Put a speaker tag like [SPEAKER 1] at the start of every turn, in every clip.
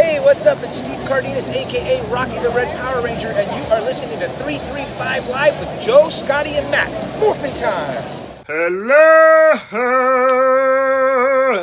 [SPEAKER 1] What's up? It's Steve Cardenas, aka Rocky the Red Power Ranger, and you are listening to 335 Live with Joe, Scotty, and Matt. Morphin' time!
[SPEAKER 2] Hello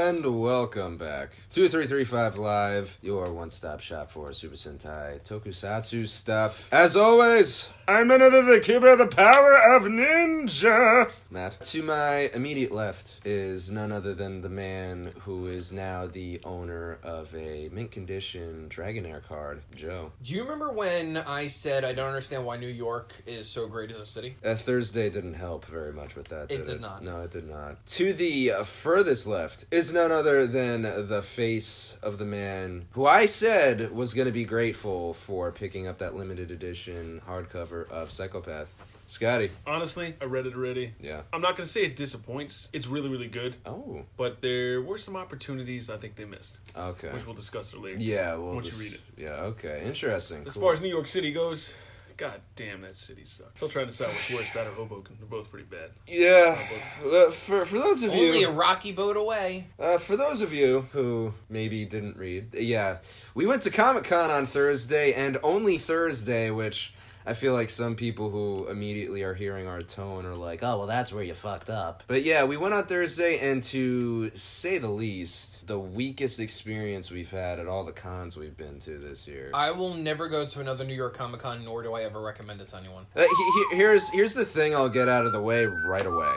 [SPEAKER 2] and welcome back. 2335 Live, your one stop shop for Super Sentai Tokusatsu stuff. As always, I'm another the keeper of the power of ninja. Matt, to my immediate left is none other than the man who is now the owner of a mint condition Dragonair card, Joe.
[SPEAKER 3] Do you remember when I said I don't understand why New York is so great as a city?
[SPEAKER 2] Uh, Thursday didn't help very much with that.
[SPEAKER 3] It
[SPEAKER 2] Did it
[SPEAKER 3] did not.
[SPEAKER 2] No, it did not. To the uh, furthest left is none other than the face of the man who I said was going to be grateful for picking up that limited edition hardcover of Psychopath, Scotty.
[SPEAKER 4] Honestly, I read it already.
[SPEAKER 2] Yeah.
[SPEAKER 4] I'm not going to say it disappoints. It's really, really good.
[SPEAKER 2] Oh,
[SPEAKER 4] But there were some opportunities I think they missed,
[SPEAKER 2] okay.
[SPEAKER 4] which we'll discuss later.
[SPEAKER 2] yeah, well,
[SPEAKER 4] Once you
[SPEAKER 2] just-
[SPEAKER 4] read it.
[SPEAKER 2] Yeah, okay, interesting.
[SPEAKER 4] As
[SPEAKER 2] cool.
[SPEAKER 4] far as New York City goes, god damn, that city sucks. Still trying to decide what's worse, that or Hoboken. They're both pretty bad.
[SPEAKER 2] yeah, uh, for for those of
[SPEAKER 3] Only
[SPEAKER 2] you
[SPEAKER 3] a rocky boat away.
[SPEAKER 2] Uh, for those of you who maybe didn't read, yeah, we went to Comic Con on Thursday and only Thursday, which I feel like some people who immediately are hearing our tone are like, oh, well, that's where you fucked up. But yeah, we went on Thursday, and to say the least, the weakest experience we've had at all the cons we've been to this year.
[SPEAKER 3] I will never go to another New York Comic Con, nor do I ever recommend it to anyone.
[SPEAKER 2] Uh, he, he- here's here's the thing I'll get out of the way right away.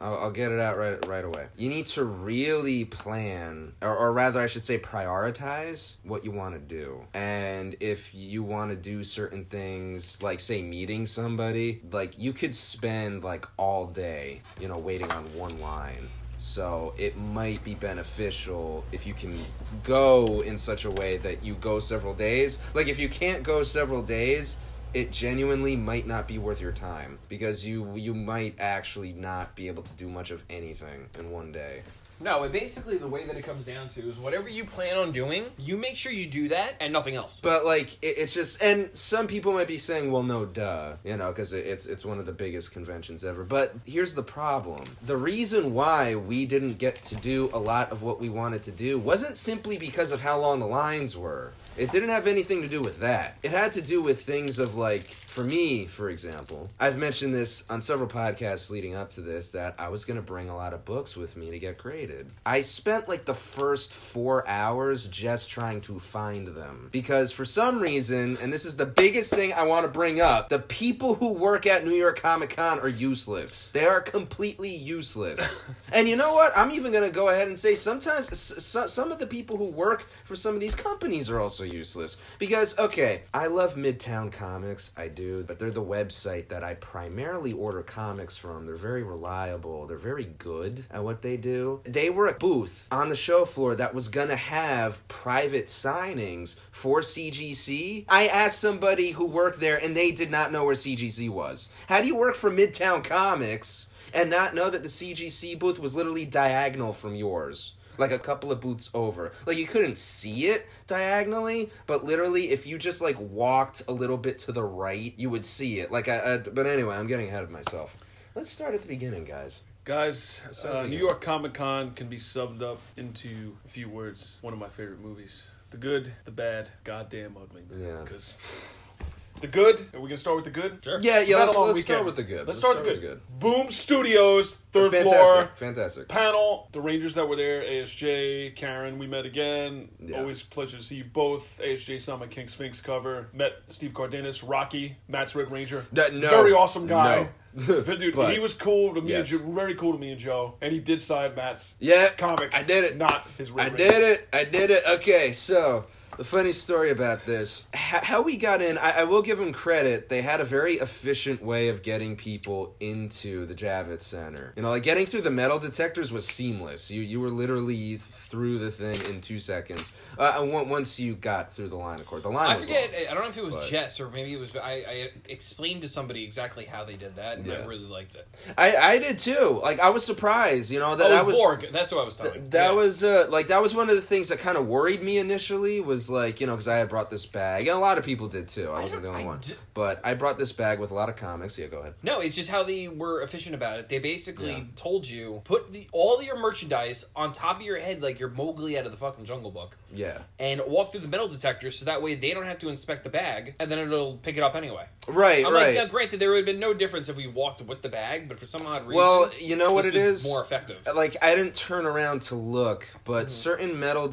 [SPEAKER 2] I'll, I'll get it out right right away. You need to really plan, or, or rather, I should say, prioritize what you want to do. And if you want to do certain things, like say meeting somebody, like you could spend like all day, you know, waiting on one line. So it might be beneficial if you can go in such a way that you go several days. Like if you can't go several days, it genuinely might not be worth your time because you you might actually not be able to do much of anything in one day.
[SPEAKER 3] No, it basically the way that it comes down to is whatever you plan on doing, you make sure you do that and nothing else.
[SPEAKER 2] But like it, it's just and some people might be saying, "Well, no, duh," you know, because it, it's it's one of the biggest conventions ever. But here's the problem: the reason why we didn't get to do a lot of what we wanted to do wasn't simply because of how long the lines were. It didn't have anything to do with that. It had to do with things of like, for me, for example, I've mentioned this on several podcasts leading up to this that I was going to bring a lot of books with me to get graded. I spent like the first four hours just trying to find them because for some reason, and this is the biggest thing I want to bring up, the people who work at New York Comic Con are useless. They are completely useless. and you know what? I'm even going to go ahead and say sometimes s- s- some of the people who work for some of these companies are also useless because okay, I love Midtown Comics, I do, but they're the website that I primarily order comics from. They're very reliable. They're very good at what they do. They were a booth on the show floor that was going to have private signings for CGC. I asked somebody who worked there and they did not know where CGC was. How do you work for Midtown Comics? and not know that the CGC booth was literally diagonal from yours. Like a couple of booths over. Like you couldn't see it diagonally, but literally if you just like walked a little bit to the right, you would see it. Like I, I but anyway, I'm getting ahead of myself. Let's start at the beginning, guys.
[SPEAKER 4] Guys,
[SPEAKER 2] So
[SPEAKER 4] uh,
[SPEAKER 2] do
[SPEAKER 4] New
[SPEAKER 2] you.
[SPEAKER 4] York Comic Con can be summed up into a few words. One of my favorite movies. The good, the bad, goddamn ugly.
[SPEAKER 2] Yeah.
[SPEAKER 4] Because the good, are we going to start with the good?
[SPEAKER 3] Sure.
[SPEAKER 2] Yeah, yeah,
[SPEAKER 4] Not
[SPEAKER 2] let's,
[SPEAKER 4] a long
[SPEAKER 2] let's
[SPEAKER 4] weekend.
[SPEAKER 2] start with the good.
[SPEAKER 4] Let's, start, with the good. Boom Studios,
[SPEAKER 2] good.
[SPEAKER 4] third
[SPEAKER 2] Fantastic.
[SPEAKER 4] floor.
[SPEAKER 2] Fantastic.
[SPEAKER 4] panel, the Rangers that were there, ASJ, Karen, we met again.
[SPEAKER 2] Yeah.
[SPEAKER 4] Always a pleasure to see you both. ASJ saw my King Sphinx cover. Met Steve Cardenas, Rocky, Matt's Red Ranger.
[SPEAKER 2] That- no.
[SPEAKER 4] Very awesome guy.
[SPEAKER 2] No.
[SPEAKER 4] But dude,
[SPEAKER 2] But-
[SPEAKER 4] he was cool to me
[SPEAKER 2] yes.
[SPEAKER 4] and Joe, very cool to me and Joe. And he did sign Matt's
[SPEAKER 2] Yeah.
[SPEAKER 4] comic.
[SPEAKER 2] I did it.
[SPEAKER 4] Not his Red
[SPEAKER 2] I
[SPEAKER 4] Ranger.
[SPEAKER 2] did it. I did it. Okay, so the funny story about this, how, how we got in, I, I will give them credit. They had a very efficient way of getting people into the Javits Center. You know, like getting through the metal detectors was seamless. You you were literally through the thing in two seconds. Uh, and on- once you got through the line, of course, the line.
[SPEAKER 3] I
[SPEAKER 2] was
[SPEAKER 3] forget.
[SPEAKER 2] long.
[SPEAKER 3] I don't know if it was
[SPEAKER 2] But-
[SPEAKER 3] Jess or maybe it was. I, I explained to somebody exactly how they did that, and
[SPEAKER 2] Yeah.
[SPEAKER 3] I really liked it.
[SPEAKER 2] I I did too. Like I was surprised. You know that
[SPEAKER 3] oh,
[SPEAKER 2] that
[SPEAKER 3] it was
[SPEAKER 2] was
[SPEAKER 3] Borg. That's what I was telling.
[SPEAKER 2] that
[SPEAKER 3] Yeah.
[SPEAKER 2] was uh, like that was one of the things that kind of worried me initially was was like, you know, because I had brought this bag, and a lot of people did too. I wasn't the
[SPEAKER 3] don't-
[SPEAKER 2] only
[SPEAKER 3] I
[SPEAKER 2] one,
[SPEAKER 3] d-
[SPEAKER 2] but I brought this bag with a lot of comics. Yeah, go ahead.
[SPEAKER 3] No, it's just how they were efficient about it. They basically
[SPEAKER 2] Yeah.
[SPEAKER 3] told you put the, all your merchandise on top of your head like you're Mowgli out of the fucking Jungle Book,
[SPEAKER 2] Yeah,
[SPEAKER 3] and walk through the metal detector so that way they don't have to inspect the bag, and then it'll pick it up anyway.
[SPEAKER 2] right,
[SPEAKER 3] I'm
[SPEAKER 2] right.
[SPEAKER 3] like, now, granted, there would have been no difference if we walked with the bag, but for some odd reason,
[SPEAKER 2] Well, you know what
[SPEAKER 3] this
[SPEAKER 2] it
[SPEAKER 3] was
[SPEAKER 2] is?
[SPEAKER 3] more effective.
[SPEAKER 2] Uh, like I didn't turn around to look, but
[SPEAKER 3] Mm-hmm.
[SPEAKER 2] certain metal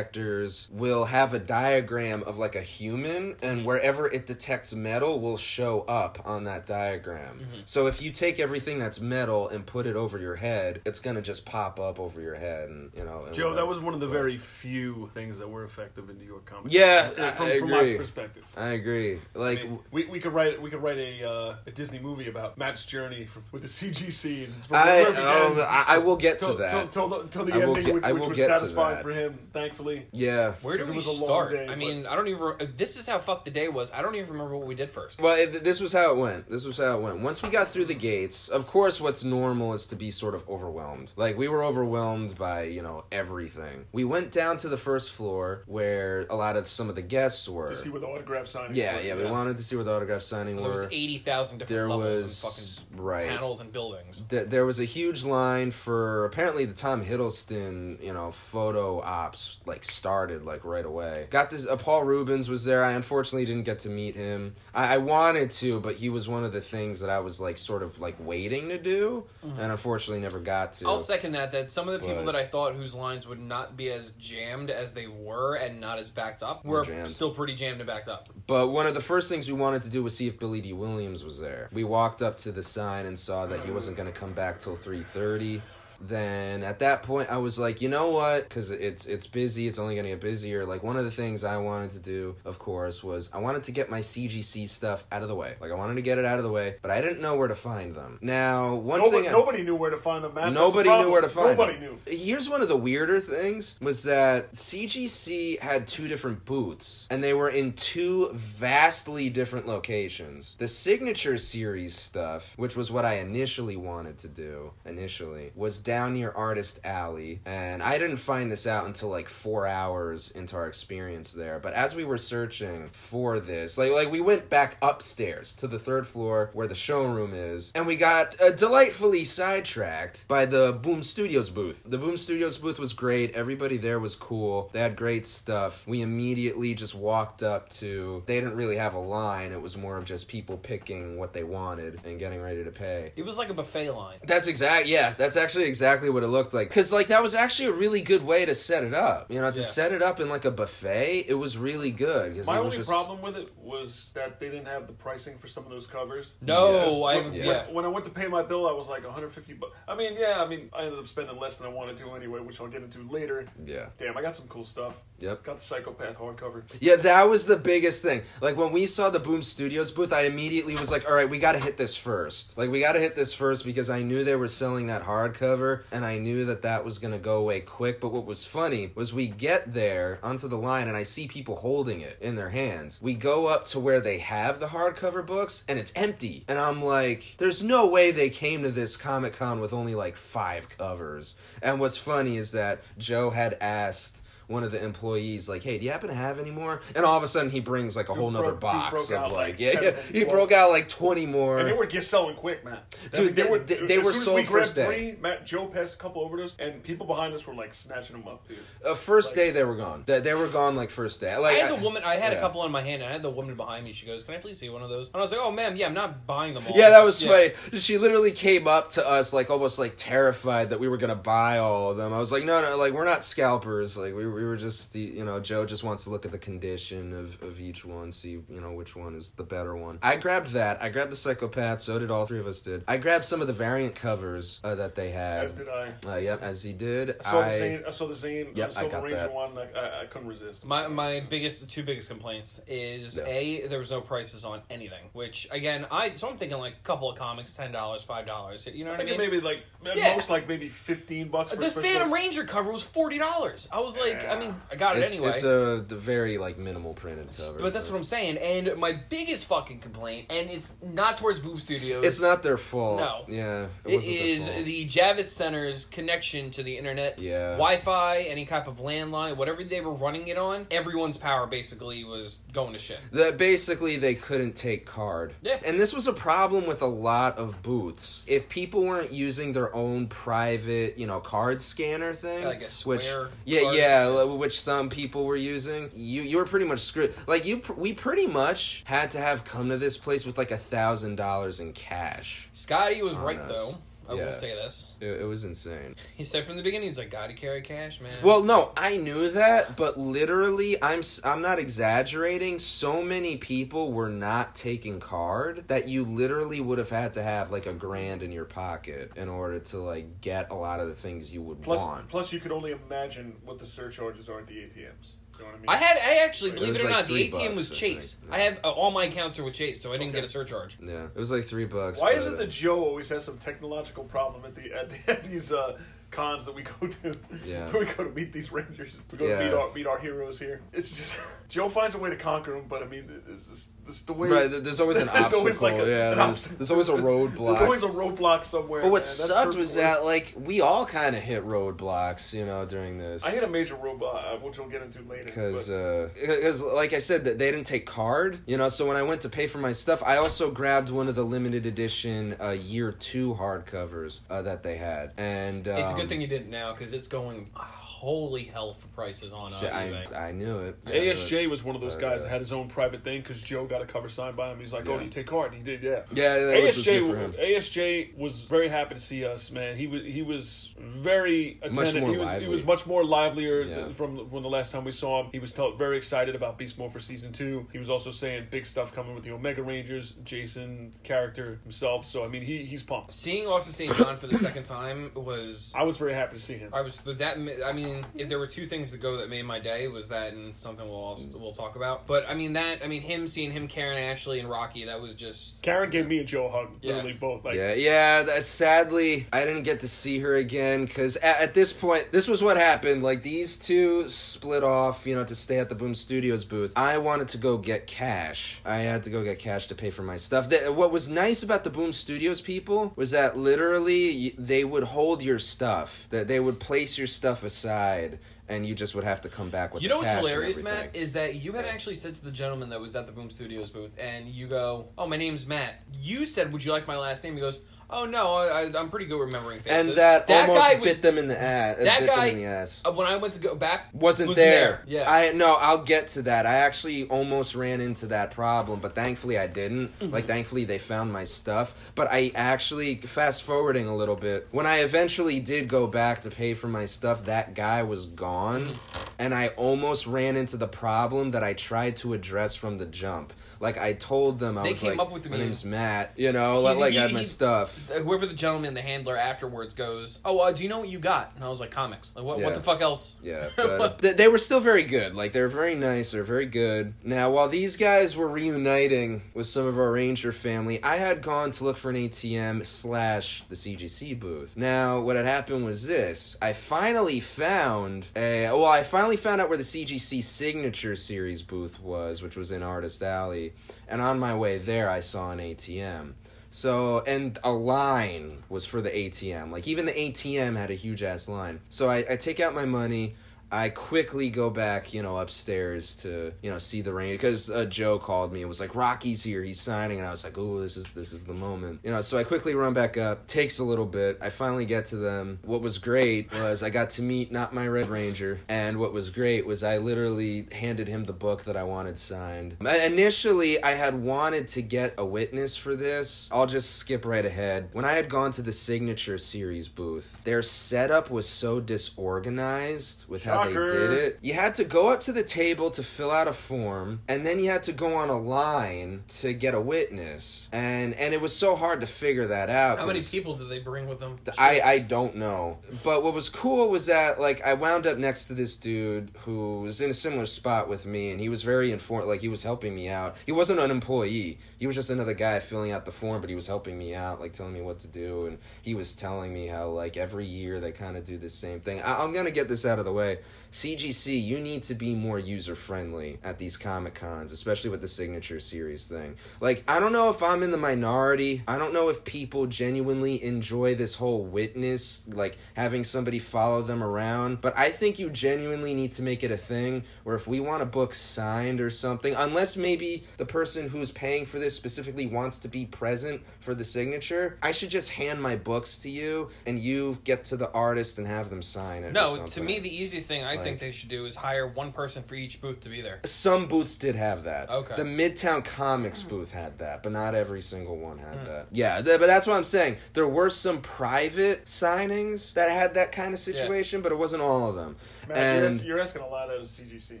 [SPEAKER 2] detectors will have a diagram of like a human, and wherever it detects metal will show up on that diagram.
[SPEAKER 3] Mm-hmm.
[SPEAKER 2] So if you take everything that's metal and put it over your head, it's gonna just pop up over your head, and you know. and
[SPEAKER 4] Joe, that
[SPEAKER 2] whatever.
[SPEAKER 4] was one of the
[SPEAKER 2] But-
[SPEAKER 4] very few things that were effective in New York comics.
[SPEAKER 2] Yeah,
[SPEAKER 4] Uh,
[SPEAKER 2] I-
[SPEAKER 4] from,
[SPEAKER 2] I
[SPEAKER 4] from
[SPEAKER 2] agree.
[SPEAKER 4] my perspective.
[SPEAKER 2] I agree. Like,
[SPEAKER 4] I mean, we, we could write we could write a uh, a Disney movie about Matt's journey from, with the CGC and from
[SPEAKER 2] I,
[SPEAKER 4] where it
[SPEAKER 2] um,
[SPEAKER 4] began
[SPEAKER 2] I, I will get to
[SPEAKER 4] till-
[SPEAKER 2] that.
[SPEAKER 4] till- till the, till the
[SPEAKER 2] I will
[SPEAKER 4] ending,
[SPEAKER 2] get-
[SPEAKER 4] which,
[SPEAKER 2] I
[SPEAKER 4] which
[SPEAKER 2] will
[SPEAKER 4] was
[SPEAKER 2] get to
[SPEAKER 4] satisfying
[SPEAKER 2] that.
[SPEAKER 4] for him, thankfully.
[SPEAKER 2] yeah.
[SPEAKER 3] Where do
[SPEAKER 4] Because it
[SPEAKER 3] we
[SPEAKER 4] was a long
[SPEAKER 3] start?
[SPEAKER 4] day,
[SPEAKER 3] I mean, I don't even. re- This is how fucked the day was. I don't even remember what we did first.
[SPEAKER 2] Well, it, this was how it went. This was how it went. Once we got through the gates, of course, what's normal is to be sort of overwhelmed. Like, we were overwhelmed by, you know, everything. We went down to the first floor where a lot of some of the guests were.
[SPEAKER 4] To see where the autograph signing.
[SPEAKER 2] Yeah, yeah, we wanted to see where the autograph signing
[SPEAKER 3] There was
[SPEAKER 2] were.
[SPEAKER 3] eighty thousand different
[SPEAKER 2] There
[SPEAKER 3] levels
[SPEAKER 2] was-
[SPEAKER 3] and fucking
[SPEAKER 2] right.
[SPEAKER 3] panels and buildings.
[SPEAKER 2] Th- there was a huge line for apparently the Tom Hiddleston, you know, photo ops like started like right away. Got this. Uh, Paul Rubens was there. I unfortunately didn't get to meet him. I, I wanted to, but he was one of the things that I was like sort of like waiting to do, and unfortunately never got to.
[SPEAKER 3] I'll second that. That some of the people
[SPEAKER 2] But-
[SPEAKER 3] that I thought whose lines would not be as jammed as they were and not as backed up were
[SPEAKER 2] Jammed.
[SPEAKER 3] still pretty jammed and backed up.
[SPEAKER 2] But one of the first things we wanted to do was see if Billy D. Williams was there. We walked up to the sign and saw that he wasn't going to come back till 3:30. Then at that point I was like, "You know what? Cuz it's it's busy, it's only going to get busier. Like one of the things I wanted to do, of course, was I wanted to get my CGC stuff out of the way. Like I wanted to get it out of the way, but I didn't know where to find them. Now, one
[SPEAKER 4] Nobody,
[SPEAKER 2] thing I-
[SPEAKER 4] nobody knew where to find them. Matt. That's the
[SPEAKER 2] Nobody knew
[SPEAKER 4] problem.
[SPEAKER 2] where to find
[SPEAKER 4] Nobody
[SPEAKER 2] it.
[SPEAKER 4] knew.
[SPEAKER 2] Here's one of the weirder things was that CGC had two different booths and they were in two vastly different locations. The signature series stuff, which was what I initially wanted to do initially, was down near Artist Alley and I didn't find this out until like 4 hours into our experience there. But as we were searching for this, like like we went back upstairs to the third floor where the showroom is and we got uh, delightfully sidetracked by the Boom Studios booth. The Boom Studios booth was great. Everybody there was cool. They had great stuff. We immediately just walked up to. They didn't really have a line. It was more of just people picking what they wanted and getting ready to pay.
[SPEAKER 3] It was like a buffet line.
[SPEAKER 2] That's exact. Yeah, that's actually exactly what it looked like. Cause like that was actually a really good way to set it up. You know, to
[SPEAKER 3] Yeah.
[SPEAKER 2] set it up in like a buffet, it was really good. 'cause
[SPEAKER 4] My
[SPEAKER 2] it was
[SPEAKER 4] only
[SPEAKER 2] just-
[SPEAKER 4] problem with it was that they didn't have the pricing for some of those covers.
[SPEAKER 3] No,
[SPEAKER 2] Yeah.
[SPEAKER 3] I
[SPEAKER 4] when,
[SPEAKER 3] yeah.
[SPEAKER 2] Yeah.
[SPEAKER 4] when- when I went to pay my bill, I was like 150 bucks. I mean, yeah, I mean, I ended up spending less than I wanted to anyway, which I'll get into later.
[SPEAKER 2] Yeah.
[SPEAKER 4] Damn, I got some cool stuff.
[SPEAKER 2] Yep.
[SPEAKER 4] Got the Psychopath hardcover.
[SPEAKER 2] Yeah, that was the biggest thing. Like when we saw the Boom Studios booth, I immediately was like, "All right, we got to hit this first. Like we got to hit this first because I knew they were selling that hardcover and I knew that that was going to go away quick. But what was funny was we get there onto the line and I see people holding it in their hands. We go up to where they have the hardcover books and it's empty. And I'm like, "There's no way they came to this Comic Con with only like 5 covers." And what's funny is that Joe had asked one of the employees like, "Hey, do you happen to have any more?" And all of a sudden, he brings like a whole nother
[SPEAKER 4] broke- dude
[SPEAKER 2] box
[SPEAKER 4] broke
[SPEAKER 2] of
[SPEAKER 4] out,
[SPEAKER 2] like,
[SPEAKER 4] like,
[SPEAKER 2] yeah, yeah.
[SPEAKER 4] 10,
[SPEAKER 2] He
[SPEAKER 4] 12.
[SPEAKER 2] broke out like twenty more.
[SPEAKER 4] And they were just selling quick, man.
[SPEAKER 2] Dude, they- they- they
[SPEAKER 4] as
[SPEAKER 2] were
[SPEAKER 4] soon as
[SPEAKER 2] sold
[SPEAKER 4] we grabbed
[SPEAKER 2] first day.
[SPEAKER 4] Three, Matt Joe passed a couple over to us, and people behind us were like snatching them up, dude.
[SPEAKER 2] uh, first
[SPEAKER 4] like-
[SPEAKER 2] day they were gone. They, they were gone like first day.
[SPEAKER 3] I
[SPEAKER 2] Like
[SPEAKER 3] had the woman. I had
[SPEAKER 2] yeah.
[SPEAKER 3] a couple in my hand, and I had the woman behind me. She goes, "Can I please see one of those?" And I was like, "Oh, ma'am, yeah, I'm not buying them all."
[SPEAKER 2] Yeah, that was
[SPEAKER 3] Yeah.
[SPEAKER 2] funny. She literally came up to us like almost like terrified that we were gonna buy all of them. I was like, no, no, like we're not scalpers. Like we, we were just the you know Joe just wants to look at the condition of of each one, see you know which one is the better one. I grabbed that. I grabbed the psychopath. So did all three of us. Did I grabbed some of the variant covers uh, that they had?
[SPEAKER 4] As did I.
[SPEAKER 2] Uh, yep, as he did.
[SPEAKER 4] I saw
[SPEAKER 2] I-
[SPEAKER 4] the Zane. I saw the Zane. I
[SPEAKER 2] Yep, I
[SPEAKER 4] saw the
[SPEAKER 2] got
[SPEAKER 4] Ranger
[SPEAKER 2] that.
[SPEAKER 4] one. Like, I, I couldn't resist.
[SPEAKER 3] My my biggest two biggest complaints is
[SPEAKER 2] Yeah.
[SPEAKER 3] a there was no prices on anything, which again I so I'm thinking like a couple of comics, ten dollars, five dollars. You know
[SPEAKER 4] I
[SPEAKER 3] what I,
[SPEAKER 4] think
[SPEAKER 3] mean?
[SPEAKER 4] it maybe like at
[SPEAKER 3] Yeah.
[SPEAKER 4] most like maybe 15 bucks. For
[SPEAKER 3] the
[SPEAKER 4] a special-
[SPEAKER 3] Phantom Ranger cover was forty dollars. I was like, like, I mean, I got it
[SPEAKER 2] It's,
[SPEAKER 3] anyway.
[SPEAKER 2] it's a the very like minimal printed cover.
[SPEAKER 3] but that's what I'm saying. And my biggest fucking complaint, and it's not towards Boob Studios.
[SPEAKER 2] It's not their fault.
[SPEAKER 3] No.
[SPEAKER 2] Yeah.
[SPEAKER 3] It
[SPEAKER 2] wasn't their
[SPEAKER 3] is
[SPEAKER 2] fault.
[SPEAKER 3] the Javits Center's connection to the internet.
[SPEAKER 2] Yeah.
[SPEAKER 3] Wi-Fi, any type of landline, whatever they were running it on, everyone's power basically was going to shit.
[SPEAKER 2] that basically they couldn't take card.
[SPEAKER 3] Yeah.
[SPEAKER 2] And this was a problem with a lot of booths. If people weren't using their own private, you know, card scanner thing,
[SPEAKER 3] Like a
[SPEAKER 2] which
[SPEAKER 3] Square
[SPEAKER 2] yeah,
[SPEAKER 3] card?
[SPEAKER 2] yeah, li- which some people were using, you you were pretty much screwed. Like you, pr- we pretty much had to have come to this place with like a thousand dollars in cash.
[SPEAKER 3] Scotty was
[SPEAKER 2] Oh,
[SPEAKER 3] right
[SPEAKER 2] nice.
[SPEAKER 3] though. I
[SPEAKER 2] Yeah.
[SPEAKER 3] will say this.
[SPEAKER 2] It, it was insane.
[SPEAKER 3] He said from the beginning, he's like, "Gotta carry cash, man."
[SPEAKER 2] Well, no, I knew that, but literally, I'm s- I'm not exaggerating. So many people were not taking card that you literally would have had to have like a grand in your pocket in order to like get a lot of the things you would
[SPEAKER 5] Plus,
[SPEAKER 2] want.
[SPEAKER 5] plus, you could only imagine what the surcharges are at the ATMs. You know what I mean?
[SPEAKER 3] I had, I actually,
[SPEAKER 5] It
[SPEAKER 3] believe it,
[SPEAKER 2] was
[SPEAKER 3] or
[SPEAKER 2] like
[SPEAKER 3] not, the
[SPEAKER 2] three
[SPEAKER 3] ATM
[SPEAKER 2] bucks,
[SPEAKER 3] was
[SPEAKER 2] I
[SPEAKER 3] Chase.
[SPEAKER 2] think.
[SPEAKER 3] I have uh, all my accounts are with Chase, so I didn't
[SPEAKER 5] Okay.
[SPEAKER 3] get a surcharge.
[SPEAKER 2] Yeah, it was like three bucks.
[SPEAKER 5] Why
[SPEAKER 2] but,
[SPEAKER 5] is it
[SPEAKER 2] uh,
[SPEAKER 5] that Joe always has some technological problem at the at, the, at these uh, cons that we go to?
[SPEAKER 2] Yeah.
[SPEAKER 5] we go to meet these rangers. We go to
[SPEAKER 2] Yeah.
[SPEAKER 5] meet our meet our heroes here. It's just Joe finds a way to conquer them, but I mean, it's just this the way.
[SPEAKER 2] Right, th- there's always an
[SPEAKER 5] There's
[SPEAKER 2] obstacle.
[SPEAKER 5] always like a-
[SPEAKER 2] yeah,
[SPEAKER 5] an
[SPEAKER 2] there's,
[SPEAKER 5] obstacle.
[SPEAKER 2] there's always a roadblock.
[SPEAKER 5] There's always a roadblock somewhere.
[SPEAKER 2] but what
[SPEAKER 5] man. That's
[SPEAKER 2] sucked
[SPEAKER 5] perfect
[SPEAKER 2] was
[SPEAKER 5] for it.
[SPEAKER 2] that like we all kind of hit roadblocks, you know, during this.
[SPEAKER 5] I hit a major roadblock, uh, which we'll get into later.
[SPEAKER 2] because
[SPEAKER 5] but-
[SPEAKER 2] because like I said that they didn't take card you know so when I went to pay for my stuff I also grabbed one of the limited edition uh, year two hardcovers uh, that they had and um,
[SPEAKER 3] It's a good thing you didn't now because it's going holy hell for prices on uh,
[SPEAKER 2] shit, I,
[SPEAKER 3] eBay.
[SPEAKER 2] I knew it I knew it.
[SPEAKER 4] ASJ was one of those
[SPEAKER 2] Uh,
[SPEAKER 4] guys that had his own private thing because Joe got a cover signed by him. He's like, "Oh,
[SPEAKER 2] Yeah.
[SPEAKER 4] do you take card?" And he did, yeah.
[SPEAKER 2] yeah that, which was
[SPEAKER 4] ASJ,
[SPEAKER 2] good for him.
[SPEAKER 4] ASJ was very happy to see us, man. He was he was very attentive.
[SPEAKER 2] more
[SPEAKER 4] he, was, he
[SPEAKER 2] lively.
[SPEAKER 4] was much more livelier
[SPEAKER 2] Yeah.
[SPEAKER 4] th- from when the last time we saw him. He was tell, very excited about Beast Mode for season two. He was also saying big stuff coming with the Omega Rangers, Jason character himself. So I mean, he he's pumped.
[SPEAKER 3] Seeing Austin St. John for the second time was
[SPEAKER 4] I was very happy to see him.
[SPEAKER 3] I was but that. ma- I mean, if there were two things to go that made my day was that, and something we'll also, we'll talk about. But I mean that. I mean him seeing him, Karen, Ashley, and Rocky. That was just.
[SPEAKER 4] Karen gave me and Joe a hug.
[SPEAKER 3] Yeah.
[SPEAKER 4] Literally both. Like,
[SPEAKER 2] yeah, yeah. That, sadly, I didn't get to see her again because at, this point, this was what happened. Like these two split off, you know, to stay at the Boom Studios booth. I wanted to go get cash. I had to go get cash to pay for my stuff. That what was nice about the Boom Studios people was that literally y- they would hold your stuff. That they would place your stuff aside, and you just would have to come back with.
[SPEAKER 3] You
[SPEAKER 2] the
[SPEAKER 3] know what's
[SPEAKER 2] cash and
[SPEAKER 3] hilarious,
[SPEAKER 2] everything.
[SPEAKER 3] Matt, is that you had
[SPEAKER 2] Yeah.
[SPEAKER 3] actually said to the gentleman that was at the Boom Studios booth, and you go, "Oh, my name's Matt." You said, "Would you like my last name?" He goes, "Oh no, I, I, I'm pretty good remembering faces."
[SPEAKER 2] and that, almost
[SPEAKER 3] guy
[SPEAKER 2] bit
[SPEAKER 3] was
[SPEAKER 2] them in the ass.
[SPEAKER 3] that
[SPEAKER 2] bit
[SPEAKER 3] guy-
[SPEAKER 2] them in the ass.
[SPEAKER 3] uh, when I went to go back
[SPEAKER 2] wasn't
[SPEAKER 3] was
[SPEAKER 2] there.
[SPEAKER 3] Yeah,
[SPEAKER 2] I no, I'll get to that. I actually almost ran into that problem, but thankfully I didn't.
[SPEAKER 3] Mm-hmm.
[SPEAKER 2] Like thankfully they found my stuff, but I actually fast forwarding a little bit. When I eventually did go back to pay for my stuff, that guy was gone,
[SPEAKER 3] Mm.
[SPEAKER 2] and I almost ran into the problem that I tried to address from the jump. Like I told them I
[SPEAKER 3] They
[SPEAKER 2] was
[SPEAKER 3] came
[SPEAKER 2] like
[SPEAKER 3] up with
[SPEAKER 2] my
[SPEAKER 3] me.
[SPEAKER 2] name's Matt, you know,
[SPEAKER 3] He's-
[SPEAKER 2] like
[SPEAKER 3] he-
[SPEAKER 2] I had my
[SPEAKER 3] he-
[SPEAKER 2] stuff.
[SPEAKER 3] uh, whoever the gentleman, the handler afterwards goes, "Oh, uh, do you know what you got?" And I was like, "Comics." Like, what? What
[SPEAKER 2] Yeah.
[SPEAKER 3] the fuck else?
[SPEAKER 2] Yeah, but they, they were still very good. Like they're very nice. They're very good. Now, while these guys were reuniting with some of our Ranger family, I had gone to look for an ATM slash the CGC booth. Now, what had happened was this: I finally found a. Well, I finally found out where the CGC Signature Series booth was, which was in Artist Alley. And on my way there, I saw an ATM. So and a line was for the ATM. Like even the ATM had a huge ass line. So I, I take out my money. I quickly go back, you know, upstairs to you know see the rain because uh, Joe called me and was like, "Rocky's here, he's signing," and I was like, "Ooh, this is this is the moment," you know. So I quickly run back up. Takes a little bit. I finally get to them. What was great was I got to meet not my Red Ranger, and what was great was I literally handed him the book that I wanted signed. I- Initially, I had wanted to get a witness for this. I'll just skip right ahead. When I had gone to the signature series booth, their setup was so disorganized with how
[SPEAKER 5] Shocker.
[SPEAKER 2] they did it. You had to go up to the table to fill out a form, and then you had to go on a line to get a witness. And and it was so hard to figure that out.
[SPEAKER 3] How many
[SPEAKER 2] 'cause-
[SPEAKER 3] people did they bring with them?
[SPEAKER 2] I, I don't know. But what was cool was that like I wound up next to this dude who was in a similar spot with me and he was very informed like he was helping me out. He wasn't an employee. He was just another guy filling out the form, but he was helping me out, like telling me what to do and he was telling me how like every year they kind of do the same thing. I- I'm going to get this out of the way. CGC, you need to be more user friendly at these Comic Cons, especially with the signature series thing. Like, I don't know if I'm in the minority. I don't know if people genuinely enjoy this whole witness, like having somebody follow them around, but I think you genuinely need to make it a thing where if we want a book signed or something, unless maybe the person who's paying for this specifically wants to be present for the signature, I should just hand my books to you and you get to the artist and have them sign it. or
[SPEAKER 3] No, to
[SPEAKER 2] something.
[SPEAKER 3] me, the easiest thing I
[SPEAKER 2] Like-
[SPEAKER 3] think they should do is hire one person for each booth to be there.
[SPEAKER 2] Some booths did have that.
[SPEAKER 3] Okay.
[SPEAKER 2] The Midtown Comics booth had that, but not every single one had
[SPEAKER 3] Hmm.
[SPEAKER 2] that. Yeah, th- but that's what I'm saying. There were some private signings that had that kind of situation, but it wasn't all of them.
[SPEAKER 5] Matt, you're,
[SPEAKER 2] and
[SPEAKER 5] as- you're asking a lot out of CGC.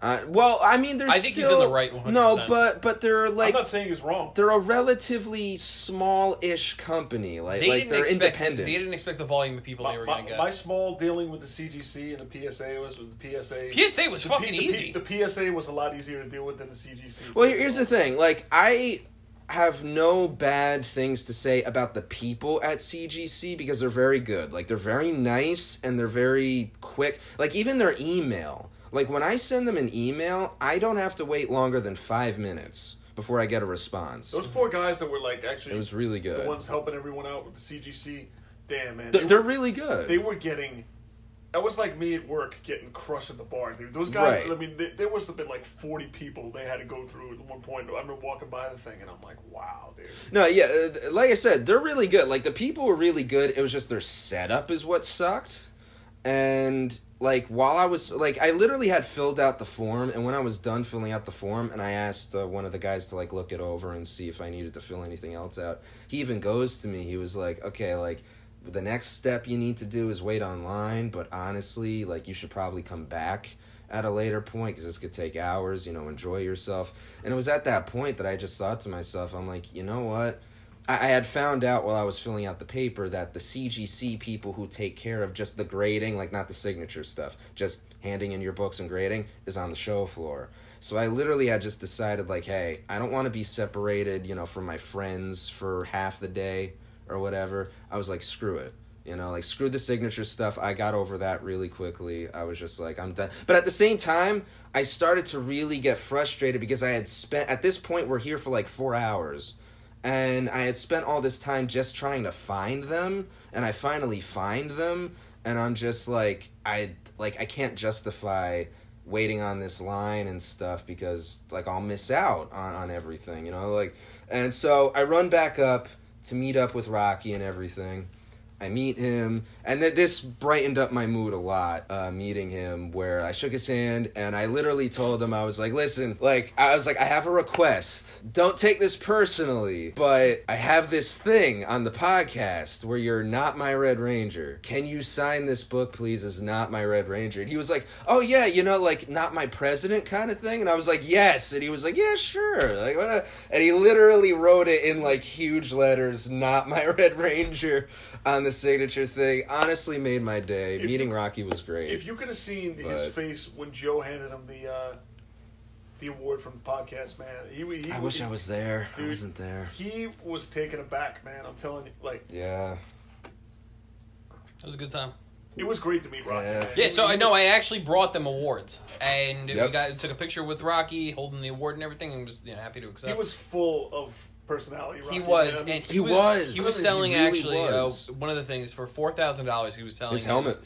[SPEAKER 2] uh, well, I mean, there's
[SPEAKER 3] I think he's
[SPEAKER 2] still-
[SPEAKER 3] in the right 100%.
[SPEAKER 2] No, but but there are like
[SPEAKER 5] I'm not saying he's wrong.
[SPEAKER 2] they're a relatively small-ish company. Like
[SPEAKER 3] They
[SPEAKER 2] like
[SPEAKER 3] didn't
[SPEAKER 2] they're
[SPEAKER 3] expect,
[SPEAKER 2] independent.
[SPEAKER 3] They didn't expect the volume of people
[SPEAKER 5] My,
[SPEAKER 3] they were
[SPEAKER 5] my-
[SPEAKER 3] going to get.
[SPEAKER 5] my small dealing with the CGC and the PSA was with the PSA.
[SPEAKER 3] PSA was
[SPEAKER 5] the P-
[SPEAKER 3] fucking
[SPEAKER 5] the P-
[SPEAKER 3] easy.
[SPEAKER 5] The, PSA was a lot easier to deal with than the CGC.
[SPEAKER 2] Well, here- here's the thing. Like, I have no bad things to say about the people at CGC because they're very good. Like, they're very nice and they're very quick. Like, even their email. Like, when I send them an email, I don't have to wait longer than five minutes before I get a response.
[SPEAKER 5] Those poor guys that were like actually
[SPEAKER 2] It was really
[SPEAKER 5] the
[SPEAKER 2] good.
[SPEAKER 5] ones helping everyone out with the CGC. Damn man,
[SPEAKER 2] Th-
[SPEAKER 5] they
[SPEAKER 2] They're
[SPEAKER 5] were-
[SPEAKER 2] really good.
[SPEAKER 5] they were getting. That was like me at work getting crushed at the bar, dude. Those guys,
[SPEAKER 2] Right.
[SPEAKER 5] I mean, they, there must have been like 40 people they had to go through at one point. I remember walking by the thing and I'm like, wow, dude.
[SPEAKER 2] No, yeah, uh, th- like I said, they're really good. Like the people were really good. It was just their setup is what sucked. And like while I was like I literally had filled out the form and when I was done filling out the form and I asked uh, one of the guys to like look it over and see if I needed to fill anything else out. He even goes to me. He was like, "Okay, like the next step you need to do is wait online, but honestly, like you should probably come back at a later point because this could take hours. You know, enjoy yourself. And it was at that point that I just thought to myself, I'm like, you know what? I, I had found out while I was filling out the paper that the CGC people who take care of just the grading, like not the signature stuff, just handing in your books and grading, is on the show floor. So I literally had just decided, like, hey, I don't want to be separated, you know, from my friends for half the day or whatever. I was like, screw it. You know, like screw the signature stuff. I got over that really quickly. I was just like, I'm done. But at the same time, I started to really get frustrated because I had spent at this point we're here for like 4 hours and I had spent all this time just trying to find them and I finally find them and I'm just like I like I can't justify waiting on this line and stuff because like I'll miss out on on everything, you know, like and so I run back up to meet up with Rocky and everything. I meet him, and th- this brightened up my mood a lot. Uh, meeting him, where I shook his hand, and I literally told him I was like, "Listen, like I was like, I have a request. Don't take this personally, but I have this thing on the podcast where you're not my Red Ranger. Can you sign this book, please? As not my Red Ranger?" And he was like, "Oh yeah, you know, like not my president kind of thing." And I was like, "Yes," and he was like, "Yeah, sure." Like, what? a-" And he literally wrote it in like huge letters, "Not my Red Ranger." on the signature thing honestly made my day.
[SPEAKER 5] If-
[SPEAKER 2] Meeting Rocky was great.
[SPEAKER 5] If you could have seen his
[SPEAKER 2] But-
[SPEAKER 5] face when Joe handed him the uh, the award from the podcast, man, he, w- he
[SPEAKER 2] I wish
[SPEAKER 5] he,
[SPEAKER 2] I was there. I
[SPEAKER 5] Dude.
[SPEAKER 2] wasn't there.
[SPEAKER 5] He was taken aback, man. I'm telling you, like
[SPEAKER 2] Yeah.
[SPEAKER 3] it was a good time.
[SPEAKER 5] it was great to meet Rocky.
[SPEAKER 2] Yeah.
[SPEAKER 5] man.
[SPEAKER 3] Yeah, so
[SPEAKER 5] He
[SPEAKER 3] I know
[SPEAKER 5] was-
[SPEAKER 3] I actually brought them awards, and
[SPEAKER 2] Yep.
[SPEAKER 3] we got took a picture with Rocky holding the award and everything, and was you know, happy to accept.
[SPEAKER 5] he was full of personality. Rocky,
[SPEAKER 3] He was,
[SPEAKER 5] man. I mean,
[SPEAKER 3] and he,
[SPEAKER 2] He
[SPEAKER 3] was,
[SPEAKER 2] was.
[SPEAKER 3] He was selling
[SPEAKER 2] He really
[SPEAKER 3] actually
[SPEAKER 2] was.
[SPEAKER 3] Uh, one of the things for four thousand dollars. He was selling
[SPEAKER 2] His helmet.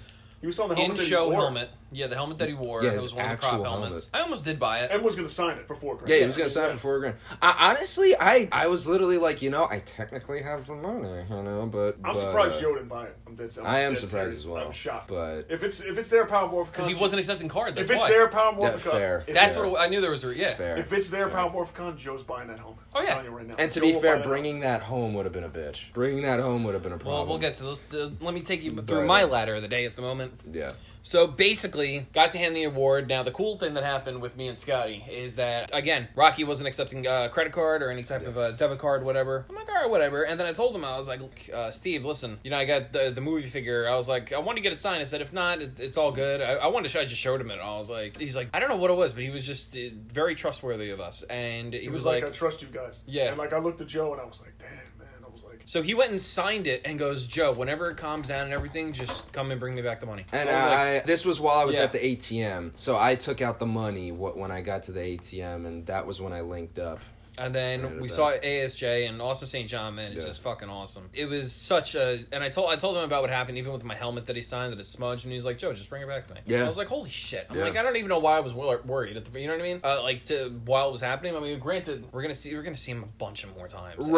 [SPEAKER 5] he was on the helmet that he
[SPEAKER 3] in-show
[SPEAKER 5] wore
[SPEAKER 3] helmet. Yeah, the helmet that he wore.
[SPEAKER 2] Yeah,
[SPEAKER 3] it
[SPEAKER 2] his
[SPEAKER 3] was one of the prop
[SPEAKER 2] actual
[SPEAKER 3] helmets.
[SPEAKER 2] helmet.
[SPEAKER 3] I almost did buy it.
[SPEAKER 5] and was going to sign it for four grand.
[SPEAKER 2] Yeah, he was gonna sign
[SPEAKER 5] Yeah.
[SPEAKER 2] for four grand. I, honestly, I I was literally like, you know, I technically have the money, you know, but
[SPEAKER 5] I'm
[SPEAKER 2] but,
[SPEAKER 5] surprised
[SPEAKER 2] uh,
[SPEAKER 5] Joe didn't buy it. I'm dead. I'm
[SPEAKER 2] I am
[SPEAKER 5] dead
[SPEAKER 2] surprised
[SPEAKER 5] serious.
[SPEAKER 2] as well.
[SPEAKER 5] I'm shocked.
[SPEAKER 2] But
[SPEAKER 5] if it's if it's their power morph,
[SPEAKER 3] because he wasn't accepting card. That's
[SPEAKER 5] If it's
[SPEAKER 3] why.
[SPEAKER 5] their power morph,
[SPEAKER 2] Yeah, fair.
[SPEAKER 3] that's
[SPEAKER 2] Yeah.
[SPEAKER 3] what it, I knew there was. A, yeah,
[SPEAKER 2] fair.
[SPEAKER 5] If it's their
[SPEAKER 2] Fair.
[SPEAKER 5] Power Morph Con, Joe's buying that home.
[SPEAKER 3] Oh,
[SPEAKER 5] I'm
[SPEAKER 3] yeah.
[SPEAKER 5] telling you right now.
[SPEAKER 2] and to
[SPEAKER 5] Joe
[SPEAKER 2] be
[SPEAKER 5] will buy
[SPEAKER 2] fair,
[SPEAKER 5] that
[SPEAKER 2] bringing that home would have been a bitch. Bringing that home would have been a problem.
[SPEAKER 3] Well, we'll get to this. Uh, Let me take you
[SPEAKER 2] Right.
[SPEAKER 3] through my ladder of the day at the moment.
[SPEAKER 2] Yeah.
[SPEAKER 3] So basically, got to hand the award. Now, the cool thing that happened with me and Scotty is that again, Rocky wasn't accepting uh, credit card or any type of uh, debit card, whatever. I'm like, all right, whatever. And then I told him, I was like, look, uh, Steve, listen, you know, I got the, the movie figure. I was like, I want to get it signed. I said, if not, it, it's all good. I, I wanted to. Show, I just showed him it. I was like, he's like, I don't know what it was, but he was just uh, very trustworthy of us, and he,
[SPEAKER 5] He
[SPEAKER 3] was, like,
[SPEAKER 5] I trust you guys.
[SPEAKER 3] Yeah.
[SPEAKER 5] And like, I looked at Joe and I was like, damn, man. I was like,
[SPEAKER 3] So he went and signed it and goes, Joe, whenever it calms down and everything, just come and bring me back the money.
[SPEAKER 2] And
[SPEAKER 3] I was like,
[SPEAKER 2] I, this was while I was
[SPEAKER 3] Yeah.
[SPEAKER 2] at the ATM, so I took out the money wh- when I got to the ATM, and that was when I linked up.
[SPEAKER 3] And
[SPEAKER 2] Right
[SPEAKER 3] then we
[SPEAKER 2] about.
[SPEAKER 3] saw ASJ and also St. John, man, it's
[SPEAKER 2] Yeah.
[SPEAKER 3] just fucking awesome. It was such a, and I told I told him about what happened, even with my helmet that he signed that is smudged, and he's like, "Joe, just bring it back to me."
[SPEAKER 2] Yeah.
[SPEAKER 3] I was like, "Holy shit!" I'm
[SPEAKER 2] Yeah.
[SPEAKER 3] like, I don't even know why I was wor- worried. At the, you know what I mean? Uh, like to while it was happening. I mean, granted, we're gonna see we're gonna see him a bunch of more times, And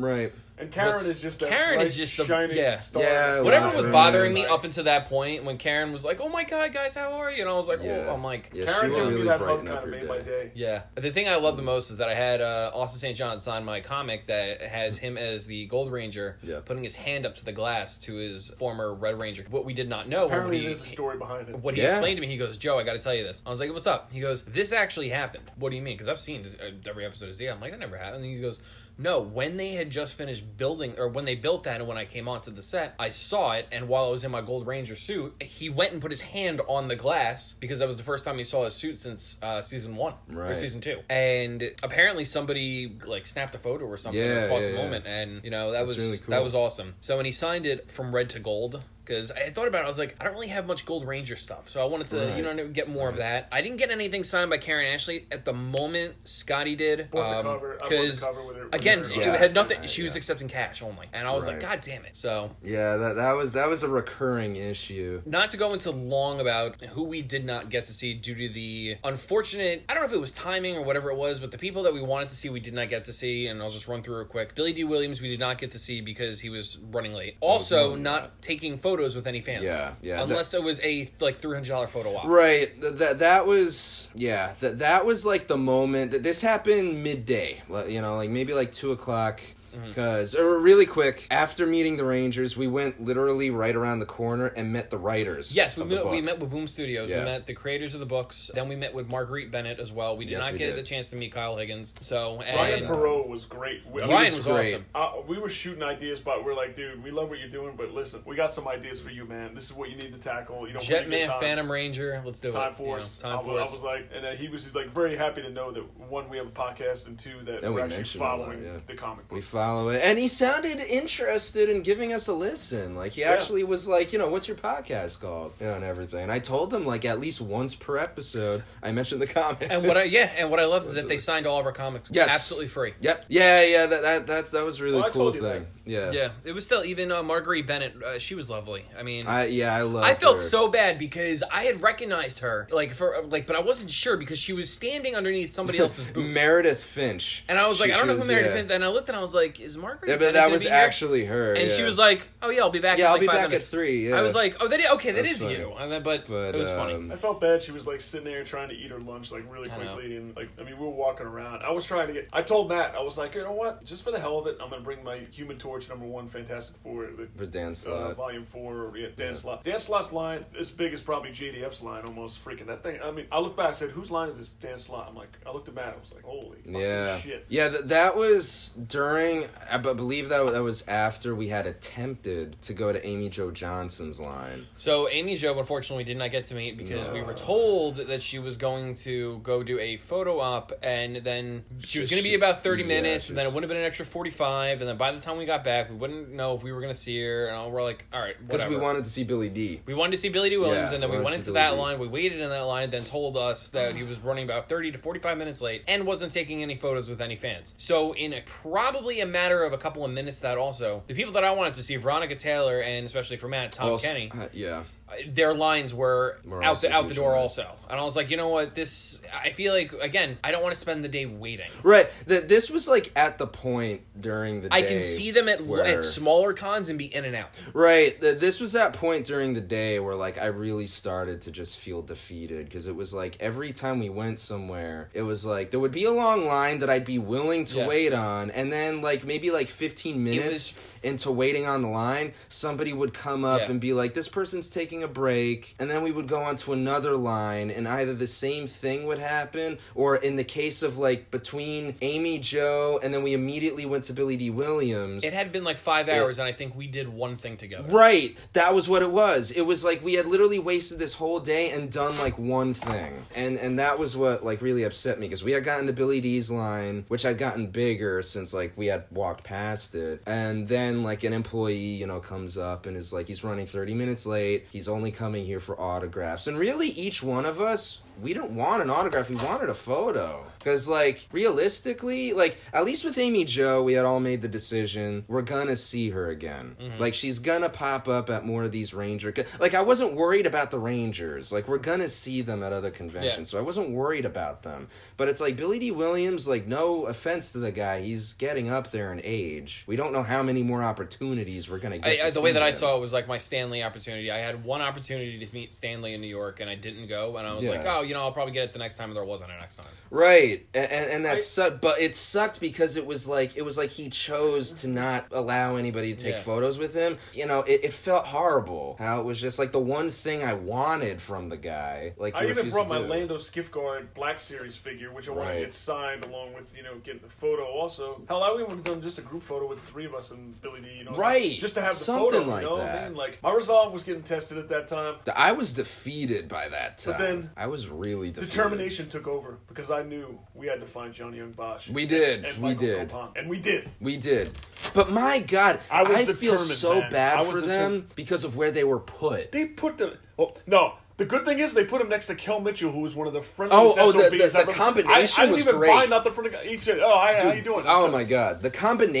[SPEAKER 2] right.
[SPEAKER 5] And Karen
[SPEAKER 3] What's-
[SPEAKER 5] is just that
[SPEAKER 3] Karen
[SPEAKER 5] bright,
[SPEAKER 3] is just the-
[SPEAKER 5] shining
[SPEAKER 3] yeah.
[SPEAKER 5] star.
[SPEAKER 2] Yeah,
[SPEAKER 3] Whatever
[SPEAKER 2] Wow.
[SPEAKER 3] was bothering me up until that point, when Karen was like, "Oh my god, guys, how are you?" and I was like,
[SPEAKER 2] Yeah.
[SPEAKER 3] "Oh, I'm like,
[SPEAKER 2] Yeah,
[SPEAKER 5] Karen
[SPEAKER 2] she
[SPEAKER 5] giving
[SPEAKER 2] really
[SPEAKER 5] me that hug
[SPEAKER 2] brightened
[SPEAKER 5] kind
[SPEAKER 2] up
[SPEAKER 5] of made
[SPEAKER 2] your
[SPEAKER 5] my
[SPEAKER 2] day.
[SPEAKER 5] day.
[SPEAKER 3] Yeah. The thing I love the most is that I had uh, Austin St. John sign my comic that has him as the Gold Ranger,
[SPEAKER 2] Yeah.
[SPEAKER 3] putting his hand up to the glass to his former Red Ranger. What we did not know when
[SPEAKER 5] Apparently,
[SPEAKER 3] we-
[SPEAKER 5] there's a story behind it.
[SPEAKER 3] what he
[SPEAKER 2] Yeah.
[SPEAKER 3] explained to me, he goes, Joe, I got to tell you this. I was like, what's up? He goes, this actually happened. What do you mean? Because I've seen this, uh, every episode of Z. I'm like, that never happened. And he goes, no, when they had just finished building, or when they built that, and when I came onto the set, I saw it. And while I was in my Gold Ranger suit, he went and put his hand on the glass because that was the first time he saw his suit since uh, season one or
[SPEAKER 2] Right.
[SPEAKER 3] season two. And apparently, somebody like snapped a photo or something,
[SPEAKER 2] Yeah,
[SPEAKER 3] or caught
[SPEAKER 2] yeah,
[SPEAKER 3] the
[SPEAKER 2] yeah.
[SPEAKER 3] moment, and you know that
[SPEAKER 2] That's
[SPEAKER 3] was
[SPEAKER 2] really cool.
[SPEAKER 3] that was awesome. So when he signed it from red to gold, because I had thought about it, I was like, I don't really have much Gold Ranger stuff, so I wanted to,
[SPEAKER 2] Right.
[SPEAKER 3] you know, get more of that. I didn't get anything signed by Karen Ashley at the moment. Scotty did,
[SPEAKER 5] bought the cover. I bought the
[SPEAKER 3] because
[SPEAKER 5] cover with her- with
[SPEAKER 3] again,
[SPEAKER 5] her-
[SPEAKER 2] Yeah.
[SPEAKER 3] it had nothing.
[SPEAKER 2] Yeah,
[SPEAKER 3] she was
[SPEAKER 2] yeah.
[SPEAKER 3] accepting cash only, and I was like,
[SPEAKER 2] Right.
[SPEAKER 3] God damn it! So
[SPEAKER 2] Yeah, that that was that was a recurring issue.
[SPEAKER 3] not to go into long about who we did not get to see due to the unfortunate I don't know if it was timing or whatever it was, but the people that we wanted to see we did not get to see, and I'll just run through real quick. Billy D. Williams we did not get to see because he was running late. Also not taking photos with any fans.
[SPEAKER 2] Yeah, yeah,
[SPEAKER 3] Unless it was a like three hundred dollar photo op.
[SPEAKER 2] Right. th- That that was yeah. That that was like the moment that this happened midday. li- You know, like maybe like two o'clock.
[SPEAKER 3] Mm-hmm.
[SPEAKER 2] Because or really quick after meeting the Rangers, we went literally right around the corner and met the writers.
[SPEAKER 3] Yes, we
[SPEAKER 2] of the
[SPEAKER 3] met, we
[SPEAKER 2] book.
[SPEAKER 3] met with Boom Studios. We
[SPEAKER 2] Yeah.
[SPEAKER 3] met the creators of the books. Then we met with Marguerite Bennett as well. We did
[SPEAKER 2] Yes,
[SPEAKER 3] not
[SPEAKER 2] we
[SPEAKER 3] get
[SPEAKER 2] did.
[SPEAKER 3] the chance to meet Kyle Higgins. So
[SPEAKER 5] Ryan
[SPEAKER 3] and
[SPEAKER 5] Perot was great. We, I mean,
[SPEAKER 3] Ryan
[SPEAKER 2] was
[SPEAKER 3] was
[SPEAKER 2] great.
[SPEAKER 3] awesome.
[SPEAKER 5] uh, we were shooting ideas, but we're like, dude, we love what you're doing, but listen, we got some ideas for you, man. This is what you need to tackle. You know, when you get
[SPEAKER 3] Jetman,
[SPEAKER 5] time.
[SPEAKER 3] Phantom Ranger, let's do
[SPEAKER 5] Time
[SPEAKER 3] it.
[SPEAKER 5] Force.
[SPEAKER 3] You know, Time
[SPEAKER 5] I, was,
[SPEAKER 3] Force.
[SPEAKER 5] I was like, and uh, he was like very happy to know that one, we have a podcast, and two, that
[SPEAKER 2] That
[SPEAKER 5] we're
[SPEAKER 2] we
[SPEAKER 5] actually
[SPEAKER 2] mentioned a lot,
[SPEAKER 5] following
[SPEAKER 2] yeah.
[SPEAKER 5] the comic book.
[SPEAKER 2] We follow it, and he sounded interested in giving us a listen. Like he actually was like, you know, what's your podcast called? You know, and everything. And I told him like at least once per episode, I mentioned the comic.
[SPEAKER 3] And what I yeah, and what I loved is that they signed all of our comics
[SPEAKER 2] Yes.
[SPEAKER 3] absolutely free.
[SPEAKER 2] Yep. Yeah, yeah. That that that's, that was a really
[SPEAKER 5] Well, I
[SPEAKER 2] cool
[SPEAKER 5] told you
[SPEAKER 2] thing. Yeah.
[SPEAKER 3] Yeah, it was still even uh, Marguerite Bennett. Uh, she was lovely. I mean, I,
[SPEAKER 2] I yeah I love.
[SPEAKER 3] felt so bad because I had recognized her like for uh, like, but I wasn't sure because she was standing underneath somebody else's booth,
[SPEAKER 2] Meredith Finch.
[SPEAKER 3] and I was like,
[SPEAKER 2] She-
[SPEAKER 3] I don't
[SPEAKER 2] she
[SPEAKER 3] know who
[SPEAKER 2] was-
[SPEAKER 3] Meredith
[SPEAKER 2] yeah.
[SPEAKER 3] Finch. And I looked and I was like, is Marguerite?
[SPEAKER 2] Yeah,
[SPEAKER 3] Bennett
[SPEAKER 2] but that
[SPEAKER 3] gonna
[SPEAKER 2] was
[SPEAKER 3] be here?
[SPEAKER 2] actually her.
[SPEAKER 3] And she
[SPEAKER 2] yeah.
[SPEAKER 3] was like, "Oh yeah, I'll be back."
[SPEAKER 2] Yeah,
[SPEAKER 3] in,
[SPEAKER 2] I'll
[SPEAKER 3] like,
[SPEAKER 2] be
[SPEAKER 3] five
[SPEAKER 2] back
[SPEAKER 3] minutes.
[SPEAKER 2] at three. Yeah.
[SPEAKER 3] I was like, "Oh, that is, okay, that
[SPEAKER 2] That's
[SPEAKER 3] is
[SPEAKER 2] funny.
[SPEAKER 3] you." And then, but,
[SPEAKER 2] But,
[SPEAKER 3] it was
[SPEAKER 2] um,
[SPEAKER 3] funny.
[SPEAKER 5] I felt bad. She was like sitting there trying to eat her lunch, like really
[SPEAKER 3] I know.
[SPEAKER 5] quickly, and like I mean, we were walking around. I was trying to get. I told Matt, I was like, you know what? Just for the hell of it, I'm gonna bring my Human Torch number one, Fantastic Four,
[SPEAKER 2] for
[SPEAKER 5] the,
[SPEAKER 2] Dan
[SPEAKER 5] uh,
[SPEAKER 2] Slott.
[SPEAKER 5] Volume Four, or yeah, Dan Slott. Dan Slott's line as big as probably JDF's line, almost freaking that thing. I mean, I looked back, I said, whose line is this? Dan Slott. I'm like, I looked at Matt, I was like, holy fucking
[SPEAKER 2] yeah,
[SPEAKER 5] shit.
[SPEAKER 2] yeah. Th- that was during. I b- believe that wa- that was after we had attempted to go to Amy Joe Johnson's line.
[SPEAKER 3] So Amy Jo, unfortunately, did not get to meet because we were told that she was going to go do a photo op, and then she was going to be
[SPEAKER 2] She-
[SPEAKER 3] about thirty
[SPEAKER 2] yeah,
[SPEAKER 3] minutes,
[SPEAKER 2] she
[SPEAKER 3] and then it
[SPEAKER 2] was-
[SPEAKER 3] would have been an extra forty-five, and then by the time we got back, we wouldn't know if we were going to see her, and all- we're like, "All right,
[SPEAKER 2] Because
[SPEAKER 3] whatever."
[SPEAKER 2] we wanted to see Billy D.
[SPEAKER 3] We wanted to see Billy D. Williams,
[SPEAKER 2] Yeah,
[SPEAKER 3] and then
[SPEAKER 2] we
[SPEAKER 3] we
[SPEAKER 2] wanted
[SPEAKER 3] went
[SPEAKER 2] to
[SPEAKER 3] into
[SPEAKER 2] see
[SPEAKER 3] that
[SPEAKER 2] Billy D.
[SPEAKER 3] line. We waited in that line, then told us that he was running about 30 to 45 minutes late and wasn't taking any photos with any fans. So, in a, probably a matter of a couple of minutes, that also, the people that I wanted to see, Veronica Taylor and especially for Matt, Tom
[SPEAKER 2] Also-
[SPEAKER 3] Kenny,
[SPEAKER 2] uh, yeah,
[SPEAKER 3] uh, their lines were
[SPEAKER 2] Were
[SPEAKER 3] out
[SPEAKER 2] also
[SPEAKER 3] the, out the
[SPEAKER 2] huge,
[SPEAKER 3] door
[SPEAKER 2] right.
[SPEAKER 3] also. And I was like, you know what? This, I feel like, again, I don't want to spend the day waiting.
[SPEAKER 2] right. That this was like at the point during the.
[SPEAKER 3] I
[SPEAKER 2] day
[SPEAKER 3] can see them at,
[SPEAKER 2] where-
[SPEAKER 3] at smaller cons and be in and out.
[SPEAKER 2] Right. th- This was that point during the day where like I really started to just feel defeated because it was like every time we went somewhere, it was like there would be a long line that I'd be willing to
[SPEAKER 3] Yeah.
[SPEAKER 2] wait on, and then like maybe like 15 minutes
[SPEAKER 3] was-
[SPEAKER 2] into waiting on the line, somebody would come up
[SPEAKER 3] Yeah.
[SPEAKER 2] and be like, "This person's taking taking a break, and then we would go on to another line, and either the same thing would happen, or in the case of like between Amy Joe, and then we immediately went to Billy D. Williams.
[SPEAKER 3] It had been like five hours, and I think we did one thing together.
[SPEAKER 2] Right, that was what it was. It was like we had literally wasted this whole day and done like one thing, and and that was what like really upset me because we had gotten to Billy D's line, which had gotten bigger since like we had walked past it, and then like an employee you know comes up and is like he's running thirty minutes late, he's only coming here for autographs, and really each one of us we didn't want an autograph. We wanted a photo. Because, like, realistically, like, at least with Amy Joe, we had all made the decision we're gonna see her again.
[SPEAKER 3] Mm-hmm.
[SPEAKER 2] Like, she's gonna pop up at more of these Ranger. Like, I wasn't worried about the Rangers. Like, we're gonna see them at other conventions. So I wasn't worried about them. But it's like Billy D. Williams, like, no offense to the guy, he's getting up there in age. We don't know how many more opportunities we're gonna get.
[SPEAKER 3] I,
[SPEAKER 2] to
[SPEAKER 3] I, the way
[SPEAKER 2] see
[SPEAKER 3] that I
[SPEAKER 2] him.
[SPEAKER 3] saw it was like my Stanley opportunity. I had one opportunity to meet Stanley in New York, and I didn't go. And I was like,
[SPEAKER 2] Yeah.
[SPEAKER 3] oh, you know, I'll probably get it the next time. and There wasn't a next time.
[SPEAKER 2] Right, and, and, and that sucked. But it sucked because it was like it was like he chose
[SPEAKER 5] Mm-hmm.
[SPEAKER 2] to not allow anybody to take
[SPEAKER 3] Yeah.
[SPEAKER 2] photos with him. You know, it, it felt horrible. How it was just like the one thing I wanted from the guy. Like he
[SPEAKER 5] I even
[SPEAKER 2] refused
[SPEAKER 5] brought
[SPEAKER 2] to
[SPEAKER 5] my
[SPEAKER 2] do.
[SPEAKER 5] Lando Skiffguard Black Series figure, which I want
[SPEAKER 2] Right.
[SPEAKER 5] to get signed along with, you know, getting the photo also. Hell, I would have done just a group photo with the three of us and Billy D, you know.
[SPEAKER 2] Right.
[SPEAKER 5] Just to have the
[SPEAKER 2] Something
[SPEAKER 5] photo,
[SPEAKER 2] like
[SPEAKER 5] you know what
[SPEAKER 2] that.
[SPEAKER 5] I mean? Like, my resolve was getting tested at that time.
[SPEAKER 2] I was defeated by that time.
[SPEAKER 5] But then-
[SPEAKER 2] I was really defeated.
[SPEAKER 5] Determination took over because I knew we had to find Johnny Young Bosch.
[SPEAKER 2] We did.
[SPEAKER 5] And
[SPEAKER 2] We
[SPEAKER 5] Michael
[SPEAKER 2] did.
[SPEAKER 5] Copon. And we did.
[SPEAKER 2] We did. But my God,
[SPEAKER 5] I
[SPEAKER 2] I,
[SPEAKER 5] was
[SPEAKER 2] feel
[SPEAKER 5] determined,
[SPEAKER 2] so
[SPEAKER 5] man. I
[SPEAKER 2] bad
[SPEAKER 5] was
[SPEAKER 2] for them because of where they were put. oh.
[SPEAKER 5] They put the. Well, no. The good thing is they put him next to Kel Mitchell, who was one of the friendliest
[SPEAKER 2] Oh, oh, the-
[SPEAKER 5] SOBs.
[SPEAKER 2] the- the
[SPEAKER 5] I've ever-
[SPEAKER 2] combination
[SPEAKER 5] I, I didn't
[SPEAKER 2] was
[SPEAKER 5] even
[SPEAKER 2] great.
[SPEAKER 5] buy nothing from the guy. He said, "Oh, hi, how you doing?"
[SPEAKER 2] Oh my god. The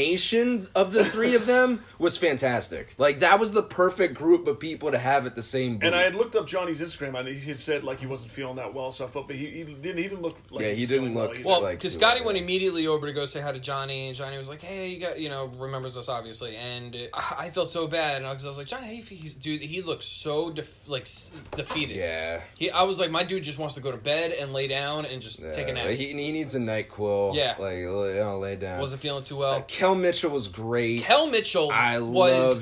[SPEAKER 2] combination of the three of them was fantastic. Like that was the perfect group of people to have at the same booth.
[SPEAKER 5] And I had looked up Johnny's Instagram, and he had said like he wasn't feeling that well. So I felt, but he, he didn't. He didn't look. like
[SPEAKER 2] Yeah, he
[SPEAKER 5] was
[SPEAKER 2] didn't
[SPEAKER 5] feeling
[SPEAKER 2] look-
[SPEAKER 5] either.
[SPEAKER 2] Well,
[SPEAKER 3] Well,
[SPEAKER 2] like
[SPEAKER 3] because
[SPEAKER 2] to,
[SPEAKER 3] Scotty
[SPEAKER 2] uh,
[SPEAKER 3] went immediately over to go say hi to Johnny, and Johnny was like, "Hey, you got you know remembers us obviously," and uh, I I felt so bad, and I was, I was like, "Johnny, how you feel?" he's dude, he looks so def- like s- defeated."
[SPEAKER 2] yeah.
[SPEAKER 3] He, I was like, my dude just wants to go to bed and lay down and just take a
[SPEAKER 2] Yeah,
[SPEAKER 3] nap.
[SPEAKER 2] He, he needs a NyQuil.
[SPEAKER 3] Yeah.
[SPEAKER 2] Like, you know, lay down.
[SPEAKER 3] Wasn't feeling too well.
[SPEAKER 2] Kel Mitchell was great.
[SPEAKER 3] Kel Mitchell
[SPEAKER 2] I
[SPEAKER 3] was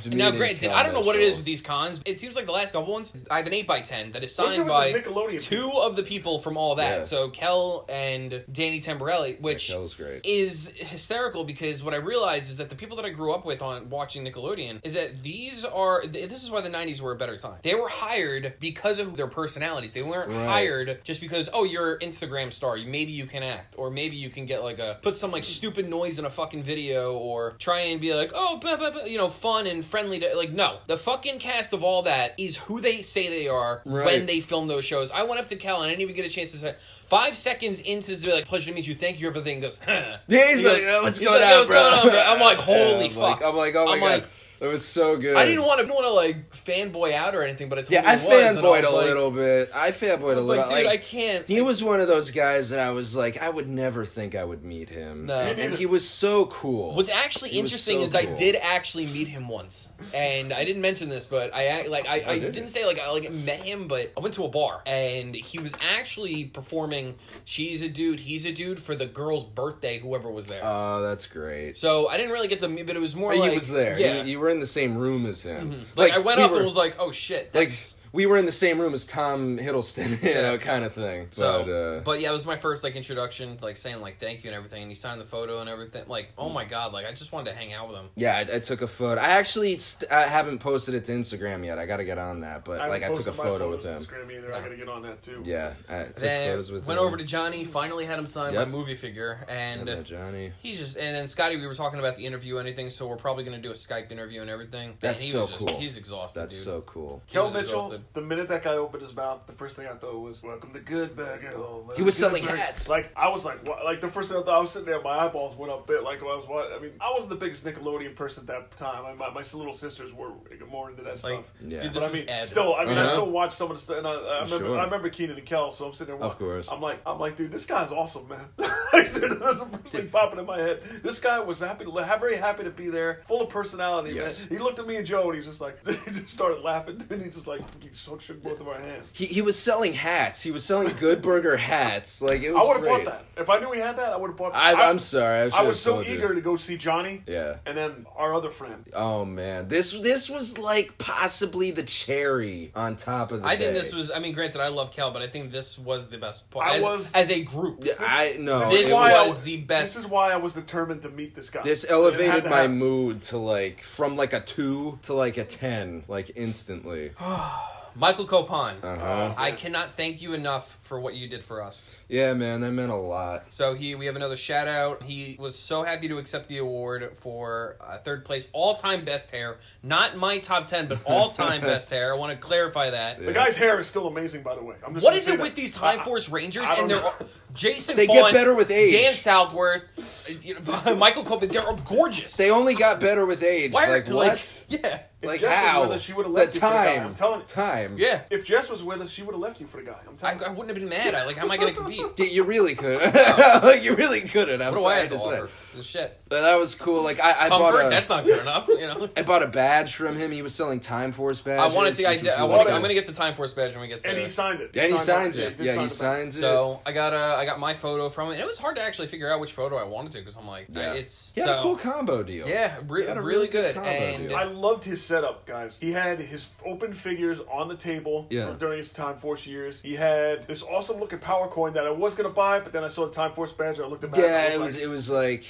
[SPEAKER 2] loved
[SPEAKER 3] now.
[SPEAKER 2] meeting
[SPEAKER 3] Granted,
[SPEAKER 2] Kel
[SPEAKER 3] I don't know what it
[SPEAKER 2] Mitchell.
[SPEAKER 3] is with these cons. It seems like the last couple ones. I have an eight by ten that is
[SPEAKER 5] What's
[SPEAKER 3] signed
[SPEAKER 5] up with
[SPEAKER 3] by
[SPEAKER 5] those Nickelodeon
[SPEAKER 3] two of the people from all that.
[SPEAKER 2] Yeah.
[SPEAKER 3] So Kel and Danny Tamborelli, which
[SPEAKER 2] Kel's great.
[SPEAKER 3] is hysterical because what I realized is that the people that I grew up with on watching Nickelodeon is that these are th- this is why the '90s were a better time. They were hired because of their personalities. They weren't
[SPEAKER 2] Right.
[SPEAKER 3] hired just because oh you're an Instagram star. You- Maybe you can act, or maybe you can get like a put some like stupid noise in a fucking video, or try and be like oh blah, blah, blah, you know fun and friendly. To, like no, the fucking cast of all that is who they say they are when
[SPEAKER 2] Right.
[SPEAKER 3] they film those shows. I went up to Cal and I didn't even get a chance to say. Five seconds into be like, pleasure to meet you, thank you, everything goes, huh.
[SPEAKER 2] Yeah, he's
[SPEAKER 3] He
[SPEAKER 2] like,
[SPEAKER 3] goes-
[SPEAKER 2] "Oh, what's
[SPEAKER 3] he's
[SPEAKER 2] going
[SPEAKER 3] like,
[SPEAKER 2] on,
[SPEAKER 3] "What's
[SPEAKER 2] bro?"
[SPEAKER 3] going on, bro?" I'm like,
[SPEAKER 2] Yeah,
[SPEAKER 3] holy
[SPEAKER 2] I'm
[SPEAKER 3] fuck.
[SPEAKER 2] Like, I'm like, oh my
[SPEAKER 3] I'm
[SPEAKER 2] god.
[SPEAKER 3] like-
[SPEAKER 2] it was so good.
[SPEAKER 3] I didn't want to, didn't want to like fanboy out or anything, but it's
[SPEAKER 2] Yeah,
[SPEAKER 3] what
[SPEAKER 2] I
[SPEAKER 3] it was, and
[SPEAKER 2] fanboyed
[SPEAKER 3] was
[SPEAKER 2] a
[SPEAKER 3] like-
[SPEAKER 2] little bit. I fanboyed
[SPEAKER 3] I
[SPEAKER 2] a
[SPEAKER 3] was
[SPEAKER 2] little.
[SPEAKER 3] like, dude, I can't.
[SPEAKER 2] He was one of those guys that I was like, I would never think I would meet him.
[SPEAKER 3] No.
[SPEAKER 2] And, and he was so cool.
[SPEAKER 3] What's actually
[SPEAKER 2] He was
[SPEAKER 3] interesting
[SPEAKER 2] so
[SPEAKER 3] is I
[SPEAKER 2] cool.
[SPEAKER 3] did actually meet him once, and I didn't mention this, but I act- like I, I
[SPEAKER 2] Oh, did you?
[SPEAKER 3] didn't say like I like met him, but I went to a bar and he was actually performing. She's a dude, he's a dude for the girl's birthday, whoever was there.
[SPEAKER 2] Oh, that's great.
[SPEAKER 3] so I didn't really get to meet, but it was more
[SPEAKER 2] But
[SPEAKER 3] like
[SPEAKER 2] he was there.
[SPEAKER 3] Yeah, Mm-hmm.
[SPEAKER 2] You, you were in the same room as him.
[SPEAKER 3] like, I went
[SPEAKER 2] we
[SPEAKER 3] up
[SPEAKER 2] were-
[SPEAKER 3] and was like, oh shit,
[SPEAKER 2] like
[SPEAKER 3] that's-
[SPEAKER 2] we were in the same room as Tom Hiddleston, you
[SPEAKER 3] Yeah.
[SPEAKER 2] know, kind of thing.
[SPEAKER 3] So,
[SPEAKER 2] but, uh,
[SPEAKER 3] but, yeah, it was my first like introduction, like saying like thank you and everything, and he signed the photo and everything. Like,
[SPEAKER 2] Hmm.
[SPEAKER 3] oh my god, like I just wanted to hang out with him.
[SPEAKER 2] yeah, I, I took a photo. I actually st- I haven't posted it to Instagram yet. I got to get on that, but like I
[SPEAKER 5] haven't
[SPEAKER 2] took a
[SPEAKER 5] posted my
[SPEAKER 2] photo with
[SPEAKER 5] photos on
[SPEAKER 2] him.
[SPEAKER 5] Instagram either. I gotta get on that too.
[SPEAKER 2] Yeah, I took
[SPEAKER 3] Then
[SPEAKER 2] photos with
[SPEAKER 3] went
[SPEAKER 2] him.
[SPEAKER 3] over to Johnny, finally had him sign
[SPEAKER 2] Yep.
[SPEAKER 3] my movie figure,
[SPEAKER 2] I
[SPEAKER 3] and
[SPEAKER 2] met Johnny.
[SPEAKER 3] he's just and then Scotty, we were talking about the interview and anything, so we're probably gonna do a Skype interview and everything.
[SPEAKER 2] That's
[SPEAKER 3] and he
[SPEAKER 2] so
[SPEAKER 3] was just,
[SPEAKER 2] cool.
[SPEAKER 3] He's exhausted.
[SPEAKER 2] That's
[SPEAKER 3] dude.
[SPEAKER 2] so cool.
[SPEAKER 5] Kel
[SPEAKER 3] was
[SPEAKER 5] Mitchell.
[SPEAKER 3] exhausted.
[SPEAKER 5] The minute that guy opened his mouth, the first thing I thought was "Welcome to Good Burger." Home."
[SPEAKER 2] He was
[SPEAKER 5] Good
[SPEAKER 2] selling
[SPEAKER 5] Burger."
[SPEAKER 2] hats.
[SPEAKER 5] Like I was like, what? like the first thing I thought, I was sitting there, my eyeballs went up bit. Like I was, what? I mean, I wasn't the biggest Nickelodeon person at that time. I, my, my little sisters were more into that
[SPEAKER 3] Like,
[SPEAKER 5] stuff.
[SPEAKER 2] Yeah.
[SPEAKER 3] dude,
[SPEAKER 2] But
[SPEAKER 3] this
[SPEAKER 5] But I
[SPEAKER 3] is
[SPEAKER 5] mean,
[SPEAKER 3] ebb.
[SPEAKER 5] still, I mean, I
[SPEAKER 2] Uh-huh.
[SPEAKER 5] still watch some of the stuff, and I, I remember,
[SPEAKER 2] Sure.
[SPEAKER 5] I remember Keenan and Kel. So I'm sitting there,
[SPEAKER 2] Of course.
[SPEAKER 5] I'm like, I'm like, dude, this guy's awesome, man. like, dude, that's the first thing popping in my head. This guy was happy, to, ha- very happy to be there, full of personality.
[SPEAKER 2] Yes.
[SPEAKER 5] Man. He looked at me and Joe, and he's just like, he just started laughing, and he just like, He shook, shook both of our hands.
[SPEAKER 2] He, he was selling hats. He was selling Good Burger hats. Like it was.
[SPEAKER 5] I would have
[SPEAKER 2] great.
[SPEAKER 5] bought that if I knew he had that. I would have bought.
[SPEAKER 2] I,
[SPEAKER 5] I-
[SPEAKER 2] I, am sorry. I,
[SPEAKER 5] I
[SPEAKER 2] should've
[SPEAKER 5] was so
[SPEAKER 2] told you.
[SPEAKER 5] eager to go see Johnny.
[SPEAKER 2] Yeah.
[SPEAKER 5] And then our other friend.
[SPEAKER 2] Oh man, this this was like possibly the cherry on top of the.
[SPEAKER 3] I think
[SPEAKER 2] day.
[SPEAKER 3] this was. I mean, granted, I love Cal, but I think this was the best part.
[SPEAKER 5] I
[SPEAKER 3] As,
[SPEAKER 5] was-
[SPEAKER 3] as a group.
[SPEAKER 2] Yeah, I no.
[SPEAKER 3] This
[SPEAKER 2] Oh, it
[SPEAKER 3] why
[SPEAKER 2] was-
[SPEAKER 3] I- was the best.
[SPEAKER 5] This is why I was determined to meet this guy.
[SPEAKER 2] This
[SPEAKER 5] It had
[SPEAKER 2] elevated
[SPEAKER 5] to
[SPEAKER 2] my
[SPEAKER 5] happen.
[SPEAKER 2] mood to like from like a two to like a ten, like instantly.
[SPEAKER 3] Michael Copan.
[SPEAKER 2] Uh-huh.
[SPEAKER 3] I cannot thank you enough for what you did for us.
[SPEAKER 2] Yeah, man, that meant a lot.
[SPEAKER 3] So he, we have another shout out. He was so happy to accept the award for uh, third place, all time best hair. Not my top ten, but all time best hair. I want to clarify that.
[SPEAKER 5] The guy's hair is still amazing, by the way. I'm just
[SPEAKER 3] What
[SPEAKER 5] gonna
[SPEAKER 3] is
[SPEAKER 5] say
[SPEAKER 3] it
[SPEAKER 5] that.
[SPEAKER 3] with these
[SPEAKER 5] I-
[SPEAKER 3] Time Force Rangers
[SPEAKER 5] I
[SPEAKER 3] and
[SPEAKER 5] don't
[SPEAKER 3] they're
[SPEAKER 5] know.
[SPEAKER 3] Jason?
[SPEAKER 2] They get
[SPEAKER 3] Vaughn,
[SPEAKER 2] better with age.
[SPEAKER 3] Dan Southworth, uh, you know, Michael Copan. They're gorgeous.
[SPEAKER 2] They only got better with age.
[SPEAKER 3] Why are-
[SPEAKER 2] like what?
[SPEAKER 3] yeah,
[SPEAKER 5] If
[SPEAKER 2] Like,
[SPEAKER 5] Jess was
[SPEAKER 2] how?
[SPEAKER 5] with us, she would've left
[SPEAKER 2] the
[SPEAKER 5] you for the guy,
[SPEAKER 2] time.
[SPEAKER 5] I'm telling you.
[SPEAKER 2] Time.
[SPEAKER 3] yeah.
[SPEAKER 5] If Jess was with us, she would have left you for the guy. I'm
[SPEAKER 3] I,
[SPEAKER 5] telling you.
[SPEAKER 3] I wouldn't have been mad. I like. How am I going to compete?
[SPEAKER 2] Yeah, you really could. like you really couldn't. I'm
[SPEAKER 3] What do I
[SPEAKER 2] sorry
[SPEAKER 3] have to
[SPEAKER 2] to say.
[SPEAKER 3] offer? This shit.
[SPEAKER 2] But that was cool. Like I, I bought
[SPEAKER 3] Comfort.
[SPEAKER 2] a,
[SPEAKER 3] That's not good enough. You know.
[SPEAKER 2] I bought a badge from him. He was selling Time Force
[SPEAKER 3] I
[SPEAKER 2] badges.
[SPEAKER 3] wanted to. I,
[SPEAKER 2] which was
[SPEAKER 3] I
[SPEAKER 2] really
[SPEAKER 3] want
[SPEAKER 2] cool.
[SPEAKER 3] to. I'm gonna get the Time Force badge when we get to.
[SPEAKER 5] and he
[SPEAKER 3] it.
[SPEAKER 5] signed it.
[SPEAKER 2] Yeah, he
[SPEAKER 5] signed
[SPEAKER 2] signs
[SPEAKER 5] it.
[SPEAKER 2] it.
[SPEAKER 5] did
[SPEAKER 2] Yeah,
[SPEAKER 5] sign
[SPEAKER 2] he
[SPEAKER 5] the-
[SPEAKER 2] signs it.
[SPEAKER 3] So I got uh, I got my photo from it. And it was hard to actually figure out which photo I wanted to because I'm like, I-
[SPEAKER 2] yeah.
[SPEAKER 3] it's
[SPEAKER 2] he had
[SPEAKER 3] so
[SPEAKER 2] a cool combo deal.
[SPEAKER 3] yeah, re-
[SPEAKER 2] He had
[SPEAKER 3] really,
[SPEAKER 2] a
[SPEAKER 3] good.
[SPEAKER 2] combo
[SPEAKER 3] and
[SPEAKER 2] deal.
[SPEAKER 5] I loved his setup, guys. He had his open figures on the table
[SPEAKER 2] Yeah.
[SPEAKER 5] for- during his Time Force years. He had this awesome looking power coin that I was gonna buy, but then I saw the Time Force badge. and I looked at it. and I
[SPEAKER 2] Yeah, it was
[SPEAKER 5] like-
[SPEAKER 2] it was like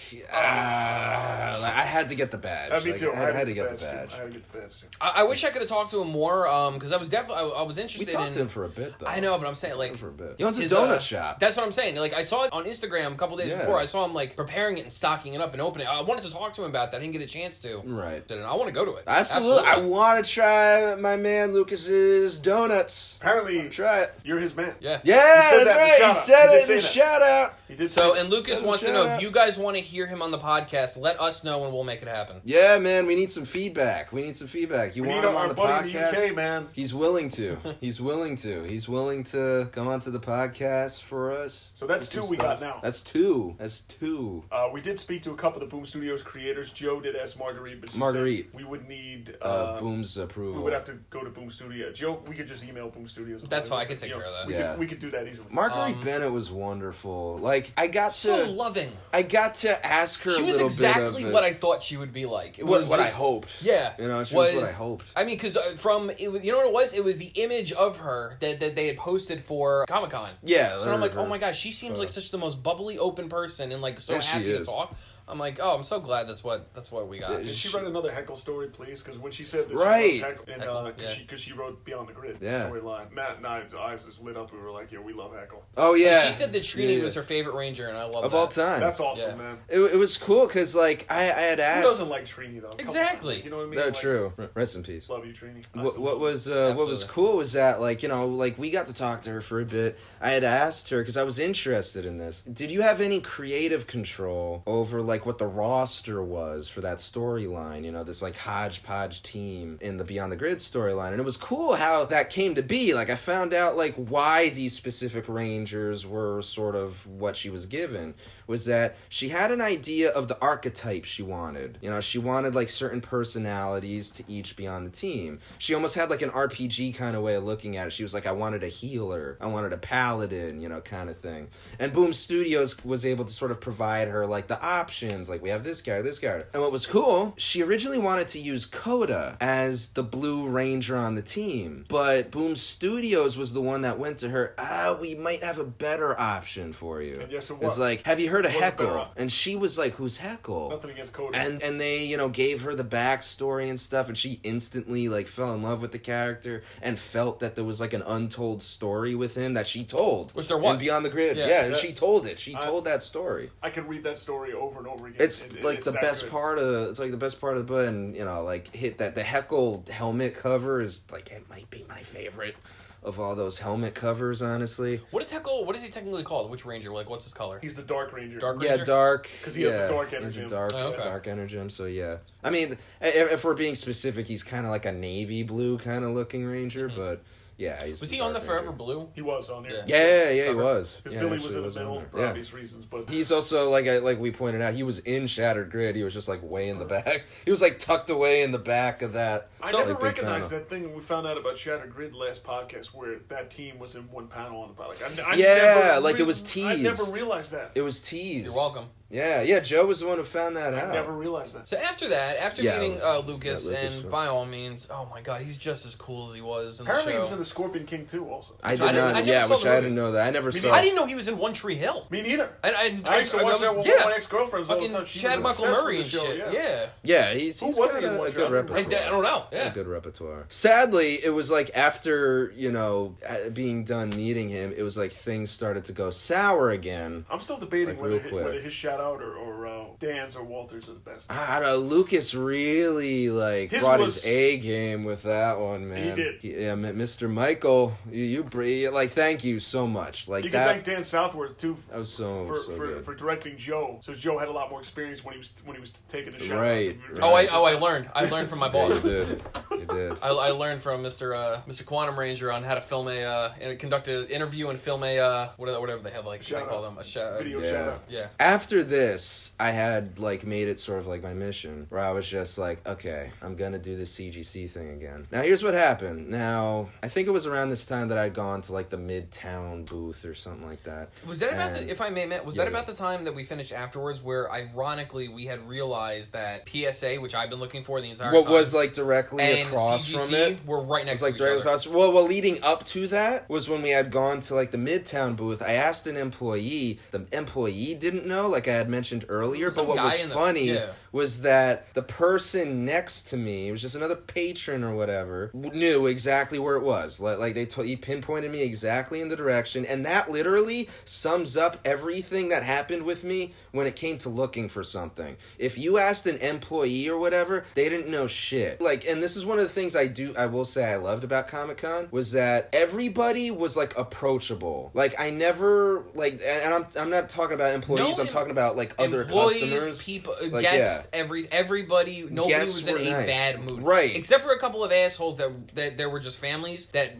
[SPEAKER 2] ah, like, I had to get the badge.
[SPEAKER 5] Uh, me
[SPEAKER 2] Like,
[SPEAKER 5] too.
[SPEAKER 2] I had, had to
[SPEAKER 5] the
[SPEAKER 2] get the
[SPEAKER 5] badge, too.
[SPEAKER 2] badge.
[SPEAKER 5] I had to get the badge. too.
[SPEAKER 3] I, I wish I could have talked to him more because I was definitely I, I was
[SPEAKER 2] We
[SPEAKER 3] interested
[SPEAKER 2] talked
[SPEAKER 3] in.
[SPEAKER 2] to him for a bit though.
[SPEAKER 3] I know, but I'm saying like
[SPEAKER 2] for a bit. He owns a
[SPEAKER 3] his,
[SPEAKER 2] donut
[SPEAKER 3] uh,
[SPEAKER 2] shop.
[SPEAKER 3] That's what I'm saying. Like I saw it on Instagram a couple days
[SPEAKER 2] Yeah.
[SPEAKER 3] before. I saw him like preparing it and stocking it up and opening. it. I wanted to talk to him about that. I didn't get a chance to.
[SPEAKER 2] Right.
[SPEAKER 3] And I want to go to it.
[SPEAKER 2] Absolutely. I want to try my man Lucas's donuts.
[SPEAKER 5] Apparently,
[SPEAKER 2] Try it.
[SPEAKER 5] you're his man.
[SPEAKER 3] Yeah.
[SPEAKER 2] Yeah,
[SPEAKER 5] said
[SPEAKER 2] that's
[SPEAKER 5] that in
[SPEAKER 2] right. He
[SPEAKER 5] the
[SPEAKER 2] said it in the
[SPEAKER 5] shout-out. He did say
[SPEAKER 2] shout out.
[SPEAKER 5] He did.
[SPEAKER 3] So
[SPEAKER 5] say-
[SPEAKER 3] and Lucas
[SPEAKER 2] Send a
[SPEAKER 3] wants to know
[SPEAKER 2] shout out.
[SPEAKER 3] if you guys want to hear him on the podcast. Let us know and we'll make it happen.
[SPEAKER 2] Yeah, man, we need some feedback. We need some feedback. You
[SPEAKER 5] we
[SPEAKER 2] want
[SPEAKER 5] need
[SPEAKER 2] him
[SPEAKER 5] our
[SPEAKER 2] on the
[SPEAKER 5] buddy in the
[SPEAKER 2] podcast?
[SPEAKER 5] UK, man.
[SPEAKER 2] He's willing to. He's willing to. He's willing to come onto the podcast for us.
[SPEAKER 5] So that's
[SPEAKER 2] Do some
[SPEAKER 5] two we
[SPEAKER 2] stuff.
[SPEAKER 5] got now.
[SPEAKER 2] That's two. That's two.
[SPEAKER 5] Uh, we did speak to a couple of the Boom Studios creators. Joe did ask Marguerite, but she said
[SPEAKER 2] Marguerite.
[SPEAKER 5] we would need. Uh,
[SPEAKER 2] Uh, Boom's approval.
[SPEAKER 5] we would have to go to Boom Studio. Joe, we could just email Boom Studios.
[SPEAKER 3] That's fine, I can
[SPEAKER 5] Just,
[SPEAKER 3] take
[SPEAKER 5] you know,
[SPEAKER 3] care of that.
[SPEAKER 5] We,
[SPEAKER 2] Yeah.
[SPEAKER 5] could, we could do that easily.
[SPEAKER 2] Marguerite
[SPEAKER 3] Um,
[SPEAKER 2] Bennett was wonderful. Like I got
[SPEAKER 3] So
[SPEAKER 2] to,
[SPEAKER 3] loving.
[SPEAKER 2] I got to ask her.
[SPEAKER 3] She
[SPEAKER 2] a
[SPEAKER 3] was
[SPEAKER 2] little
[SPEAKER 3] exactly
[SPEAKER 2] bit of
[SPEAKER 3] what
[SPEAKER 2] it.
[SPEAKER 3] I thought she would be like. It
[SPEAKER 2] what,
[SPEAKER 3] was
[SPEAKER 2] what
[SPEAKER 3] just-
[SPEAKER 2] I hoped.
[SPEAKER 3] Yeah,
[SPEAKER 2] you know, she was,
[SPEAKER 3] was,
[SPEAKER 2] what I hoped.
[SPEAKER 3] I mean, because from it, was- you know what it was? It was the image of her that, that they had posted for Comic Con.
[SPEAKER 2] Yeah,
[SPEAKER 3] So I'm like,
[SPEAKER 2] her-
[SPEAKER 3] oh my gosh, she seems like such the most bubbly, open person, and like so
[SPEAKER 2] Yeah, she
[SPEAKER 3] happy to
[SPEAKER 2] is.
[SPEAKER 3] talk. I'm like, oh, I'm so glad that's what that's what we got.
[SPEAKER 5] Did
[SPEAKER 2] Yeah,
[SPEAKER 5] she
[SPEAKER 2] she-
[SPEAKER 5] write another heckle story, please? Because when she said that, she
[SPEAKER 2] Right.
[SPEAKER 5] wrote heckle, and
[SPEAKER 3] Heckle,
[SPEAKER 5] because
[SPEAKER 3] yeah.
[SPEAKER 5] she, 'cause she wrote Beyond the Grid
[SPEAKER 2] Yeah.
[SPEAKER 5] storyline, Matt and I's eyes just lit up. We were like, "Yeah, we love heckle.
[SPEAKER 2] oh yeah,
[SPEAKER 3] She said that Trini
[SPEAKER 2] Yeah, yeah.
[SPEAKER 3] was her favorite ranger, and I love
[SPEAKER 2] of
[SPEAKER 3] that.
[SPEAKER 2] all time.
[SPEAKER 5] That's awesome,
[SPEAKER 3] Yeah.
[SPEAKER 5] man."
[SPEAKER 2] It, it was cool because like I, I had
[SPEAKER 5] Who
[SPEAKER 2] asked.
[SPEAKER 5] doesn't like Trini though? Come on,
[SPEAKER 3] Exactly.
[SPEAKER 5] like, you know what I mean?
[SPEAKER 2] no,
[SPEAKER 5] Like,
[SPEAKER 2] true. R- Rest in peace.
[SPEAKER 5] Love you, Trini.
[SPEAKER 2] what, what was uh, what was
[SPEAKER 3] Absolutely.
[SPEAKER 2] cool was that like you know like we got to talk to her for a bit i had asked her because i was interested in this did you have any creative control over like what the roster was for that storyline you know this like hodgepodge team in the beyond the grid storyline and it was cool how that came to be like i found out like why these specific rangers were sort of what she was given was that she had an idea of the archetype she wanted you know she wanted like certain personalities to each be on the team she almost had like an rpg kind of way of looking at it she was like i wanted a healer i wanted a paladin you know kind of thing and boom studios was able to sort of provide her like the options like we have this guy this guy and what was cool she originally wanted to use coda as the blue ranger on the team but boom studios was the one that went to her ah we might have a better option for you
[SPEAKER 5] And yes, it
[SPEAKER 2] it's
[SPEAKER 5] was.
[SPEAKER 2] like have you heard of
[SPEAKER 5] It was a better
[SPEAKER 2] heckle
[SPEAKER 5] option.
[SPEAKER 2] and she was like who's heckle
[SPEAKER 5] Nothing against Cody.
[SPEAKER 2] and and they you know gave her the backstory and stuff and she instantly like fell in love with the character and felt that there was like an untold story with him that she told
[SPEAKER 3] Which there was.
[SPEAKER 2] in beyond the grid
[SPEAKER 3] Yeah.
[SPEAKER 2] yeah, and
[SPEAKER 5] That-
[SPEAKER 2] she told it she
[SPEAKER 5] I-
[SPEAKER 2] told that story
[SPEAKER 5] I could read that story over and over again.
[SPEAKER 2] it's
[SPEAKER 5] It- it-
[SPEAKER 2] like
[SPEAKER 5] it's
[SPEAKER 2] the
[SPEAKER 5] that
[SPEAKER 2] best
[SPEAKER 5] good.
[SPEAKER 2] part of it's like the best part of the book and you know like hit that the heckle helmet cover is like it might be my favorite of all those helmet covers honestly
[SPEAKER 3] What is Heckle? What is he technically called? Which ranger? Like, what's his color?
[SPEAKER 5] He's the Dark Ranger.
[SPEAKER 3] Dark-
[SPEAKER 2] Yeah,
[SPEAKER 3] Ranger?
[SPEAKER 2] dark.
[SPEAKER 5] 'Cause he has the
[SPEAKER 2] yeah,
[SPEAKER 5] dark
[SPEAKER 2] He's
[SPEAKER 5] energy.
[SPEAKER 2] a dark,
[SPEAKER 3] Oh, okay.
[SPEAKER 2] dark energy. So yeah, I mean, if, if we're being specific, he's kind of like a navy blue kind of looking ranger, but Yeah, he's
[SPEAKER 3] Mm-hmm. Was he on the
[SPEAKER 2] Dark
[SPEAKER 3] Forever
[SPEAKER 2] Ranger.
[SPEAKER 3] Blue?
[SPEAKER 5] He was on there.
[SPEAKER 3] Yeah.
[SPEAKER 2] Yeah, yeah, he was.
[SPEAKER 5] Because
[SPEAKER 2] Yeah,
[SPEAKER 5] Billy
[SPEAKER 2] actually
[SPEAKER 5] was in the
[SPEAKER 2] on
[SPEAKER 5] middle
[SPEAKER 2] there.
[SPEAKER 5] for
[SPEAKER 2] Yeah.
[SPEAKER 5] obvious reasons, but
[SPEAKER 2] He's also like I like we pointed out. He was in Shattered Grid. He was just like way in the back. He was like tucked away in the back of that.
[SPEAKER 5] I
[SPEAKER 2] like,
[SPEAKER 5] never
[SPEAKER 2] big
[SPEAKER 5] recognized
[SPEAKER 2] panel.
[SPEAKER 5] that thing we found out about Shattered Grid last podcast, where that team was in one panel on the pod. Like, I, I
[SPEAKER 2] Yeah,
[SPEAKER 5] never
[SPEAKER 2] like it was
[SPEAKER 5] I never
[SPEAKER 2] teased.
[SPEAKER 5] realized that.
[SPEAKER 2] It was teased.
[SPEAKER 3] You're welcome.
[SPEAKER 2] Yeah, yeah. Joe was the one who found that
[SPEAKER 5] I
[SPEAKER 2] out.
[SPEAKER 5] never realized that.
[SPEAKER 3] So after that, after
[SPEAKER 2] Yeah,
[SPEAKER 3] meeting
[SPEAKER 2] yeah,
[SPEAKER 3] uh, Lucas,
[SPEAKER 2] Lucas,
[SPEAKER 3] and
[SPEAKER 2] yeah.
[SPEAKER 3] by all means, oh my god, he's just as cool as he was in
[SPEAKER 5] Apparently, he
[SPEAKER 3] the
[SPEAKER 5] was
[SPEAKER 3] show.
[SPEAKER 5] in the Scorpion King too. Also,
[SPEAKER 2] I did
[SPEAKER 3] I didn't-
[SPEAKER 2] not.
[SPEAKER 3] I never
[SPEAKER 2] yeah,
[SPEAKER 3] saw
[SPEAKER 2] which
[SPEAKER 3] the
[SPEAKER 2] I
[SPEAKER 3] movie.
[SPEAKER 2] didn't know that. I never saw.
[SPEAKER 3] I didn't know he was in One Tree Hill.
[SPEAKER 5] me neither.
[SPEAKER 3] And I,
[SPEAKER 5] I, used to
[SPEAKER 3] I
[SPEAKER 5] watch
[SPEAKER 3] was-
[SPEAKER 5] that with
[SPEAKER 3] yeah,
[SPEAKER 5] my ex girlfriends all the
[SPEAKER 3] fucking
[SPEAKER 5] time. She
[SPEAKER 3] Chad
[SPEAKER 5] was
[SPEAKER 3] Michael
[SPEAKER 5] obsessed with
[SPEAKER 3] Murray
[SPEAKER 5] the
[SPEAKER 3] and
[SPEAKER 5] show,
[SPEAKER 3] shit. Yeah.
[SPEAKER 2] Yeah, he's,
[SPEAKER 5] Who
[SPEAKER 2] he's
[SPEAKER 5] was
[SPEAKER 2] got
[SPEAKER 5] he in
[SPEAKER 2] a,
[SPEAKER 5] Watch
[SPEAKER 2] a good
[SPEAKER 5] Out?
[SPEAKER 2] repertoire.
[SPEAKER 5] I-
[SPEAKER 3] I, d- I don't know. Yeah.
[SPEAKER 2] A good repertoire. Sadly, it was like after you know uh, being done meeting him, it was like things started to go sour again.
[SPEAKER 5] I'm still debating
[SPEAKER 2] Like,
[SPEAKER 5] whether,
[SPEAKER 2] real
[SPEAKER 5] hi-
[SPEAKER 2] quick.
[SPEAKER 5] whether his shout out or, or uh, Dan's or Walter's are the best.
[SPEAKER 2] I don't know. Ah, Lucas really like
[SPEAKER 5] His
[SPEAKER 2] brought
[SPEAKER 5] was-
[SPEAKER 2] his A game with that one, man.
[SPEAKER 5] did.
[SPEAKER 2] yeah, M- Mr. Michael, you, you br- like thank you so much. Like
[SPEAKER 5] you can
[SPEAKER 2] that.
[SPEAKER 5] thank Dan Southworth too
[SPEAKER 2] that was so
[SPEAKER 5] for,
[SPEAKER 2] Oh, so
[SPEAKER 5] for,
[SPEAKER 2] good.
[SPEAKER 5] for directing Joe. So Joe had a lot more experience when he was when he was taking the shot.
[SPEAKER 2] Right,
[SPEAKER 3] Oh, I oh I learned. I learned from my
[SPEAKER 2] yeah,
[SPEAKER 3] boss.
[SPEAKER 2] you did. You did.
[SPEAKER 3] I, I learned from Mr. Uh, Mr. Quantum Ranger on how to film a uh, and conduct an interview and film a uh, whatever whatever they have like they
[SPEAKER 5] Shout
[SPEAKER 3] call
[SPEAKER 5] out.
[SPEAKER 3] them a shout.
[SPEAKER 5] video
[SPEAKER 2] Yeah.
[SPEAKER 5] shout out.
[SPEAKER 3] Yeah.
[SPEAKER 2] After this, I had like made it sort of like my mission where I was just like, okay, I'm gonna do the CGC thing again. Now, here's what happened. Now, I think it was around this time that I'd gone to like the Midtown booth or something like that.
[SPEAKER 3] Was that about
[SPEAKER 2] And-
[SPEAKER 3] the, if I may, Matt, was
[SPEAKER 2] Yeah,
[SPEAKER 3] that
[SPEAKER 2] yeah.
[SPEAKER 3] about the time that we finished afterwards where ironically we had realized that PSA, which I've been looking for the entire
[SPEAKER 2] what
[SPEAKER 3] time,
[SPEAKER 2] was like directly
[SPEAKER 3] and
[SPEAKER 2] across
[SPEAKER 3] CGC
[SPEAKER 2] from it?
[SPEAKER 3] were right
[SPEAKER 2] It
[SPEAKER 3] next
[SPEAKER 2] was like
[SPEAKER 3] to each
[SPEAKER 2] directly
[SPEAKER 3] other.
[SPEAKER 2] across. Well, well, leading up to that was when we had gone to like the Midtown booth. I asked an employee. The employee didn't know, like I had mentioned earlier.
[SPEAKER 3] Some
[SPEAKER 2] but what
[SPEAKER 3] guy
[SPEAKER 2] was
[SPEAKER 3] in the-
[SPEAKER 2] funny
[SPEAKER 3] yeah.
[SPEAKER 2] was that the person next to me, it was just another patron or whatever, w- knew exactly where it was. Like, like they to- he pinpointed me exactly in the direction, and that literally sums up everything that happened with me when it came to looking for something. If you asked an employee or whatever, they didn't know shit. Like, and this is one of the things I do, I will say I loved about Comic Con was that everybody was like approachable. Like, I never like, and- and I'm I'm not talking about employees. I'm
[SPEAKER 3] em-
[SPEAKER 2] talking about like other
[SPEAKER 3] Employees,
[SPEAKER 2] customers.
[SPEAKER 3] people,
[SPEAKER 2] Like,
[SPEAKER 3] guests,
[SPEAKER 2] yeah.
[SPEAKER 3] every everybody, nobody
[SPEAKER 2] Guests
[SPEAKER 3] was in
[SPEAKER 2] were
[SPEAKER 3] a
[SPEAKER 2] nice.
[SPEAKER 3] bad mood,
[SPEAKER 2] Right.
[SPEAKER 3] Except for a couple of assholes that that there were just families that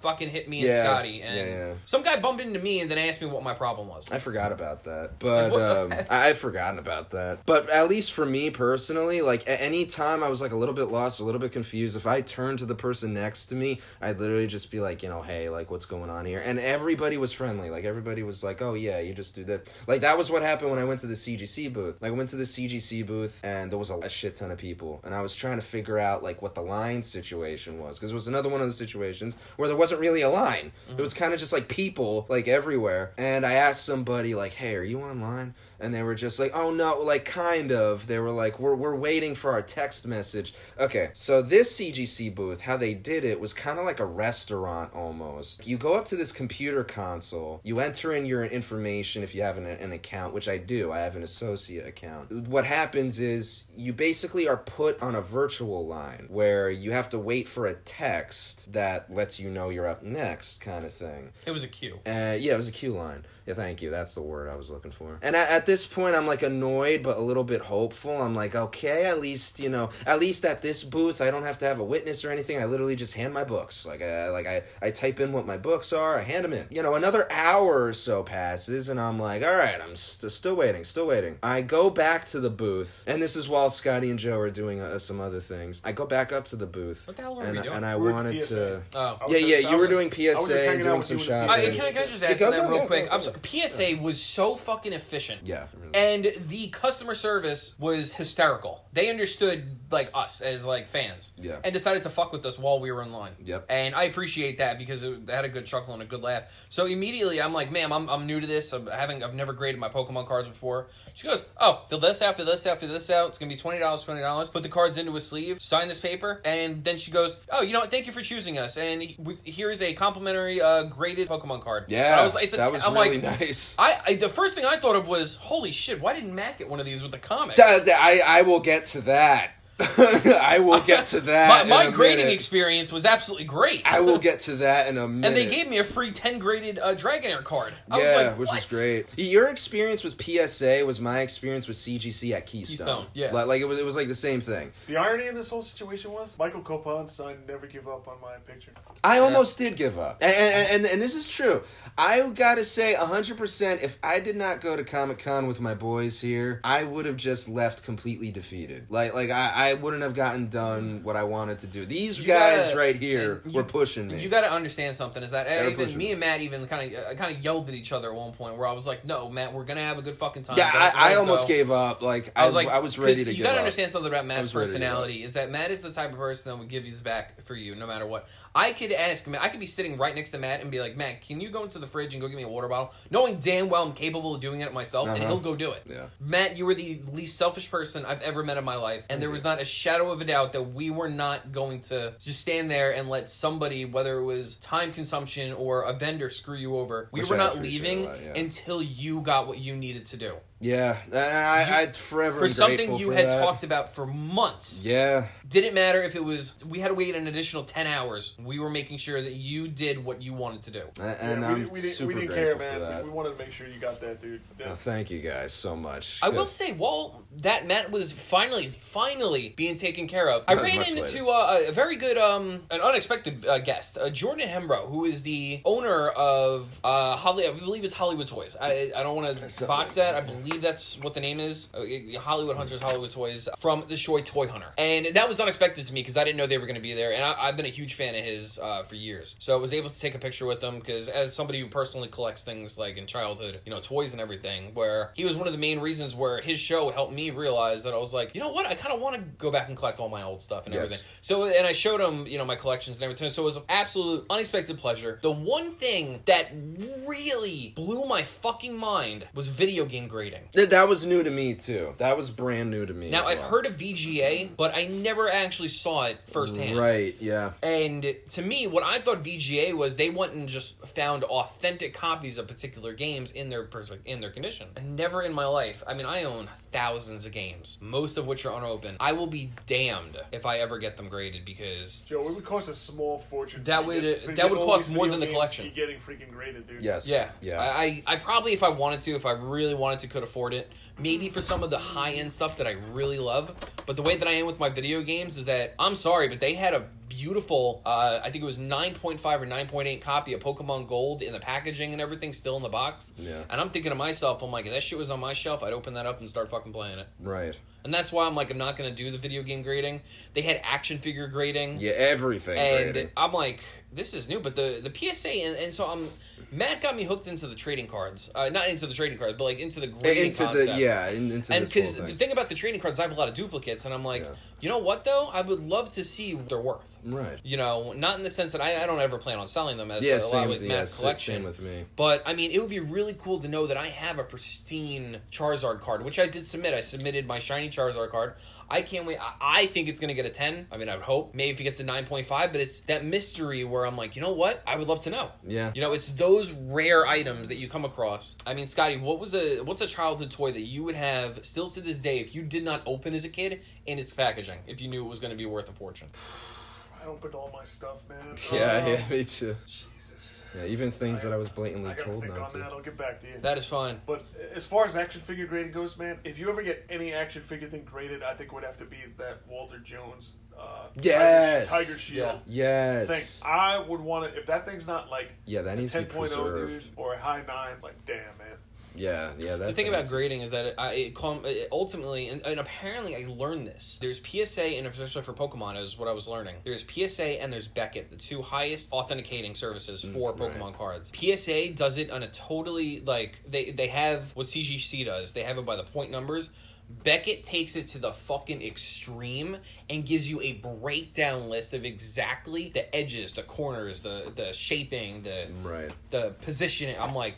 [SPEAKER 3] fucking hit me and
[SPEAKER 2] Yeah,
[SPEAKER 3] Scotty, and
[SPEAKER 2] yeah, yeah.
[SPEAKER 3] some guy bumped into me and then asked me what my problem was.
[SPEAKER 2] I forgot about that, but
[SPEAKER 3] What?
[SPEAKER 2] um, I- I've forgotten about that. But at least for me personally, like at any time I was like a little bit lost, a little bit confused. If I turned to the person next to me, I'd literally just be like, you know, hey, like what's going on here? And everybody was friendly. Like everybody was like, oh yeah, you just do that. Like that was what happened when I went to the CGC booth. Like I went to the CGC booth and there was a, a shit ton of people, and I was trying to figure out like what the line situation was because it was another one of the situations where there wasn't really a line. It was kind of just like people like everywhere. And I asked somebody like, "Hey, are you online?" And they were just like, "Oh no, like kind of." They were like, "We're we're waiting for our text message." Okay, so this CGC booth, how they did it was kind of like a restaurant almost. You go up to this computer console, you enter in your information if you have an, an account, which I do. I have an associate account. What happens is you basically are put on a virtual line where you have to wait for a text that lets you know you're up next, kind of thing.
[SPEAKER 3] It was a cue.
[SPEAKER 2] Uh, yeah, it was a Q line. Yeah, thank you. That's the word I was looking for. And at, at this point, I'm like annoyed, but a little bit hopeful. I'm like, okay, at least you know, at least at this booth, I don't have to have a witness or anything. I literally just hand my books. Like, I, like I, I type in what my books are. I hand them in. You know, another hour or so passes, and I'm like, all right, I'm st- still waiting, still waiting. I go back to the booth, and this is while Scotty and Joe are doing uh, some other things. I go back up to the booth.
[SPEAKER 3] What the hell are
[SPEAKER 2] and,
[SPEAKER 3] we
[SPEAKER 2] I-
[SPEAKER 3] doing?
[SPEAKER 2] And I
[SPEAKER 5] We're at the
[SPEAKER 2] wanted
[SPEAKER 5] PSA.
[SPEAKER 2] to.
[SPEAKER 3] Oh.
[SPEAKER 5] I was
[SPEAKER 2] Yeah,
[SPEAKER 5] just-
[SPEAKER 2] yeah,
[SPEAKER 5] I
[SPEAKER 2] you were
[SPEAKER 5] was-
[SPEAKER 2] doing
[SPEAKER 5] I was just
[SPEAKER 2] PSA and
[SPEAKER 5] hanging out
[SPEAKER 2] doing
[SPEAKER 5] with
[SPEAKER 2] some
[SPEAKER 5] you and-
[SPEAKER 2] shopping.
[SPEAKER 3] Uh,
[SPEAKER 5] Yeah,
[SPEAKER 3] can, I, can I just add
[SPEAKER 2] Yeah, go,
[SPEAKER 3] to that
[SPEAKER 2] go,
[SPEAKER 3] real
[SPEAKER 2] go,
[SPEAKER 3] quick?
[SPEAKER 2] go, go.
[SPEAKER 3] I'm sorry, PSA was so fucking efficient.
[SPEAKER 2] Yeah.
[SPEAKER 3] And the customer service was hysterical. They understood like us as like fans.
[SPEAKER 2] Yeah.
[SPEAKER 3] And decided to fuck with us while we were in line.
[SPEAKER 2] Yep.
[SPEAKER 3] And I appreciate that because it, I had a good chuckle and a good laugh. So immediately I'm like, ma'am, I'm, I'm new to this. I'm having I've never graded my Pokemon cards before. She goes, oh, fill this out, fill this out, fill this out. It's gonna be twenty dollars, twenty dollars. Put the cards into a sleeve, sign this paper, and then she goes, oh, you know what? Thank you for choosing us, and we, here is a complimentary uh, graded Pokemon card. And
[SPEAKER 2] Yeah,
[SPEAKER 3] I was, like- it's a
[SPEAKER 2] that
[SPEAKER 3] t-
[SPEAKER 2] was
[SPEAKER 3] I'm
[SPEAKER 2] really
[SPEAKER 3] like,
[SPEAKER 2] nice.
[SPEAKER 3] I, I the first thing I thought of was, holy shit, why didn't Matt get one of these with the comics?
[SPEAKER 2] Da- da- I, I will get to that. I will get to
[SPEAKER 3] My,
[SPEAKER 2] that.
[SPEAKER 3] my
[SPEAKER 2] in a
[SPEAKER 3] grading
[SPEAKER 2] minute.
[SPEAKER 3] experience was absolutely great.
[SPEAKER 2] I will get to that in a minute.
[SPEAKER 3] and they gave me a free 10 graded uh, Dragonair card. I
[SPEAKER 2] yeah,
[SPEAKER 3] was like,
[SPEAKER 2] which was
[SPEAKER 3] "What?"
[SPEAKER 2] great. Your experience with PSA was my experience with CGC at Keystone.
[SPEAKER 3] Keystone, yeah.
[SPEAKER 2] like, like it was it was like the same thing.
[SPEAKER 5] The irony in this whole situation was Michael Copon signed "Never Give Up" on my picture.
[SPEAKER 2] I almost did give up, and and, and, and this is true. I gotta say, hundred percent. If I did not go to Comic Con with my boys here, I would have just left completely defeated. Like like I, I wouldn't have gotten done what I wanted to do. These
[SPEAKER 3] You
[SPEAKER 2] guys
[SPEAKER 3] gotta-
[SPEAKER 2] right here
[SPEAKER 3] and you-
[SPEAKER 2] were pushing me.
[SPEAKER 3] You got to understand something is that eh,
[SPEAKER 2] They're
[SPEAKER 3] even
[SPEAKER 2] pushing
[SPEAKER 3] me
[SPEAKER 2] it.
[SPEAKER 3] and Matt even kind of uh, kind of yelled at each other at one point where I was like, "No, Matt, we're gonna have a good fucking time."
[SPEAKER 2] yeah,
[SPEAKER 3] Don't- don't
[SPEAKER 2] I, I almost
[SPEAKER 3] go."
[SPEAKER 2] gave up. Like
[SPEAKER 3] I was like,
[SPEAKER 2] I was
[SPEAKER 3] 'cause
[SPEAKER 2] ready to.
[SPEAKER 3] You
[SPEAKER 2] give
[SPEAKER 3] gotta
[SPEAKER 2] up.
[SPEAKER 3] understand something about Matt's
[SPEAKER 2] was ready to give up.
[SPEAKER 3] personality is that Matt is the type of person that would give his back for you no matter what. I could ask Matt, I could be sitting right next to Matt and be like, Matt, can you go into the fridge and go get me a water bottle, knowing damn well I'm capable of doing it myself, and
[SPEAKER 2] Uh-huh.
[SPEAKER 3] he'll go do it.
[SPEAKER 2] Yeah.
[SPEAKER 3] Matt, you were the least selfish person I've ever met in my life, and there was not a shadow of a doubt that we were not going to just stand there and let somebody, whether it was time consumption or a vendor, screw you over. We
[SPEAKER 2] Which
[SPEAKER 3] were
[SPEAKER 2] I
[SPEAKER 3] not
[SPEAKER 2] appreciate a
[SPEAKER 3] leaving
[SPEAKER 2] lot, yeah.
[SPEAKER 3] until you got what you needed to do
[SPEAKER 2] Yeah, and I, I forever
[SPEAKER 3] for
[SPEAKER 2] am
[SPEAKER 3] something
[SPEAKER 2] grateful
[SPEAKER 3] you
[SPEAKER 2] for
[SPEAKER 3] had
[SPEAKER 2] that.
[SPEAKER 3] talked about for months.
[SPEAKER 2] Yeah,
[SPEAKER 3] Didn't matter if it was we had to wait an additional ten hours. We were making sure that you did what you wanted to do.
[SPEAKER 2] a- and
[SPEAKER 5] Yeah,
[SPEAKER 2] I'm
[SPEAKER 5] we, we, didn't,
[SPEAKER 2] super
[SPEAKER 5] we didn't care,
[SPEAKER 2] grateful for
[SPEAKER 5] man.
[SPEAKER 2] that.
[SPEAKER 5] We, we wanted to make sure you got that, dude.
[SPEAKER 2] Oh,
[SPEAKER 5] That,
[SPEAKER 2] thank you guys so much.
[SPEAKER 3] I will
[SPEAKER 2] Good.
[SPEAKER 3] say, while that Matt was finally, finally being taken care of, I
[SPEAKER 2] Much
[SPEAKER 3] ran
[SPEAKER 2] later.
[SPEAKER 3] into uh, a very good, um, an unexpected uh, guest, uh, Jordan Hembro, who is the owner of uh, Holly. I believe it's Hollywood Toys. I, I don't want to
[SPEAKER 2] sounds
[SPEAKER 3] box
[SPEAKER 2] like
[SPEAKER 3] that. I believe that's what the name is. Uh, it- Hollywood Hunters, Hollywood Toys, from the Shoy Toy Hunter, and that was unexpected to me because I didn't know they were going to be there, and I, I've been a huge fan of his uh, for years. So I was able to take a picture with him because, as somebody who personally collects things like in childhood, you know, toys and everything, where he was one of the main reasons where his show helped me realize that I was like, you know what, I kind of want to go back and collect all my old stuff and
[SPEAKER 2] Yes.
[SPEAKER 3] everything. So, and I showed him, you know, my collections and everything. So it was an absolute unexpected pleasure. The one thing that really blew my fucking mind was video game grading.
[SPEAKER 2] Th- that was new to me too. That was brand new to me.
[SPEAKER 3] Now,
[SPEAKER 2] as
[SPEAKER 3] I've
[SPEAKER 2] well.
[SPEAKER 3] heard of VGA, but I never actually saw it firsthand.
[SPEAKER 2] Right? Yeah.
[SPEAKER 3] And to me, what I thought VGA was, they went and just found authentic copies of particular games in their pers- in their condition. Never in my life. I mean, I own thousands of games, most of which are unopened. I will be damned if I ever get them graded because
[SPEAKER 5] Joe, it would cost a small fortune.
[SPEAKER 3] That
[SPEAKER 5] to
[SPEAKER 3] would- uh,
[SPEAKER 5] get- to
[SPEAKER 3] that
[SPEAKER 5] get
[SPEAKER 3] would
[SPEAKER 5] all
[SPEAKER 3] cost
[SPEAKER 5] these
[SPEAKER 3] more
[SPEAKER 5] video
[SPEAKER 3] than the
[SPEAKER 5] games
[SPEAKER 3] collection.
[SPEAKER 5] You're getting freaking graded, dude.
[SPEAKER 2] Yes.
[SPEAKER 3] Yeah,
[SPEAKER 2] Yeah.
[SPEAKER 3] I, I I probably, if I wanted to, if I really wanted to, could afford it. Maybe for some of the high end stuff that I really love. But the way that I am with my video games is that I'm sorry, but they had a beautiful, uh, I think it was 9.5 or 9.8 copy of Pokemon Gold in the packaging and everything still in the box.
[SPEAKER 2] Yeah.
[SPEAKER 3] And I'm thinking to myself, I'm like, if that shit was on my shelf, I'd open that up and start fucking playing it.
[SPEAKER 2] right.
[SPEAKER 3] And that's why I'm like, I'm not going to do the video game grading. They had action figure grading
[SPEAKER 2] Yeah. Everything.
[SPEAKER 3] and
[SPEAKER 2] graded.
[SPEAKER 3] I'm like, this is new. But the the PSA and, and so I'm Matt got me hooked into the trading cards, uh, not into the trading cards, but like into the grading
[SPEAKER 2] into
[SPEAKER 3] concept.
[SPEAKER 2] the yeah in, into
[SPEAKER 3] And
[SPEAKER 2] this whole
[SPEAKER 3] because
[SPEAKER 2] thing.
[SPEAKER 3] the thing about the trading cards, I have a lot of duplicates, and I'm like,
[SPEAKER 2] Yeah.
[SPEAKER 3] you know what though? I would love to see what they're worth.
[SPEAKER 2] right.
[SPEAKER 3] You know, not in the sense that I, I don't ever plan on selling them as
[SPEAKER 2] Yeah.
[SPEAKER 3] a lot
[SPEAKER 2] Same
[SPEAKER 3] with
[SPEAKER 2] with yeah,
[SPEAKER 3] Matt's
[SPEAKER 2] sa-
[SPEAKER 3] collection.
[SPEAKER 2] Same with me.
[SPEAKER 3] But I mean, it would be really cool to know that I have a pristine Charizard card, which I did submit. I submitted my shiny Charizard card. I can't wait. I, I think it's going to get a ten. I mean, I would hope. Maybe if it gets a nine point five, but it's that mystery where I'm like, you know what? I would love to know.
[SPEAKER 2] Yeah.
[SPEAKER 3] You know, it's those rare items that you come across. I mean, Scotty, what was a what's a childhood toy that you would have still to this day if you did not open as a kid in its packaging if you knew it was going to be worth a fortune?
[SPEAKER 5] I opened all my stuff, man.
[SPEAKER 2] Yeah.
[SPEAKER 5] Oh,
[SPEAKER 2] Yeah. Me too.
[SPEAKER 5] Jesus.
[SPEAKER 2] Yeah. Even things
[SPEAKER 5] I-
[SPEAKER 2] that I was
[SPEAKER 5] I
[SPEAKER 2] blatantly
[SPEAKER 5] gotta
[SPEAKER 2] told
[SPEAKER 5] think
[SPEAKER 2] not
[SPEAKER 5] on that.
[SPEAKER 2] to.
[SPEAKER 5] I'll get back to you.
[SPEAKER 3] That is fine.
[SPEAKER 5] But as far as action figure grading goes, man, if you ever get any action figure thing graded, I think it would have to be that Walter Jones uh, Tiger-
[SPEAKER 2] Yes.
[SPEAKER 5] Tiger, Shield thing.
[SPEAKER 2] Yes.
[SPEAKER 5] I would want to, if that thing's not like
[SPEAKER 2] Yeah. That needs to be
[SPEAKER 5] 10.0, oh, dude,
[SPEAKER 2] preserved.
[SPEAKER 5] or a high 9, like, damn, man.
[SPEAKER 2] Yeah. Yeah. That
[SPEAKER 3] The thing about
[SPEAKER 2] is-
[SPEAKER 3] grading is that it, I, it, com- it ultimately, and, and apparently I learned this. There's PSA, and especially for Pokemon, is what I was learning. There's PSA and there's Beckett, the two highest authenticating services for
[SPEAKER 2] Mm, right.
[SPEAKER 3] Pokemon cards. PSA does it on a totally, like, they, they have what CGC does, they have it by the point numbers. Beckett takes it to the fucking extreme and gives you a breakdown list of exactly the edges, the corners, the the shaping, the
[SPEAKER 2] Right.
[SPEAKER 3] the positioning. I'm like,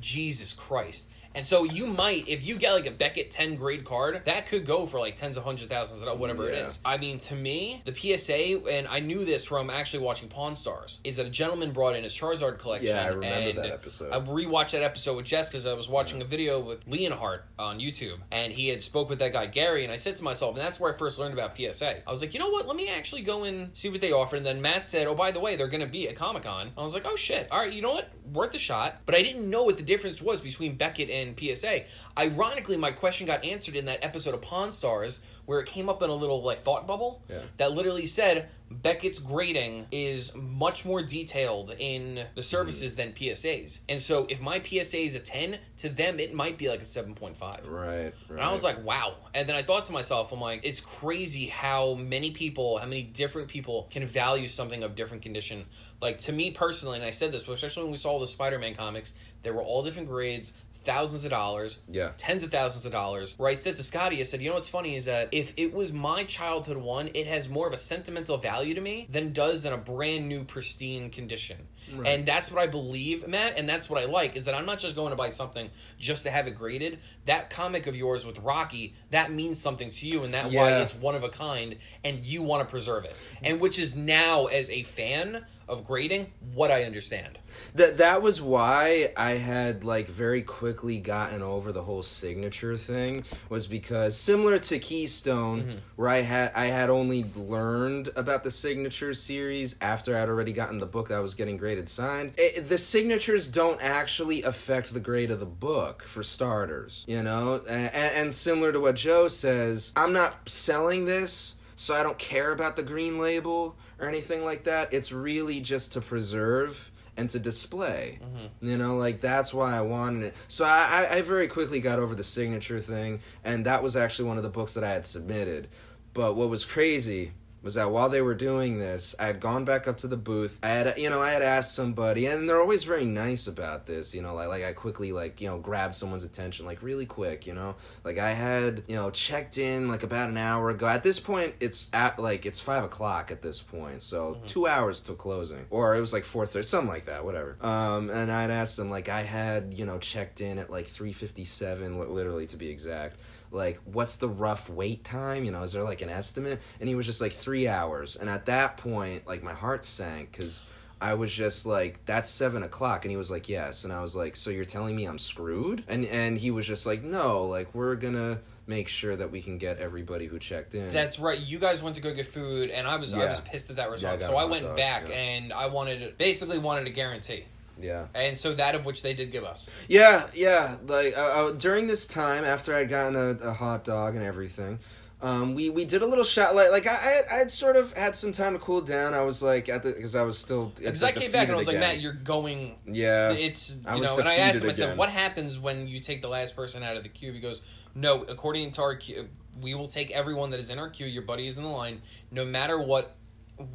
[SPEAKER 3] Jesus Christ. And so you might, if you get like a Beckett 10 grade card, that could go for like tens of hundred thousands, whatever
[SPEAKER 2] Yeah.
[SPEAKER 3] it is. I mean, to me, the PSA, and I knew this from actually watching Pawn Stars, is that a gentleman brought in his Charizard collection.
[SPEAKER 2] Yeah, I remember
[SPEAKER 3] and
[SPEAKER 2] that episode.
[SPEAKER 3] I rewatched that episode with Jess because I was watching a video with Leonhardt on YouTube, and he had spoke with that guy Gary, and I said to myself, and that's where I first learned about PSA. I was like, you know what? Let me actually go and see what they offer. And then Matt said, oh, by the way, they're going to be at Comic Con. I was like, oh shit, all right, you know what? Worth the shot. But I didn't know what the difference was between Beckett and PSA. Ironically, my question got answered in that episode of Pawn Stars where it came up in a little like thought bubble
[SPEAKER 2] Yeah.
[SPEAKER 3] that literally said Beckett's grading is much more detailed in
[SPEAKER 2] Mm-hmm.
[SPEAKER 3] the services than PSAs. And so if my PSA is a 10, to them it might be like a 7.5.
[SPEAKER 2] Right, right.
[SPEAKER 3] And I was like, wow. And then I thought to myself, I'm like, it's crazy how many people, how many different people can value something of different condition. Like to me personally, and I said this, but especially when we saw the Spider-Man comics, they were all different grades, thousands of dollars,
[SPEAKER 2] Yeah.
[SPEAKER 3] tens of thousands of dollars. Where I said to Scotty, I said, you know what's funny is that if it was my childhood one, it has more of a sentimental value to me than does than a brand new pristine condition. And that's what I believe, Matt, and that's what I like is that I'm not just going to buy something just to have it graded. That comic of yours with Rocky, that means something to you, and that why
[SPEAKER 2] Yeah.
[SPEAKER 3] it's one of a kind, and you want to preserve it. And which is now as a fan of grading, what I understand.
[SPEAKER 2] that that was why I had like very quickly gotten over the whole signature thing was because similar to Keystone where I had I had only learned about the signature series after I'd already gotten the book that I was getting graded signed it, the signatures don't actually affect the grade of the book for starters you know and, and similar to what Joe says I'm not selling this so I don't care about the green label or anything like that it's really just to preserve and to display. You know, like that's why I wanted it. So I, I, I very quickly got over the signature thing, and that was actually one of the books that I had submitted. But what was crazy was that while they were doing this, I had gone back up to the booth. I had, you know, I had asked somebody, and they're always very nice about this. You know, like like I quickly like you know grabbed someone's attention like really quick. You know, like I had you know checked in like about an hour ago. At this point, it's at like it's five o'clock at this point, so two hours till closing, or it was like four thirty, something like that, whatever. Um, and I'd asked them like I had you know checked in at like three fifty seven, literally to be exact like what's the rough wait time you know is there like an estimate and he was just like three hours and at that point like my heart sank because i was just like that's seven o'clock and he was like yes and i was like so you're telling me i'm screwed and and he was just like no like we're gonna make sure that we can get everybody who checked in
[SPEAKER 3] That's right. You guys went to go get food, and I was I
[SPEAKER 2] Yeah.
[SPEAKER 3] was pissed at that
[SPEAKER 2] Yeah, I
[SPEAKER 3] result.
[SPEAKER 2] got
[SPEAKER 3] so
[SPEAKER 2] a
[SPEAKER 3] I
[SPEAKER 2] hot
[SPEAKER 3] went
[SPEAKER 2] dog,
[SPEAKER 3] back
[SPEAKER 2] yeah.
[SPEAKER 3] and I wanted basically wanted a guarantee,
[SPEAKER 2] yeah
[SPEAKER 3] and so that of which they did give us.
[SPEAKER 2] Yeah, yeah. Like uh, uh, during this time, after I'd gotten a, a hot dog and everything, um, we we did a little shot. Like like I I- I'd sort of had some time to cool down. I was like at the because I was still
[SPEAKER 3] Because I came back and I was like, Matt,
[SPEAKER 2] that.
[SPEAKER 3] you're going.
[SPEAKER 2] yeah.
[SPEAKER 3] It's
[SPEAKER 2] I
[SPEAKER 3] you
[SPEAKER 2] was
[SPEAKER 3] know, and I asked
[SPEAKER 2] defeated
[SPEAKER 3] him. I said,
[SPEAKER 2] again.
[SPEAKER 3] "What happens when you take the last person out of the queue?" He goes, "No. According to our queue, we will take everyone that is in our queue. Your buddy is in the line, no matter what.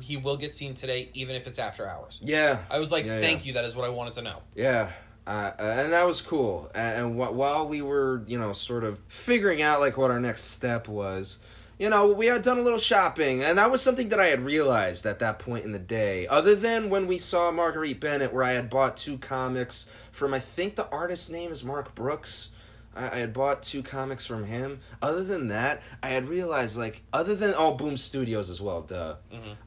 [SPEAKER 3] He will get seen today, even if it's after hours."
[SPEAKER 2] yeah.
[SPEAKER 3] I was like,
[SPEAKER 2] Yeah,
[SPEAKER 3] "Thank
[SPEAKER 2] yeah.
[SPEAKER 3] you. That is what I wanted to know."
[SPEAKER 2] Yeah. Uh, and that was cool. And, and wh- while we were, you know, sort of figuring out like what our next step was, you know, we had done a little shopping, and that was something that I had realized at that point in the day. Other than when we saw Marguerite Bennett, where I had bought two comics from, I think the artist's name is Mark Brooks. I, I had bought two comics from him. Other than that, I had realized, like, other than all Boom Studios as well, duh.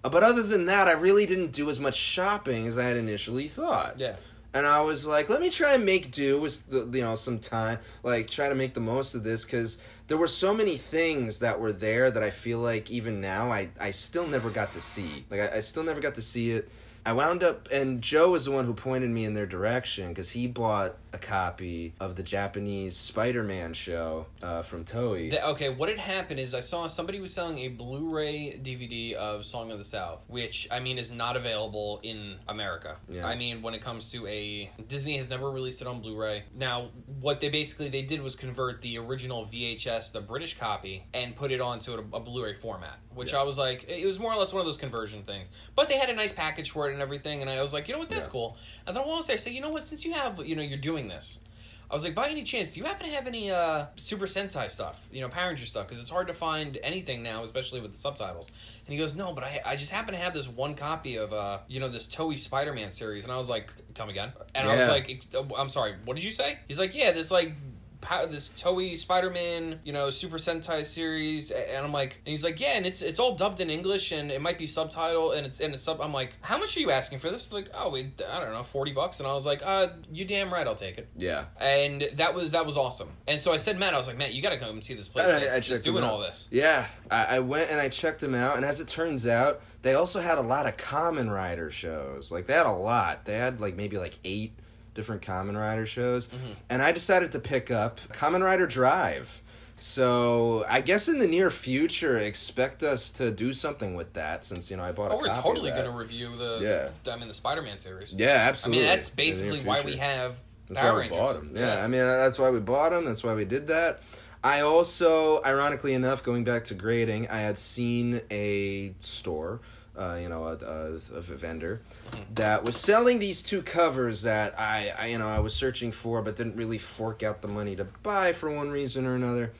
[SPEAKER 2] Uh, but other than that, I really didn't do as much shopping as I had initially thought
[SPEAKER 3] Yeah.
[SPEAKER 2] and I was like, let me try and make do with the, you know some time, like try to make the most of this because there were so many things that were there that I feel like even now I I still never got to see. Like I, I still never got to see it. I wound up, and Joe was the one who pointed me in their direction because he bought a copy of the Japanese Spider-Man show uh, from Toei.
[SPEAKER 3] Th- okay, what had happened is I saw somebody was selling a Blu-ray DVD of Song of the South, which I mean is not available in America.
[SPEAKER 2] Yeah.
[SPEAKER 3] I mean, when it comes to a Disney has never released it on Blu-ray. Now, what they basically they did was convert the original VHS, the British copy, and put it onto a, a Blu-ray format, which
[SPEAKER 2] Yeah.
[SPEAKER 3] I was like, it was more or less one of those conversion things. But they had a nice package for it and everything, and I was like, you know what, that's
[SPEAKER 2] Yeah.
[SPEAKER 3] cool. And then while I say, you know what, since you have, you know, you're doing this. I was like, by any chance, do you happen to have any uh, Super Sentai stuff? You know, Power Ranger stuff? Because it's hard to find anything now, especially with the subtitles. And he goes, no, but I, I just happen to have this one copy of, uh, you know, this Toei Spider Man series. And I was like, uh, come again? And I was
[SPEAKER 2] Yeah.
[SPEAKER 3] like, ex- I'm sorry, what did you say? He's like, yeah, this, like, pow- this Toei Spider Man, you know, Super Sentai series, a- and I'm like, and he's like, yeah, and it's it's all dubbed in English, and it might be subtitle, and it's and it's sub. I'm like, how much are you asking for this? Like, oh, we, I don't know, forty bucks, and I was like, uh, you damn right, I'll take it.
[SPEAKER 2] Yeah.
[SPEAKER 3] And that was that was awesome. And so I said, Matt, I was like, Matt, you got to come see this place.
[SPEAKER 2] And I- I
[SPEAKER 3] It's- it's
[SPEAKER 2] checked
[SPEAKER 3] doing
[SPEAKER 2] them out.
[SPEAKER 3] all this.
[SPEAKER 2] Yeah, I, I went and I checked them out, and as it turns out, they also had a lot of Common Rider shows. Like they had a lot. They had like maybe like eight different Common Rider shows,
[SPEAKER 3] Mm-hmm.
[SPEAKER 2] and I decided to pick up Common Rider Drive. So I guess in the near future, expect us to do something with that, since you know I bought.
[SPEAKER 3] Oh,
[SPEAKER 2] a
[SPEAKER 3] we're
[SPEAKER 2] copy
[SPEAKER 3] totally
[SPEAKER 2] of that.
[SPEAKER 3] going to review the,
[SPEAKER 2] Yeah.
[SPEAKER 3] I mean, the Spider-Man series.
[SPEAKER 2] Yeah,
[SPEAKER 3] I mean,
[SPEAKER 2] absolutely.
[SPEAKER 3] that's
[SPEAKER 2] In the near
[SPEAKER 3] basically why we
[SPEAKER 2] future.
[SPEAKER 3] have
[SPEAKER 2] That's
[SPEAKER 3] Power
[SPEAKER 2] why we
[SPEAKER 3] Rangers.
[SPEAKER 2] bought them. Yeah, I mean that's why we bought them. That's why we did that. I also, ironically enough, going back to grading, I had seen a store, uh, you know, a, a, a vendor
[SPEAKER 3] Mm-hmm.
[SPEAKER 2] that was selling these two covers that I, I, you know, I was searching for, but didn't really fork out the money to buy for one reason or another.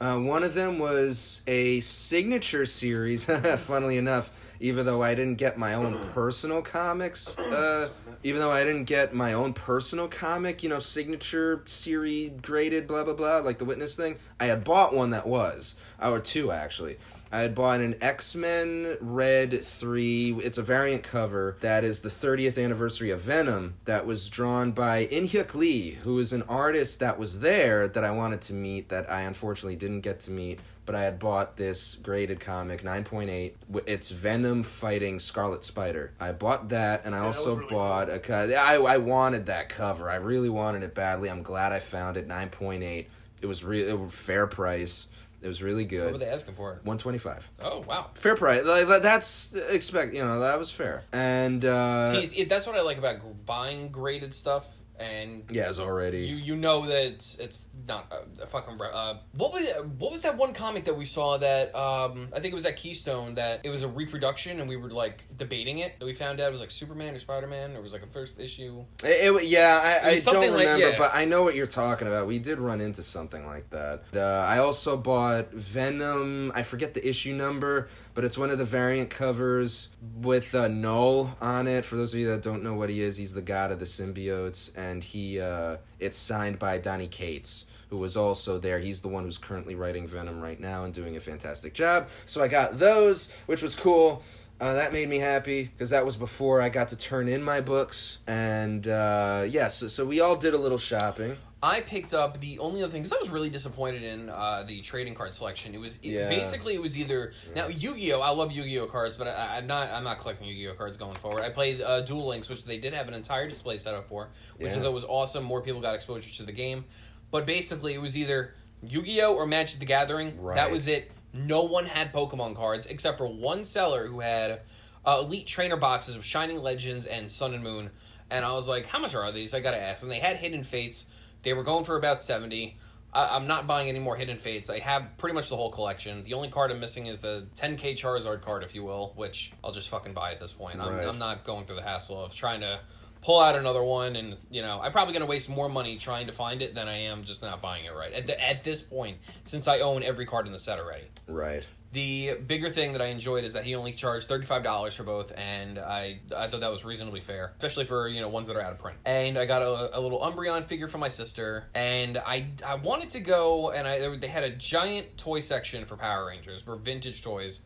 [SPEAKER 2] Uh, one of them was a signature series, funnily enough, even though I didn't get my own personal comics, uh, even though I didn't get my own personal comic, you know, signature series graded, blah, blah, blah, like the Witness thing, I had bought one that was, or two actually. I had bought an X Men Red 3. It's a variant cover that is the 30th anniversary of Venom that was drawn by Inhyuk Lee, who is an artist that was there that I wanted to meet that I unfortunately didn't get to meet. But I had bought this graded comic, 9.8. w- It's Venom fighting Scarlet Spider. I bought that, and I
[SPEAKER 5] that was
[SPEAKER 2] also
[SPEAKER 5] really
[SPEAKER 2] bought a co- I, I wanted that cover. I really wanted it badly. I'm glad I found it, 9.8. It was real fair price. It was really
[SPEAKER 3] What were
[SPEAKER 2] good.
[SPEAKER 3] they asking for?
[SPEAKER 2] 125
[SPEAKER 3] Oh, wow.
[SPEAKER 2] fair price. Like, that- that's expect. You know that was fair. And uh,
[SPEAKER 3] See, it's, it, that's what I like about gr- buying graded stuff, and
[SPEAKER 2] yeah, it's already.
[SPEAKER 3] you you know that it's, it's not a, a fucking. bra- Uh, what was what was that one comic that we saw that um I think it was at Keystone that it was a reproduction and we were like debating it that we found out it was like Superman or Spider Man or it was like a first issue.
[SPEAKER 2] It, it- yeah, I,
[SPEAKER 3] It
[SPEAKER 2] I
[SPEAKER 3] was something
[SPEAKER 2] don't
[SPEAKER 3] like-
[SPEAKER 2] remember,
[SPEAKER 3] yeah.
[SPEAKER 2] but I know what you're talking about. We did run into something like that. Uh, I also bought Venom. I forget the issue number, but it's one of the variant covers with uh, Null on it. For those of you that don't know what he is, he's the god of the symbiotes, and he uh, it's signed by Donny Cates. Who was also there? He's the one who's currently writing Venom right now and doing a fantastic job. So I got those, which was cool. Uh, that made me happy because that was before I got to turn in my books. And uh, yeah, so, so we all did a little shopping.
[SPEAKER 3] I picked up the only other thing because I was really disappointed in uh, the trading card selection. It was it,
[SPEAKER 2] Yeah.
[SPEAKER 3] basically it was either now Yu Gi Oh. I love Yu Gi Oh cards, but I, I'm not I'm not collecting Yu Gi Oh cards going forward. I played uh, Duel Links, which they did have an entire display set up for, which I
[SPEAKER 2] Yeah.
[SPEAKER 3] thought was awesome. More people got exposure to the game, but basically it was either Yu Gi Oh or Magic the Gathering. That
[SPEAKER 2] Right.
[SPEAKER 3] was it. No one had Pokemon cards except for one seller who had uh, elite trainer boxes of Shining Legends and Sun and Moon. And I was like, "How much are these?" I gotta ask. And they had Hidden Fates. They were going for about seventy. I- I'm not buying any more Hidden Fates. I have pretty much the whole collection. The only card I'm missing is the 10k Charizard card, if you will, which I'll just fucking buy at this point. I'm,
[SPEAKER 2] Right.
[SPEAKER 3] I'm not going through the hassle of trying to pull out another one and you know i'm probably going to waste more money trying to find it than i am just not buying it right at, the, at this point since i own every card in the set already
[SPEAKER 2] Right.
[SPEAKER 3] the bigger thing that i enjoyed is that he only charged $35 for both and i i thought that was reasonably fair especially for you know ones that are out of print and i got a, a little umbreon figure for my sister and i i wanted to go and i they had a giant toy section for power rangers were vintage toys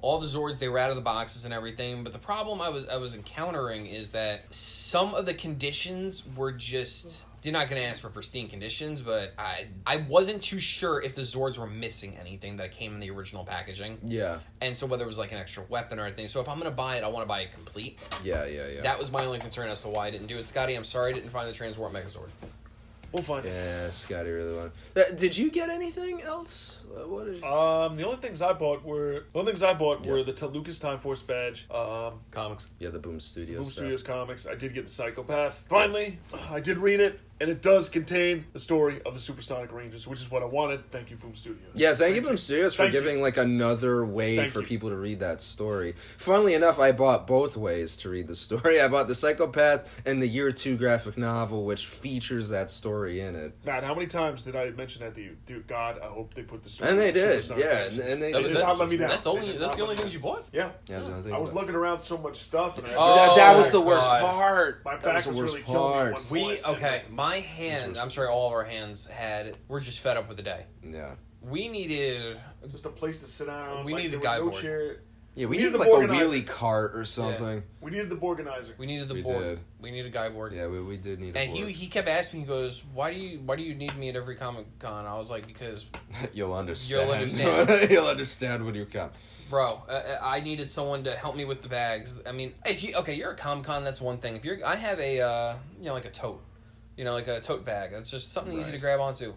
[SPEAKER 3] all the Zords they were out of the boxes and everything. But the problem I was I was encountering is that some of the conditions were just they're not going to ask for pristine conditions, but I I wasn't too sure if the Zords were missing anything that came in the original packaging.
[SPEAKER 2] Yeah.
[SPEAKER 3] And so whether it was like an extra weapon or anything. So if I'm going to buy it, I want to buy it complete.
[SPEAKER 2] Yeah. Yeah. Yeah.
[SPEAKER 3] That was my only concern as to why I didn't do it. Scotty, I'm sorry I didn't find the Transwarp Megazord.
[SPEAKER 4] We'll find it.
[SPEAKER 2] yeah, Scotty really wanted. That, did you get anything else? Uh, What did you...
[SPEAKER 4] Um, the only things I bought were the only things I bought were
[SPEAKER 2] Yeah.
[SPEAKER 4] the Tel- Lucas Time Force badge, um,
[SPEAKER 3] Comics.
[SPEAKER 2] yeah, the Boom Studios.
[SPEAKER 4] Boom
[SPEAKER 2] stuff.
[SPEAKER 4] Studios comics. I did get the Psychopath. Finally, I did read it, and it does contain the story of the Supersonic Rangers, which is what I wanted. Thank you, Boom Studios.
[SPEAKER 2] Yeah, thank you, Boom Studios, for
[SPEAKER 4] Thank you.
[SPEAKER 2] giving like another way
[SPEAKER 4] Thank
[SPEAKER 2] for
[SPEAKER 4] you.
[SPEAKER 2] people to read that story. Funnily enough, I bought both ways to read the story. I bought the Psychopath and the Year Two graphic novel, which features that story in it.
[SPEAKER 4] Matt, how many times did I mention that to you? Dude, God, I hope they put the story.
[SPEAKER 2] And they
[SPEAKER 4] of the
[SPEAKER 2] did,
[SPEAKER 4] Supersonic
[SPEAKER 2] yeah, and,
[SPEAKER 4] Rangers.
[SPEAKER 2] and they
[SPEAKER 3] That
[SPEAKER 2] did.
[SPEAKER 3] was
[SPEAKER 4] did
[SPEAKER 3] it.
[SPEAKER 4] not let me down.
[SPEAKER 3] That's
[SPEAKER 4] They
[SPEAKER 3] only
[SPEAKER 4] did
[SPEAKER 3] that's
[SPEAKER 4] not
[SPEAKER 3] the only
[SPEAKER 4] let me
[SPEAKER 3] things you bought.
[SPEAKER 4] Yeah,
[SPEAKER 2] Yeah, there's nothing
[SPEAKER 4] I was
[SPEAKER 2] about-
[SPEAKER 4] looking around so much stuff. And I,
[SPEAKER 3] Oh,
[SPEAKER 2] Th- that was the
[SPEAKER 3] my
[SPEAKER 2] worst
[SPEAKER 3] God.
[SPEAKER 2] part.
[SPEAKER 4] My
[SPEAKER 2] that
[SPEAKER 4] back
[SPEAKER 2] was the
[SPEAKER 4] was
[SPEAKER 2] worst
[SPEAKER 4] really killing me at
[SPEAKER 2] part.
[SPEAKER 4] one point.
[SPEAKER 3] We okay. my hand, I'm sorry, all of our hands had. We're just fed up with the day.
[SPEAKER 2] Yeah.
[SPEAKER 3] We needed.
[SPEAKER 5] Just a place to sit down.
[SPEAKER 3] We
[SPEAKER 5] like,
[SPEAKER 3] need a
[SPEAKER 5] there was
[SPEAKER 3] guy board.
[SPEAKER 5] No chair.
[SPEAKER 2] Yeah, we,
[SPEAKER 5] We
[SPEAKER 2] need
[SPEAKER 5] need the
[SPEAKER 2] like a
[SPEAKER 5] organizer.
[SPEAKER 2] wheelie cart or something.
[SPEAKER 5] We needed the Borganizer.
[SPEAKER 3] We needed the
[SPEAKER 2] We
[SPEAKER 3] board.
[SPEAKER 2] did.
[SPEAKER 3] We needed a guy board.
[SPEAKER 2] Yeah, we, we did need a
[SPEAKER 3] And he
[SPEAKER 2] board.
[SPEAKER 3] he kept asking. He goes, "Why do you why do you need me at every comic con?" I was like, "Because,
[SPEAKER 2] You'll understand. You'll
[SPEAKER 3] understand.
[SPEAKER 2] understand. You'll understand when you come.
[SPEAKER 3] bro, uh, I needed someone to help me with the bags. I mean, if you okay, you're a comic con. That's one thing. If you're, I have a uh, you know like a tote, you know like a tote bag. That's just something easy
[SPEAKER 2] Right.
[SPEAKER 3] to grab onto.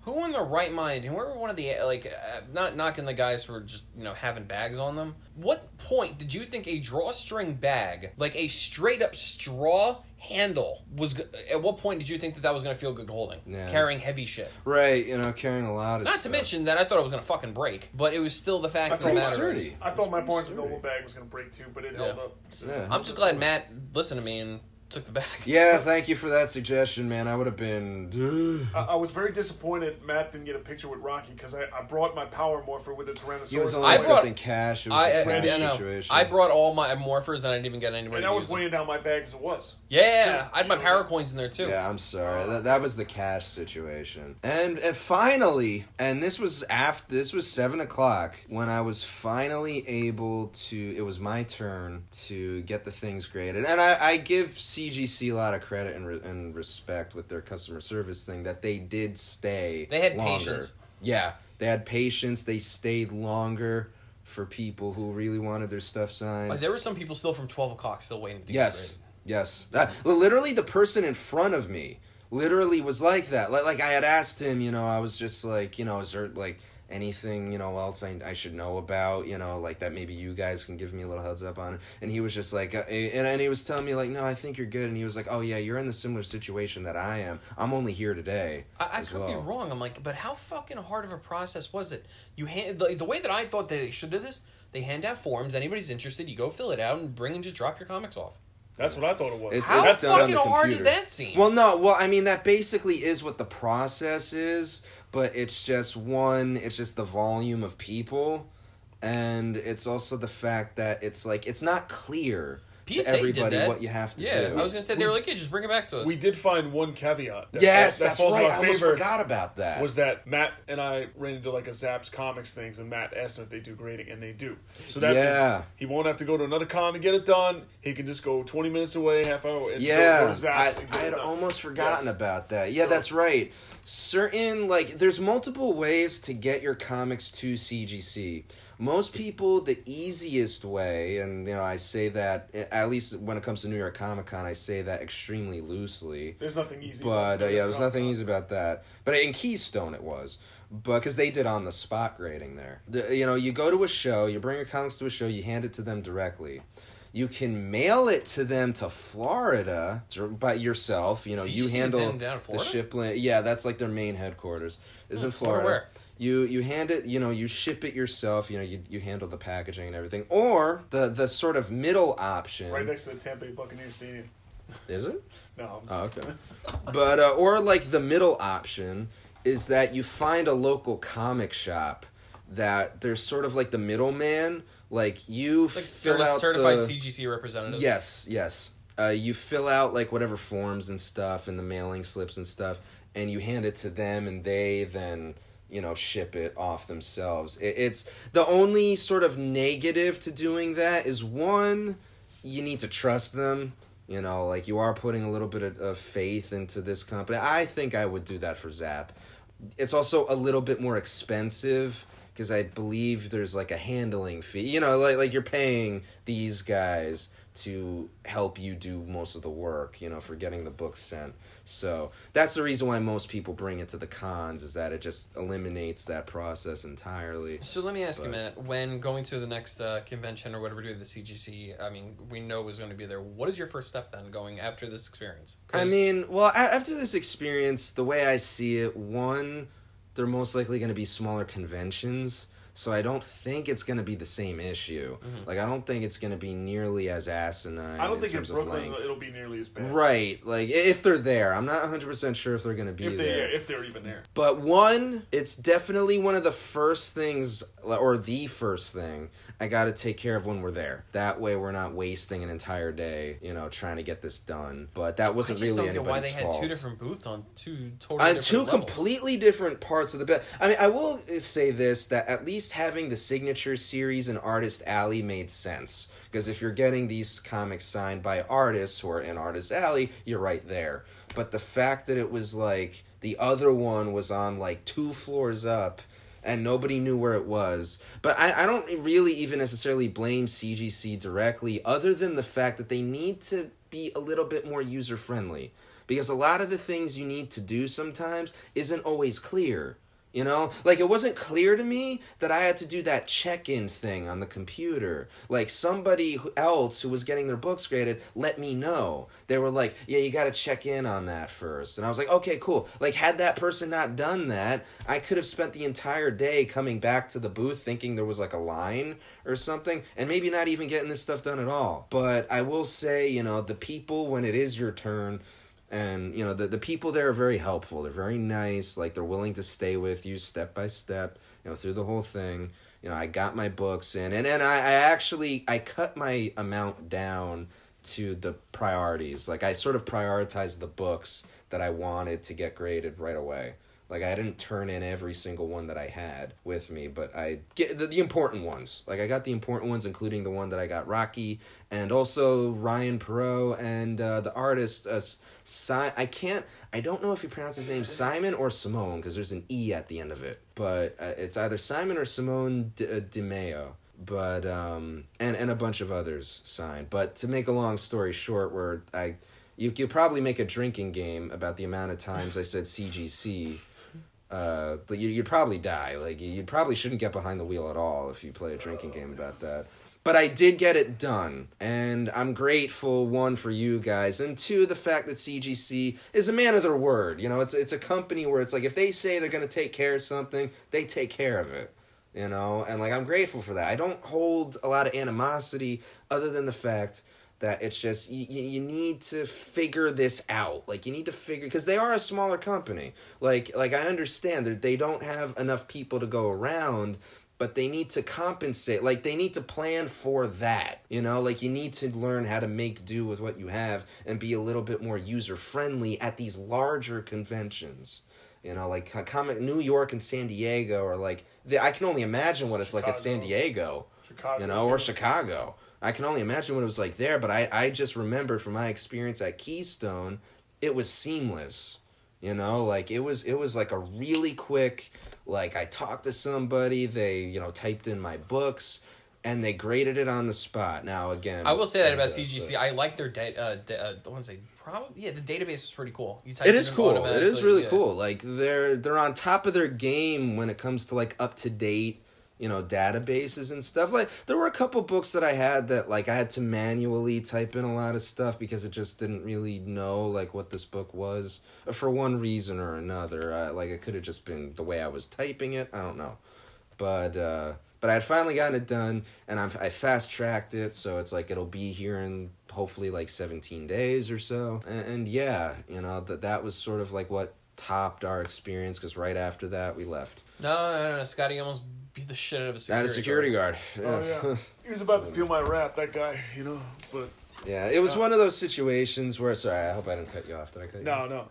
[SPEAKER 3] Who in their right mind, whoever one of the like, uh, not knocking the guys for just you know having bags on them. What point did you think a drawstring bag, like a straight up straw handle, was? g- At what point did you think that that was going to feel good holding,
[SPEAKER 2] Yeah.
[SPEAKER 3] carrying heavy shit?
[SPEAKER 2] Right, you know, carrying a lot of
[SPEAKER 3] Not to
[SPEAKER 2] stuff.
[SPEAKER 3] mention that I thought it was gonna fucking break, but it was still the fact
[SPEAKER 5] I
[SPEAKER 3] of the
[SPEAKER 5] thought it was
[SPEAKER 3] matter is,
[SPEAKER 2] sturdy.
[SPEAKER 5] I thought my Barnes and
[SPEAKER 2] Sturdy.
[SPEAKER 5] Noble bag was going to break too, but it held
[SPEAKER 3] Yeah.
[SPEAKER 5] up. So.
[SPEAKER 2] Yeah.
[SPEAKER 3] I'm just glad Matt listened to me and took the bag.
[SPEAKER 2] Yeah, thank you for that suggestion, man. I would have been.
[SPEAKER 5] I, I was very disappointed Matt didn't get a picture with Rocky because I, I brought my Power Morpher with the Tyrannosaurus.
[SPEAKER 2] He was only
[SPEAKER 3] I brought-
[SPEAKER 2] accepting cash. It was
[SPEAKER 3] I,
[SPEAKER 2] a
[SPEAKER 3] I,
[SPEAKER 2] cash
[SPEAKER 3] I know.
[SPEAKER 2] situation.
[SPEAKER 3] I brought all my morphers and I didn't even get anybody.
[SPEAKER 5] and
[SPEAKER 3] to
[SPEAKER 5] I was
[SPEAKER 3] use them.
[SPEAKER 5] weighing down my bag as it was.
[SPEAKER 3] Yeah, I had my power coins in there too.
[SPEAKER 2] Yeah, I'm sorry. That, that was the cash situation. And and finally, and this was after this was seven o'clock when I was finally able to. It was my turn to get the things graded, and I, I give CGC a lot of credit and, re, and respect with their customer service thing that they did stay.
[SPEAKER 3] They had
[SPEAKER 2] longer.
[SPEAKER 3] patience.
[SPEAKER 2] Yeah, they had patience. They stayed longer for people who really wanted their stuff signed.
[SPEAKER 3] Like, there were some people still from twelve o'clock still waiting to get
[SPEAKER 2] Yes.
[SPEAKER 3] graded.
[SPEAKER 2] Yes. Uh, literally, the person in front of me literally was like that. Like, like I had asked him, you know, I was just like, you know, is there like anything, you know, else I, I should know about, you know, like that maybe you guys can give me a little heads up on. And he was just like, uh, and, and he was telling me, like, no, I think you're good. And he was like, oh, yeah, you're in the similar situation that I am. I'm only here today.
[SPEAKER 3] I, I
[SPEAKER 2] as
[SPEAKER 3] could
[SPEAKER 2] well.
[SPEAKER 3] be wrong. I'm like, but how fucking hard of a process was it? You hand the, the way that I thought they should do this. They hand out forms. Anybody's interested, you go fill it out and bring and just drop your comics off.
[SPEAKER 4] That's what I thought it was.
[SPEAKER 2] It's,
[SPEAKER 3] How
[SPEAKER 2] it's done on
[SPEAKER 3] fucking
[SPEAKER 2] the
[SPEAKER 3] hard did
[SPEAKER 2] computer.
[SPEAKER 3] that seem?
[SPEAKER 2] Well, no. Well, I mean, that basically is what the process is, but it's just one. It's just the volume of people, and it's also the fact that it's like it's not clear
[SPEAKER 3] PSA
[SPEAKER 2] to
[SPEAKER 3] did
[SPEAKER 2] everybody
[SPEAKER 3] that.
[SPEAKER 2] what you have to
[SPEAKER 3] Yeah,
[SPEAKER 2] do.
[SPEAKER 3] I was gonna say they were like, yeah, just bring it back to us.
[SPEAKER 4] we did find one caveat. That,
[SPEAKER 2] yes,
[SPEAKER 4] that, that
[SPEAKER 2] that's
[SPEAKER 4] falls
[SPEAKER 2] right.
[SPEAKER 4] in
[SPEAKER 2] I
[SPEAKER 4] our
[SPEAKER 2] almost
[SPEAKER 4] favor.
[SPEAKER 2] forgot about that.
[SPEAKER 4] was that Matt and I ran into like a Zaps comics things, and Matt asked them if they do grading, and they do. So that
[SPEAKER 2] Yeah.
[SPEAKER 4] means he won't have to go to another con to get it done. He can just go twenty minutes away, half hour. And go- go
[SPEAKER 2] yeah,
[SPEAKER 4] to
[SPEAKER 2] I,
[SPEAKER 4] Zapp's and
[SPEAKER 2] I
[SPEAKER 4] get it
[SPEAKER 2] had
[SPEAKER 4] done.
[SPEAKER 2] almost forgotten
[SPEAKER 4] Yes.
[SPEAKER 2] about that. Yeah, that's right. Certain like there's multiple ways to get your comics to CGC. Most people, the easiest way, and you know, I say that at least when it comes to New York Comic Con, I say that extremely loosely.
[SPEAKER 5] There's nothing easy.
[SPEAKER 2] But uh, yeah, there's nothing
[SPEAKER 5] easy.
[SPEAKER 2] easy about that. But in Keystone, it was. But because they did on the spot grading there, the, you know, you go to a show, you bring your comics to a show, you hand it to them directly. You can mail it to them to Florida dr- by yourself. You know,
[SPEAKER 3] CGC
[SPEAKER 2] you
[SPEAKER 3] is
[SPEAKER 2] handle
[SPEAKER 3] down- down in
[SPEAKER 2] the
[SPEAKER 3] Florida?
[SPEAKER 2] shipment. Yeah, that's like their main headquarters is in
[SPEAKER 3] wonder
[SPEAKER 2] Florida.
[SPEAKER 3] where.
[SPEAKER 2] You you hand it, you know, you ship it yourself. You know, you, you handle the packaging and everything. Or the the sort of middle option
[SPEAKER 5] Right next to the Tampa Bay Buccaneers Stadium.
[SPEAKER 2] is it?
[SPEAKER 5] No, I'm just-
[SPEAKER 2] Oh, okay. But uh, or like the middle option is that you find a local comic shop that there's sort of like the middleman, like you
[SPEAKER 3] like
[SPEAKER 2] fill
[SPEAKER 3] certi-
[SPEAKER 2] out
[SPEAKER 3] certified
[SPEAKER 2] the,
[SPEAKER 3] CGC representatives.
[SPEAKER 2] Yes, yes. Uh, you fill out like whatever forms and stuff and the mailing slips and stuff, and you hand it to them, and they then you know ship it off themselves. It, it's the only sort of negative to doing that is one, you need to trust them. You know, like you are putting a little bit of, of faith into this company. I think I would do that for Zap. It's also a little bit more expensive because I believe there's like a handling fee. You know, like like you're paying these guys to help you do most of the work. You know, for getting the books sent. So that's the reason why most people bring it to the cons is that it just eliminates that process entirely.
[SPEAKER 3] So let me ask you,
[SPEAKER 2] But-
[SPEAKER 3] Matt, when going to the next uh, convention or whatever, do the CGC, I mean, we know was going to be there. What is your first step then going after this experience? 'Cause
[SPEAKER 2] I mean, well, a- after this experience, the way I see it, one, they're most likely going to be smaller conventions. so I don't think it's going to be the same issue. Like I don't think it's going to be nearly as asinine.
[SPEAKER 5] Mm-hmm. I don't
[SPEAKER 2] in
[SPEAKER 5] think in
[SPEAKER 2] terms of
[SPEAKER 5] Brooklyn
[SPEAKER 2] length.
[SPEAKER 5] it'll be nearly as bad.
[SPEAKER 2] Right, like i- if they're there, I'm not 100 percent sure if they're going to be
[SPEAKER 5] If they,
[SPEAKER 2] there.
[SPEAKER 5] yeah, if they're even there.
[SPEAKER 2] But one, it's definitely one of the first things, or the first thing, I got to take care of when we're there. That way, we're not wasting an entire day, you know, trying to get this done. But that
[SPEAKER 3] I
[SPEAKER 2] wasn't
[SPEAKER 3] just
[SPEAKER 2] really
[SPEAKER 3] don't get
[SPEAKER 2] anybody's
[SPEAKER 3] why they had
[SPEAKER 2] fault.
[SPEAKER 3] two different booths on two totally
[SPEAKER 2] on
[SPEAKER 3] different
[SPEAKER 2] two
[SPEAKER 3] levels.
[SPEAKER 2] completely different parts of the bed. I mean, I will say this that at least having the signature series and Artist Alley made sense because if you're getting these comics signed by artists who are in Artist Alley, you're right there. But the fact that it was like the other one was on like two floors up and nobody knew where it was. But I, I don't really even necessarily blame CGC directly, other than the fact that they need to be a little bit more user friendly. Because a lot of the things you need to do sometimes isn't always clear. You know, like it wasn't clear to me that I had to do that check in thing on the computer. Like somebody who- else who was getting their books graded let me know. They were like, yeah, you got to check in on that first. And I was like, okay, cool. Like, had that person not done that, I could have spent the entire day coming back to the booth thinking there was like a line or something and maybe not even getting this stuff done at all. But I will say, you know, the people, when it is your turn, and you know the, the people there are very helpful they're very nice like they're willing to stay with you step by step you know through the whole thing you know i got my books in and then i, I actually i cut my amount down to the priorities like i sort of prioritized the books that i wanted to get graded right away like i didn't turn in every single one that i had with me but i get the, the important ones like i got the important ones including the one that i got rocky and also ryan perot and uh, the artist uh, si- i can't i don't know if you pronounce his name simon or simone because there's an e at the end of it but uh, it's either simon or simone D- uh, de mayo but um and and a bunch of others signed but to make a long story short where i you could probably make a drinking game about the amount of times I said CGC. Uh, like, you, you'd probably die. Like you, you probably shouldn't get behind the wheel at all if you play a drinking game about that. But I did get it done, and I'm grateful one for you guys, and two the fact that CGC is a man of their word. You know, it's it's a company where it's like if they say they're gonna take care of something, they take care of it you know and like i'm grateful for that i don't hold a lot of animosity other than the fact that it's just you, you, you need to figure this out like you need to figure because they are a smaller company like like i understand that they don't have enough people to go around but they need to compensate like they need to plan for that you know like you need to learn how to make do with what you have and be a little bit more user friendly at these larger conventions you know, like co- comic New York and San Diego are like the, I can only imagine what it's like at San
[SPEAKER 5] Chicago.
[SPEAKER 2] Diego,
[SPEAKER 5] Chicago,
[SPEAKER 2] you know, or
[SPEAKER 5] too.
[SPEAKER 2] Chicago. I can only imagine what it was like there, but I I just remembered from my experience at Keystone, it was seamless. You know, like it was it was like a really quick like I talked to somebody, they, you know, typed in my books and they graded it on the spot. Now again, uh,
[SPEAKER 3] I will say that about
[SPEAKER 2] but-
[SPEAKER 3] CGC. I like their data. Uh, da- uh, I want to say probably yeah. The database is pretty cool. You type
[SPEAKER 2] it is
[SPEAKER 3] in
[SPEAKER 2] cool. It is
[SPEAKER 3] automatically,
[SPEAKER 2] really
[SPEAKER 3] yeah.
[SPEAKER 2] cool. Like they're they're on top of their game when it comes to like up to date, you know, databases and stuff. Like there were a couple books that I had that like I had to manually type in a lot of stuff because it just didn't really know like what this book was for one reason or another. Uh, like it could have just been the way I was typing it. I don't know but uh but I had finally gotten it done, and I'm, I fast tracked it, so it's like it'll be here in hopefully like 17 days or so. And, and yeah, you know that that was sort of like what topped our experience because right after that we left.
[SPEAKER 3] No, no, no, no. Scotty almost beat the shit out of a
[SPEAKER 2] Not
[SPEAKER 3] security.
[SPEAKER 2] a security
[SPEAKER 3] guard.
[SPEAKER 2] guard.
[SPEAKER 5] Oh yeah, he was about to feel my wrath, that guy. You know, but
[SPEAKER 2] yeah. It was one of those situations where sorry, I hope I didn't cut you off. Did I cut you?
[SPEAKER 4] No,
[SPEAKER 2] off?
[SPEAKER 4] no. no.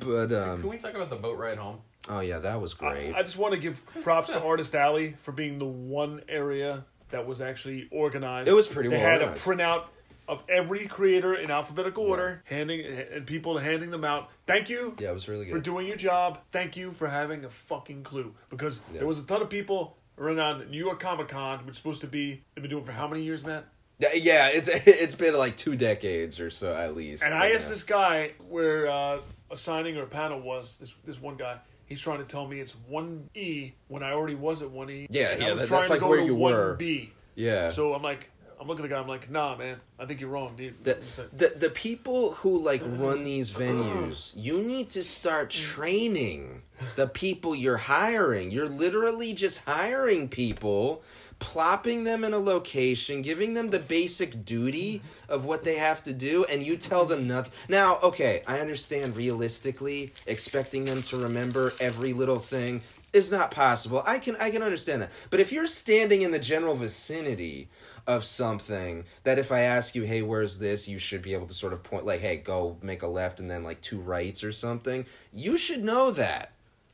[SPEAKER 2] But
[SPEAKER 3] Can
[SPEAKER 2] um,
[SPEAKER 3] we talk about the boat ride home?
[SPEAKER 2] oh yeah, that was great.
[SPEAKER 4] I just want to give props to Artist Alley for being the one area
[SPEAKER 5] that was actually organized.
[SPEAKER 2] It was pretty
[SPEAKER 5] They
[SPEAKER 2] well
[SPEAKER 5] had
[SPEAKER 2] organized.
[SPEAKER 5] a printout of every creator in alphabetical order, handing and people handing them out. Thank you.
[SPEAKER 2] yeah, it was really
[SPEAKER 5] for
[SPEAKER 2] good.
[SPEAKER 5] doing your job. Thank you for having a fucking clue. Because there was a ton of people running on New York Comic Con, which is supposed to be they've been doing for how many years, Matt?
[SPEAKER 2] Yeah, yeah, it's it's been like two decades or so at least.
[SPEAKER 5] And I
[SPEAKER 2] Yeah.
[SPEAKER 5] asked this guy where uh, a signing or a panel was. This this one guy. He's trying to tell me it's one E when I already was at one E.
[SPEAKER 2] Yeah,
[SPEAKER 5] and I
[SPEAKER 2] yeah,
[SPEAKER 5] was
[SPEAKER 2] that-
[SPEAKER 5] trying
[SPEAKER 2] that's
[SPEAKER 5] to
[SPEAKER 2] like
[SPEAKER 5] go
[SPEAKER 2] where
[SPEAKER 5] to
[SPEAKER 2] you were.
[SPEAKER 5] 1B.
[SPEAKER 2] Yeah.
[SPEAKER 5] So I'm like,
[SPEAKER 4] I'm looking at the guy. I'm like, nah, man. I think you're wrong, dude.
[SPEAKER 2] The,
[SPEAKER 4] He said,
[SPEAKER 2] the the people who like run these venues, you need to start training the people you're hiring. You're literally just hiring people, plopping them in a location, giving them the basic duty of what they have to do, and you tell them nothing. Now, okay, I understand realistically expecting them to remember every little thing is not possible. I can I can understand that. But if you're standing in the general vicinity of something that if I ask you, "Hey, where's this?" you should be able to sort of point like, "Hey, go make a left and then like two rights or something." You should know that.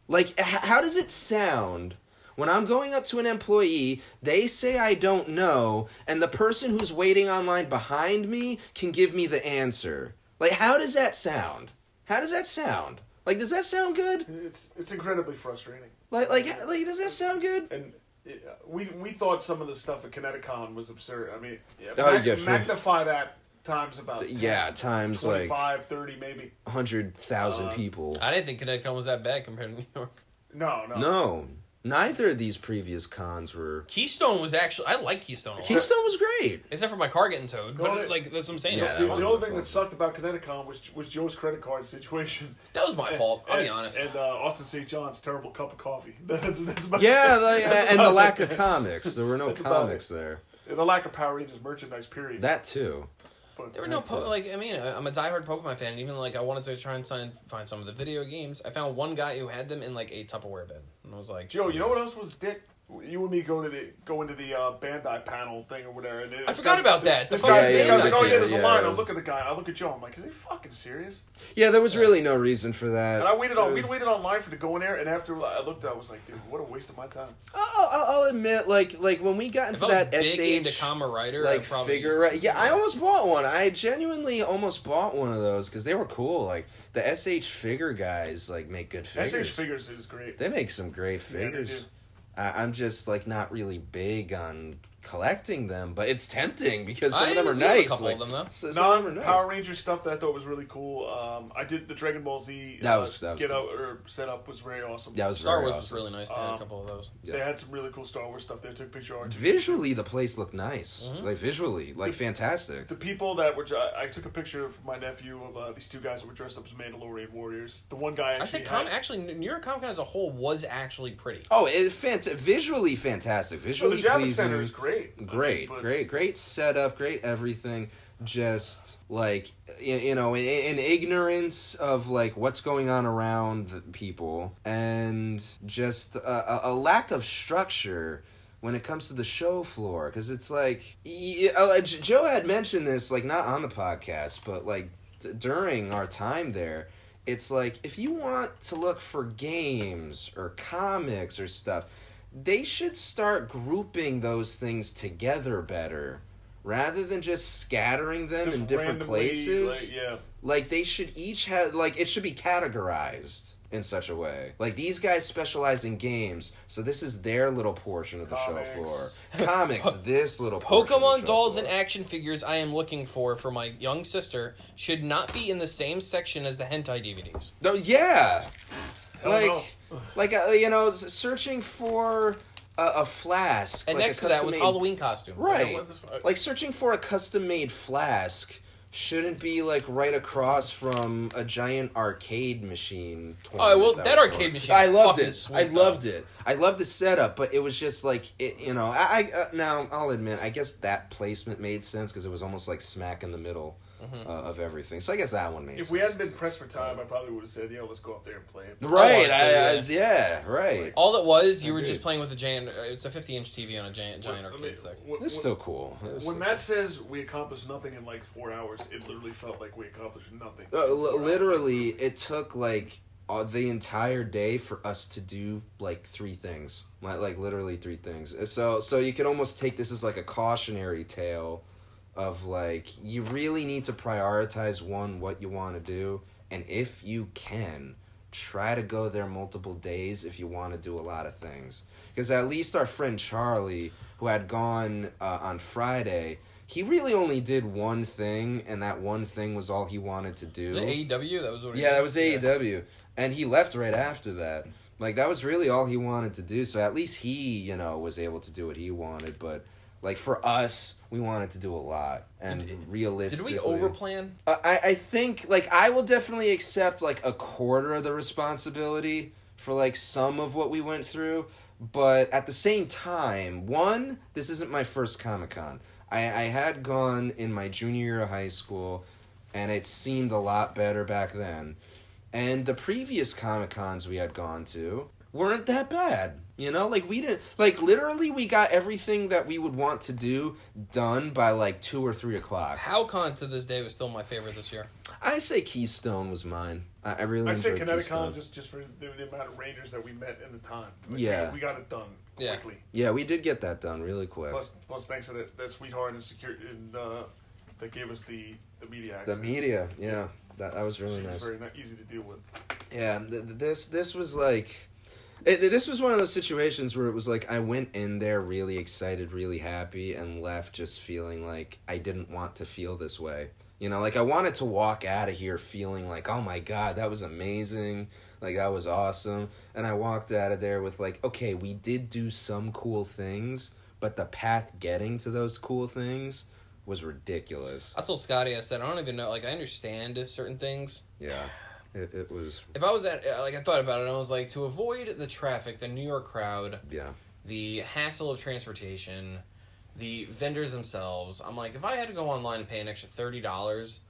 [SPEAKER 2] Like h- how does it sound when I'm going up to an employee, they say I don't know, and the person who's waiting online behind me can give me the answer. Like how does that sound? How does that sound? Like does that sound good?
[SPEAKER 5] It's it's incredibly frustrating.
[SPEAKER 2] Like, like, like, does that sound good?
[SPEAKER 5] And it, we we thought some of the stuff at Kineticon was absurd. I mean, yeah,
[SPEAKER 2] Oh,
[SPEAKER 5] mag-
[SPEAKER 2] yeah, sure.
[SPEAKER 5] magnify that times about 10,
[SPEAKER 2] Yeah, times like
[SPEAKER 5] 25, 30 maybe.
[SPEAKER 2] hundred thousand
[SPEAKER 5] Uh,
[SPEAKER 2] people.
[SPEAKER 3] I didn't think Connecticut was that bad compared to New York.
[SPEAKER 5] No, no.
[SPEAKER 2] No, neither of these previous cons were.
[SPEAKER 3] Keystone was actually I like Keystone a lot.
[SPEAKER 2] Keystone was great.
[SPEAKER 3] Except for my car getting towed,
[SPEAKER 5] Go
[SPEAKER 3] but
[SPEAKER 5] ahead.
[SPEAKER 3] like that's what I'm saying.
[SPEAKER 2] Yeah,
[SPEAKER 3] That was-
[SPEAKER 5] The,
[SPEAKER 2] that
[SPEAKER 5] the
[SPEAKER 2] wasn't
[SPEAKER 5] only
[SPEAKER 2] my
[SPEAKER 5] thing that
[SPEAKER 2] fault.
[SPEAKER 5] sucked about Kineticon was was Joe's credit card situation.
[SPEAKER 3] that was my fault. I'll be honest.
[SPEAKER 5] And uh, Austin St. John's terrible cup of coffee. That's, that's about
[SPEAKER 2] Yeah, like,
[SPEAKER 5] That's
[SPEAKER 2] and the
[SPEAKER 5] about
[SPEAKER 2] lack
[SPEAKER 5] it.
[SPEAKER 2] of comics. There were no
[SPEAKER 5] That's about
[SPEAKER 2] comics there.
[SPEAKER 5] the lack of Power Rangers merchandise. Period.
[SPEAKER 2] That too.
[SPEAKER 5] But-
[SPEAKER 3] There were no
[SPEAKER 2] That's
[SPEAKER 3] po-
[SPEAKER 2] it.
[SPEAKER 3] like I mean I- I'm a diehard Pokemon fan. And even like I wanted to try and sign, find some of the video games. I found one guy who had them in like a Tupperware bin, and I was like,
[SPEAKER 5] Joe, you know what else was dick? You and me go to the go into the uh, Bandai panel thing or whatever. And
[SPEAKER 3] I forgot about that.
[SPEAKER 5] This
[SPEAKER 3] That's
[SPEAKER 5] guy,
[SPEAKER 2] Yeah,
[SPEAKER 5] this
[SPEAKER 2] yeah,
[SPEAKER 5] guy's
[SPEAKER 2] yeah,
[SPEAKER 5] like, oh yeah,
[SPEAKER 2] yeah,
[SPEAKER 5] there's a
[SPEAKER 2] yeah.
[SPEAKER 5] line. I look at the guy. I look at Joe. I'm like, is he fucking serious?
[SPEAKER 2] Yeah, there was really no reason for
[SPEAKER 5] And I
[SPEAKER 2] that.
[SPEAKER 5] waited on we waited online for to go in there. And after I looked, I was like, dude, what a waste of my time.
[SPEAKER 2] I'll, I'll, I'll admit, like, like when we got
[SPEAKER 3] if
[SPEAKER 2] into
[SPEAKER 3] I
[SPEAKER 2] that
[SPEAKER 3] was big into
[SPEAKER 2] SH
[SPEAKER 3] Kamen Rider,
[SPEAKER 2] like
[SPEAKER 3] I'd probably
[SPEAKER 2] figure right yeah i almost bought one i genuinely almost bought one of those because they were cool like the sh figure guys like make good figures
[SPEAKER 5] SH figures is great.
[SPEAKER 2] they make some great
[SPEAKER 5] they
[SPEAKER 2] figures
[SPEAKER 5] do.
[SPEAKER 2] I, i'm just like not really big on collecting them but it's tempting because some
[SPEAKER 3] I-
[SPEAKER 2] of them are
[SPEAKER 3] we have a
[SPEAKER 2] nice
[SPEAKER 3] couple
[SPEAKER 2] like,
[SPEAKER 3] of them, though.
[SPEAKER 2] so- some of them
[SPEAKER 5] Non
[SPEAKER 2] are nice.
[SPEAKER 5] Power Ranger stuff that I thought was really cool. Um, I did the Dragon Ball Z
[SPEAKER 2] That
[SPEAKER 5] uh,
[SPEAKER 2] was- that was
[SPEAKER 5] get
[SPEAKER 2] cool.
[SPEAKER 5] out or setup was very awesome.
[SPEAKER 2] that was
[SPEAKER 3] Star
[SPEAKER 2] very
[SPEAKER 3] Wars was
[SPEAKER 2] awesome.
[SPEAKER 3] really nice. They had a
[SPEAKER 5] Um,
[SPEAKER 3] couple of those.
[SPEAKER 5] They had some really cool Star Wars stuff. They took picture art.
[SPEAKER 2] visually the place looked nice
[SPEAKER 3] Mm-hmm.
[SPEAKER 2] like visually like fantastic
[SPEAKER 5] The people that were, I I took a picture of my nephew of uh, these two guys that were dressed up as Mandalorian warriors. The one guy actually
[SPEAKER 3] I said, com-
[SPEAKER 5] had-
[SPEAKER 3] actually, New York Comic Con as a whole was actually pretty.
[SPEAKER 2] Oh, it fant- visually fantastic.
[SPEAKER 5] Well, the
[SPEAKER 2] Visually
[SPEAKER 5] Java
[SPEAKER 2] pleasing.
[SPEAKER 5] Center is great.
[SPEAKER 2] great,
[SPEAKER 5] But-
[SPEAKER 2] great, great setup, great everything. Just like you, you know, in, in ignorance of like what's going on around the people, and just a, a, a lack of structure when it comes to the show floor, because it's like y- y- uh, J- Joe had mentioned this, like not on the podcast, but like d- during our time there. It's like if you want to look for games or comics or stuff, they should start grouping those things together better rather than just scattering them
[SPEAKER 5] Just
[SPEAKER 2] in different
[SPEAKER 5] randomly,
[SPEAKER 2] places
[SPEAKER 5] Like, yeah.
[SPEAKER 2] like they should each have like it should be categorized in such a way like these guys specialize in games so this is their little portion of the
[SPEAKER 5] Comics.
[SPEAKER 2] show floor comics this little portion of the
[SPEAKER 3] Pokemon
[SPEAKER 2] show
[SPEAKER 3] dolls
[SPEAKER 2] floor.
[SPEAKER 3] and action figures I am looking for for my young sister should not be in the same section as the hentai DVDs.
[SPEAKER 2] No, yeah. like,
[SPEAKER 5] no.
[SPEAKER 2] like uh, you know, s- searching for a, a flask.
[SPEAKER 3] And
[SPEAKER 2] like a
[SPEAKER 3] next to that was
[SPEAKER 2] custom-made-
[SPEAKER 3] Halloween costumes.
[SPEAKER 2] Right.
[SPEAKER 3] Like, what the-
[SPEAKER 2] Like searching for a custom-made flask shouldn't be like right across from a giant arcade machine.
[SPEAKER 3] Oh, well,
[SPEAKER 2] tournament
[SPEAKER 3] that
[SPEAKER 2] was
[SPEAKER 3] arcade
[SPEAKER 2] going-
[SPEAKER 3] machine
[SPEAKER 2] I
[SPEAKER 3] was
[SPEAKER 2] loved
[SPEAKER 3] fucking
[SPEAKER 2] it.
[SPEAKER 3] sweet,
[SPEAKER 2] I
[SPEAKER 3] though.
[SPEAKER 2] loved it. I loved the setup, but it was just like it. You know, I, I uh, now I'll admit, I guess that placement made sense because it was almost like smack in the middle uh,
[SPEAKER 3] Mm-hmm.
[SPEAKER 2] of everything. So I guess that one made sense.
[SPEAKER 5] If we hadn't been pressed for time, I probably would have said, "Yo, let's go up there and play it."
[SPEAKER 2] Right.
[SPEAKER 3] I
[SPEAKER 2] I, I,
[SPEAKER 3] want
[SPEAKER 2] yeah. Right.
[SPEAKER 3] All it was, you were just
[SPEAKER 2] Agreed.
[SPEAKER 3] playing with a giant. uh, It's a 50 inch TV on a giant, giant
[SPEAKER 5] When- I
[SPEAKER 3] arcade
[SPEAKER 5] mean,
[SPEAKER 3] stick.
[SPEAKER 5] when-
[SPEAKER 2] It's
[SPEAKER 5] when-
[SPEAKER 2] still cool. It's
[SPEAKER 5] When
[SPEAKER 2] still-
[SPEAKER 5] Matt says we accomplished nothing in like four hours, it literally felt like we accomplished nothing.
[SPEAKER 2] Uh, li- literally, it took like uh, the entire day for us to do like three things. Like, like literally three things. Uh, So so you could almost take this as like a cautionary tale of like you really need to prioritize one what you want to do and if you can try to go there multiple days if you want to do a lot of things because at least our friend charlie who had gone uh, on friday he really only did one thing and that one thing was all he wanted to do
[SPEAKER 3] The AEW, that was what it
[SPEAKER 2] yeah that was E aew and he left right after that like that was really all he wanted to do so at least he you know was able to do what he wanted but Like for us, we wanted to do a lot and
[SPEAKER 3] Did
[SPEAKER 2] realistically.
[SPEAKER 3] we overplan?
[SPEAKER 2] Uh, I I think like I will definitely accept like a quarter of the responsibility for like some of what we went through, but at the same time, one, this isn't my first Comic Con. I I had gone in my junior year of high school, and it seemed a lot better back then, and the previous Comic Cons we had gone to weren't that bad. You know, like we didn't like literally we got everything that we would want to do done by like two or three o'clock.
[SPEAKER 3] HowCon to this day was still my favorite this year.
[SPEAKER 2] I say Keystone was mine. I, I really
[SPEAKER 5] I say
[SPEAKER 2] enjoyed
[SPEAKER 5] Connecticut
[SPEAKER 2] Keystone.
[SPEAKER 5] just just for the, the amount of Rangers that we met in the time. Like,
[SPEAKER 2] Yeah.
[SPEAKER 5] we, we got it done
[SPEAKER 3] Yeah.
[SPEAKER 5] quickly.
[SPEAKER 2] Yeah, we did get that done really quick.
[SPEAKER 5] Plus, plus thanks to that, that sweetheart and secure and uh, that gave us the the media
[SPEAKER 2] the
[SPEAKER 5] access.
[SPEAKER 2] media, yeah, that that was
[SPEAKER 5] She
[SPEAKER 2] really
[SPEAKER 5] was
[SPEAKER 2] nice.
[SPEAKER 5] very not easy to deal with.
[SPEAKER 2] Yeah, th- th- this this was like, it, this was one of those situations where it was like I went in there really excited, really happy, and left just feeling like I didn't want to feel this way. You know, like I wanted to walk out of here feeling like, oh my god, that was amazing, like that was awesome, and I walked out of there with like, okay, we did do some cool things, but the path getting to those cool things was ridiculous.
[SPEAKER 3] I told Scotty, I said, I don't even know. Like, I understand certain things.
[SPEAKER 2] Yeah, it it was
[SPEAKER 3] If I was at, uh, like, I thought about it, and I was like, to avoid the traffic, the New York crowd,
[SPEAKER 2] yeah.
[SPEAKER 3] the hassle of transportation, the vendors themselves. I'm like, if I had to go online and pay an extra thirty dollars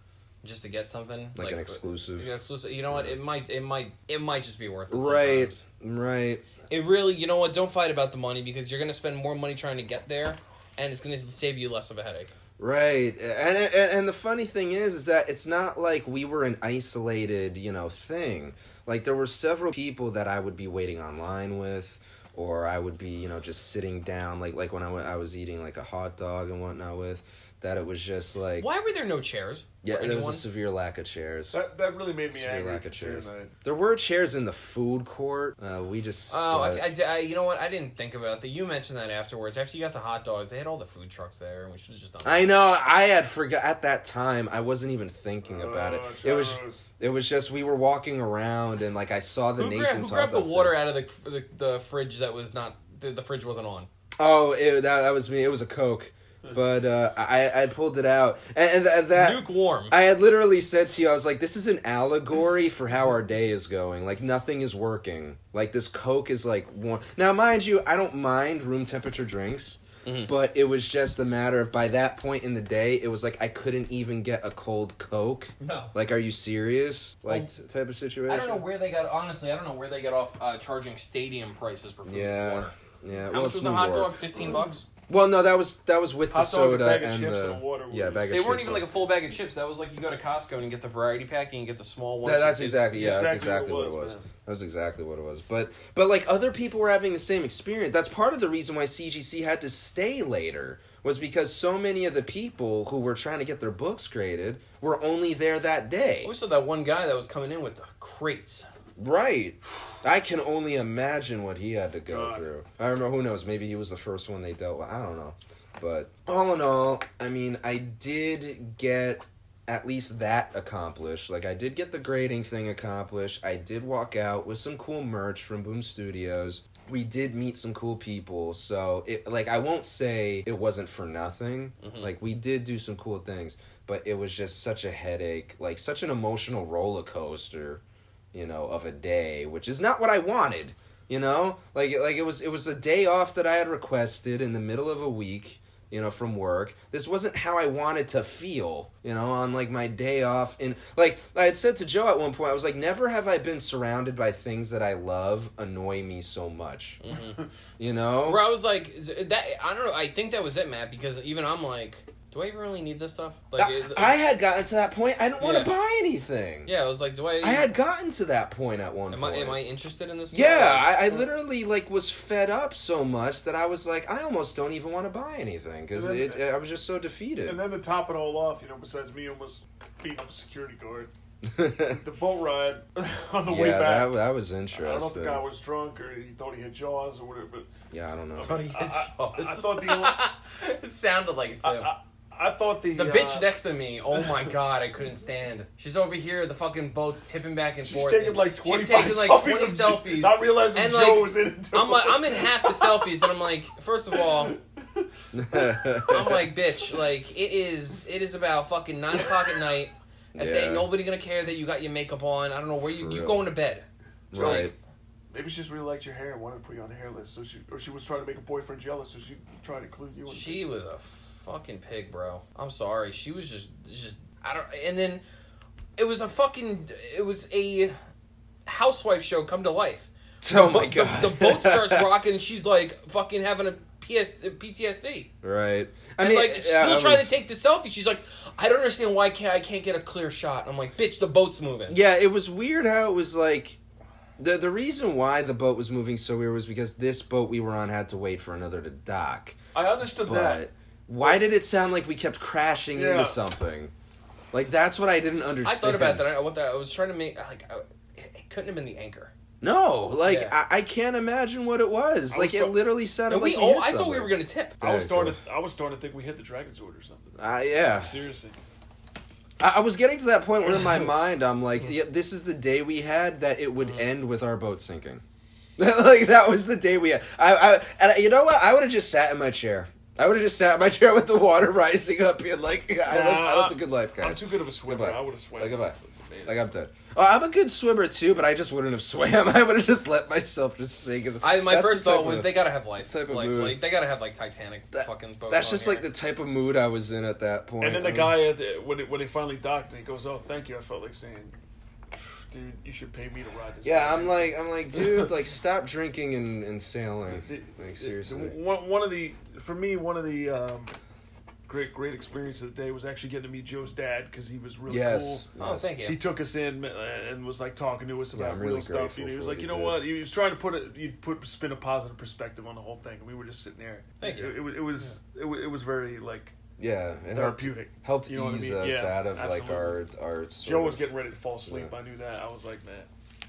[SPEAKER 3] just to get something,
[SPEAKER 2] Like an exclusive.
[SPEAKER 3] yeah, exclusive. You know what? It might, it might, it might just be worth it.
[SPEAKER 2] Right,
[SPEAKER 3] sometimes.
[SPEAKER 2] right.
[SPEAKER 3] It really, you know what? Don't fight about the money because you're gonna spend more money trying to get there, and it's gonna save you less of a headache.
[SPEAKER 2] Right, and, and and the funny thing is, is that it's not like we were an isolated, you know, thing. Like there were several people that I would be waiting online with, or I would be, you know, just sitting down, like like when I wa- I was eating like a hot dog and whatnot with. That it was just like
[SPEAKER 3] Why were there no chairs?
[SPEAKER 2] yeah,
[SPEAKER 3] for
[SPEAKER 2] there was a
[SPEAKER 3] anyone?
[SPEAKER 2] severe lack of chairs.
[SPEAKER 5] That that really made me
[SPEAKER 2] Severe
[SPEAKER 5] angry.
[SPEAKER 2] lack of
[SPEAKER 5] considering
[SPEAKER 2] chairs. There were chairs in the food court. Uh, we just
[SPEAKER 3] Oh,
[SPEAKER 2] but-
[SPEAKER 3] I, I di- I- you know what? I didn't think about that. You mentioned that afterwards. After you got the hot dogs, they had all the food trucks there, and we should have just done. that.
[SPEAKER 2] I know. I had forgot at that time. I wasn't even thinking about it.
[SPEAKER 5] Oh,
[SPEAKER 2] It was.
[SPEAKER 5] Charles.
[SPEAKER 2] It was just we were walking around and like I saw the
[SPEAKER 3] who, gra-
[SPEAKER 2] Nathan's
[SPEAKER 3] who grabbed
[SPEAKER 2] hot
[SPEAKER 3] the
[SPEAKER 2] dog
[SPEAKER 3] water
[SPEAKER 2] stand.
[SPEAKER 3] out of the, the the fridge that was not the, the fridge wasn't on?
[SPEAKER 2] Oh, it, that that was me. It was a Coke, but uh, I I pulled it out and, and th- that.
[SPEAKER 3] Lukewarm.
[SPEAKER 2] I had literally said to you, I was like, this is an allegory for how our day is going. Like, nothing is working. Like, this Coke is like one. Now, mind you, I don't mind room temperature drinks,
[SPEAKER 3] Mm-hmm.
[SPEAKER 2] but it was just a matter of by that point in the day, it was like I couldn't even get a cold Coke.
[SPEAKER 3] no.
[SPEAKER 2] Like, are you serious? Like,
[SPEAKER 3] Well,
[SPEAKER 2] t- type of situation?
[SPEAKER 3] Oh. I don't know where they got. Honestly, I don't know where they got off uh, charging stadium prices for food. and
[SPEAKER 2] Yeah.
[SPEAKER 3] water.
[SPEAKER 2] Yeah,
[SPEAKER 3] How
[SPEAKER 2] well,
[SPEAKER 3] much
[SPEAKER 2] it's
[SPEAKER 3] was a
[SPEAKER 2] New
[SPEAKER 3] hot
[SPEAKER 2] York.
[SPEAKER 3] dog? Fifteen bucks.
[SPEAKER 2] Well, no, that was that was with
[SPEAKER 5] Hot
[SPEAKER 2] the
[SPEAKER 5] dog, a
[SPEAKER 2] soda
[SPEAKER 5] bag of
[SPEAKER 2] and
[SPEAKER 5] chips,
[SPEAKER 2] the
[SPEAKER 5] and a water
[SPEAKER 2] yeah,
[SPEAKER 5] was-
[SPEAKER 2] bag of
[SPEAKER 3] They
[SPEAKER 2] chips.
[SPEAKER 3] weren't even like a
[SPEAKER 2] was-
[SPEAKER 3] full bag of chips. That was like you go to Costco and you get the variety pack and you get the small one.
[SPEAKER 2] That- that's exactly yeah, that's
[SPEAKER 5] exactly
[SPEAKER 2] exactly
[SPEAKER 5] what
[SPEAKER 2] what
[SPEAKER 5] it
[SPEAKER 2] it
[SPEAKER 5] was,
[SPEAKER 2] was.
[SPEAKER 5] man.
[SPEAKER 2] That was exactly what it was. But but like other people were having the same experience. That's part of the reason why CGC had to stay later was because so many of the people who were trying to get their books graded were only there that day.
[SPEAKER 3] We saw that one guy that was coming in with the crates.
[SPEAKER 2] Right. I can only imagine what he had to go
[SPEAKER 5] God.
[SPEAKER 2] through. I don't know. Who knows? Maybe he was the first one they dealt with. I don't know. But all in all, I mean, I did get at least that accomplished. Like, I did get the grading thing accomplished. I did walk out with some cool merch from Boom Studios. We did meet some cool people. So, it like, I won't say it wasn't for nothing. Like, we did do some cool things. But it was just such a headache, like, such an emotional roller coaster you know, of a day, which is not what I wanted. You know, like like it was it was a day off that I had requested in the middle of a week, you know, from work. This wasn't how I wanted to feel, you know, on like my day off. And like I had said to Joe at one point, I was like, never have I been surrounded by things that I love annoy me so much.
[SPEAKER 3] Mm-hmm.
[SPEAKER 2] you know,
[SPEAKER 3] Where I was like, is- that I don't know. I think that was it, Matt. Because even I'm like, do I even really need this stuff? Like,
[SPEAKER 2] I,
[SPEAKER 3] it- uh,
[SPEAKER 2] I had gotten to that point. I didn't want
[SPEAKER 3] Yeah.
[SPEAKER 2] to buy anything.
[SPEAKER 3] yeah, I was like, do I?
[SPEAKER 2] I had gotten to that point at one
[SPEAKER 3] Am I,
[SPEAKER 2] point.
[SPEAKER 3] am I interested in this? stuff?
[SPEAKER 2] Yeah, I, I
[SPEAKER 3] Like,
[SPEAKER 2] literally like was fed up so much that I was like, I almost don't even want to buy anything because
[SPEAKER 5] And then-
[SPEAKER 2] it, I was just so
[SPEAKER 5] And
[SPEAKER 2] defeated.
[SPEAKER 5] then to top it all off, you know, besides me almost beating up a security guard, the boat ride on the way
[SPEAKER 2] yeah,
[SPEAKER 5] back.
[SPEAKER 2] that that was
[SPEAKER 5] I don't know if the
[SPEAKER 2] interesting.
[SPEAKER 5] guy was drunk or he thought he had jaws or whatever. But
[SPEAKER 2] yeah, I don't know.
[SPEAKER 3] Thought he had
[SPEAKER 5] I- I, I
[SPEAKER 3] jaws.
[SPEAKER 5] thought the only-
[SPEAKER 3] it sounded like it too.
[SPEAKER 5] I, I thought the
[SPEAKER 3] the
[SPEAKER 5] uh,
[SPEAKER 3] bitch next to me, oh my god, I couldn't stand. She's over here, the fucking boat's tipping back and
[SPEAKER 5] She's
[SPEAKER 3] forth.
[SPEAKER 5] taking
[SPEAKER 3] and
[SPEAKER 5] like
[SPEAKER 3] she's
[SPEAKER 5] 25
[SPEAKER 3] taking, like,
[SPEAKER 5] selfies,
[SPEAKER 3] 20
[SPEAKER 5] of-
[SPEAKER 3] selfies.
[SPEAKER 5] Not realizing
[SPEAKER 3] And,
[SPEAKER 5] Joe
[SPEAKER 3] like,
[SPEAKER 5] was in it. too.
[SPEAKER 3] I'm like, I'm in half the selfies, and I'm like, first of all, I'm like, bitch, like it is. It is about fucking nine o'clock at night. I say
[SPEAKER 2] Yeah.
[SPEAKER 3] nobody gonna care that you got your makeup on. I don't know where you you
[SPEAKER 2] Real.
[SPEAKER 3] going to bed.
[SPEAKER 2] right.
[SPEAKER 5] Maybe she just really liked your hair and wanted to put you on the hair list, so she or she was trying to make a boyfriend jealous, so she tried to include you. In
[SPEAKER 3] She was a fucking pig, bro. I'm sorry. She was just just I don't. And then it was a fucking it was a housewife show come to life.
[SPEAKER 2] Oh my
[SPEAKER 3] The-
[SPEAKER 2] god.
[SPEAKER 3] The, boat starts rocking. and She's like fucking having a PS, PTSD.
[SPEAKER 2] Right. I
[SPEAKER 3] And
[SPEAKER 2] mean,
[SPEAKER 3] like
[SPEAKER 2] yeah,
[SPEAKER 3] still
[SPEAKER 2] I
[SPEAKER 3] trying
[SPEAKER 2] was-
[SPEAKER 3] to take the selfie. She's like, I don't understand why can't, I can't get a clear shot. I'm like, bitch, the boat's moving.
[SPEAKER 2] Yeah, it was weird how it was like. The, the reason why the boat was moving so weird was because this boat we were on had to wait for another to dock.
[SPEAKER 5] I understood that.
[SPEAKER 2] But why did it sound like we kept crashing
[SPEAKER 5] Yeah.
[SPEAKER 2] into something? Like that's what I didn't
[SPEAKER 3] I
[SPEAKER 2] understand.
[SPEAKER 3] thought about that. I, what the, I was trying to make like I, it it couldn't have been the anchor.
[SPEAKER 2] No, like
[SPEAKER 3] Yeah.
[SPEAKER 2] I, I can't imagine what it was.
[SPEAKER 4] I
[SPEAKER 2] like
[SPEAKER 4] was
[SPEAKER 2] it
[SPEAKER 4] th-
[SPEAKER 2] literally sounded
[SPEAKER 3] And
[SPEAKER 2] like
[SPEAKER 3] we
[SPEAKER 2] hit
[SPEAKER 3] all, I thought we
[SPEAKER 2] something.
[SPEAKER 3] were gonna tip.
[SPEAKER 4] I was
[SPEAKER 2] Yeah,
[SPEAKER 4] starting.
[SPEAKER 2] so-
[SPEAKER 4] To, I was starting to think we hit the Dragon's Sword or something.
[SPEAKER 2] Uh, yeah,
[SPEAKER 4] Seriously,
[SPEAKER 2] I, I was getting to that point where in my mind I'm like, yeah,
[SPEAKER 3] Mm-hmm.
[SPEAKER 2] this is the day we had that it would end with our boat sinking. like that was the day we had. I, I and I- you know what? I would have just sat in my chair. I would have just sat in my chair with the water rising up, being like, I, lived, I lived a good life, guys.
[SPEAKER 4] I'm too good of a swimmer.
[SPEAKER 2] Goodbye.
[SPEAKER 4] I would have swam.
[SPEAKER 2] Like, goodbye.
[SPEAKER 4] Man.
[SPEAKER 2] Like I'm dead. Oh, I'm a good swimmer too, but I just wouldn't have swam. I would have just let myself just sink. 'cause
[SPEAKER 3] I my
[SPEAKER 2] that's
[SPEAKER 3] first
[SPEAKER 2] the type
[SPEAKER 3] thought was
[SPEAKER 2] of-
[SPEAKER 3] they gotta have life.
[SPEAKER 2] type of
[SPEAKER 3] Like-
[SPEAKER 2] mood.
[SPEAKER 3] like, they gotta have like Titanic fucking boats.
[SPEAKER 2] That's
[SPEAKER 3] on
[SPEAKER 2] just
[SPEAKER 3] here.
[SPEAKER 2] like the type of mood I was in at that point.
[SPEAKER 5] And then the
[SPEAKER 2] I mean,
[SPEAKER 5] guy at the, when it, when they finally docked, and he goes, "Oh, thank you." I felt like saying, "Dude, you should pay me to ride this."
[SPEAKER 2] Yeah, I'm
[SPEAKER 5] thing."
[SPEAKER 2] like, I'm like, dude, like, stop drinking and, and sailing.
[SPEAKER 5] The-
[SPEAKER 2] Like,
[SPEAKER 5] the-
[SPEAKER 2] seriously.
[SPEAKER 5] the- one, one of the for me one of the um, great great experience of the day was actually getting to meet Joe's dad because he was really
[SPEAKER 2] Yes.
[SPEAKER 5] cool.
[SPEAKER 3] Oh,
[SPEAKER 2] yes.
[SPEAKER 3] thank you.
[SPEAKER 5] He took us in uh, and was like talking to us about
[SPEAKER 2] I'm
[SPEAKER 5] real
[SPEAKER 2] really
[SPEAKER 5] stuff.
[SPEAKER 2] grateful
[SPEAKER 5] You know, he
[SPEAKER 2] for
[SPEAKER 5] was
[SPEAKER 2] what
[SPEAKER 5] like,
[SPEAKER 2] he
[SPEAKER 5] you know
[SPEAKER 2] did."
[SPEAKER 5] what? He was trying to put it, you put spin a positive perspective on the whole thing. And we were just sitting there.
[SPEAKER 3] Thank you.
[SPEAKER 5] It, it, was- it was it, wa- it was very like
[SPEAKER 2] Yeah, it helped,
[SPEAKER 5] therapeutic.
[SPEAKER 2] helped
[SPEAKER 5] You know what I
[SPEAKER 2] ease
[SPEAKER 5] mean?
[SPEAKER 2] us
[SPEAKER 5] Yeah,
[SPEAKER 2] out of like
[SPEAKER 5] absolutely.
[SPEAKER 2] our our. Sort
[SPEAKER 5] Joe was
[SPEAKER 2] of-
[SPEAKER 5] getting ready to fall asleep.
[SPEAKER 2] Yeah.
[SPEAKER 5] I knew that. I was like, man.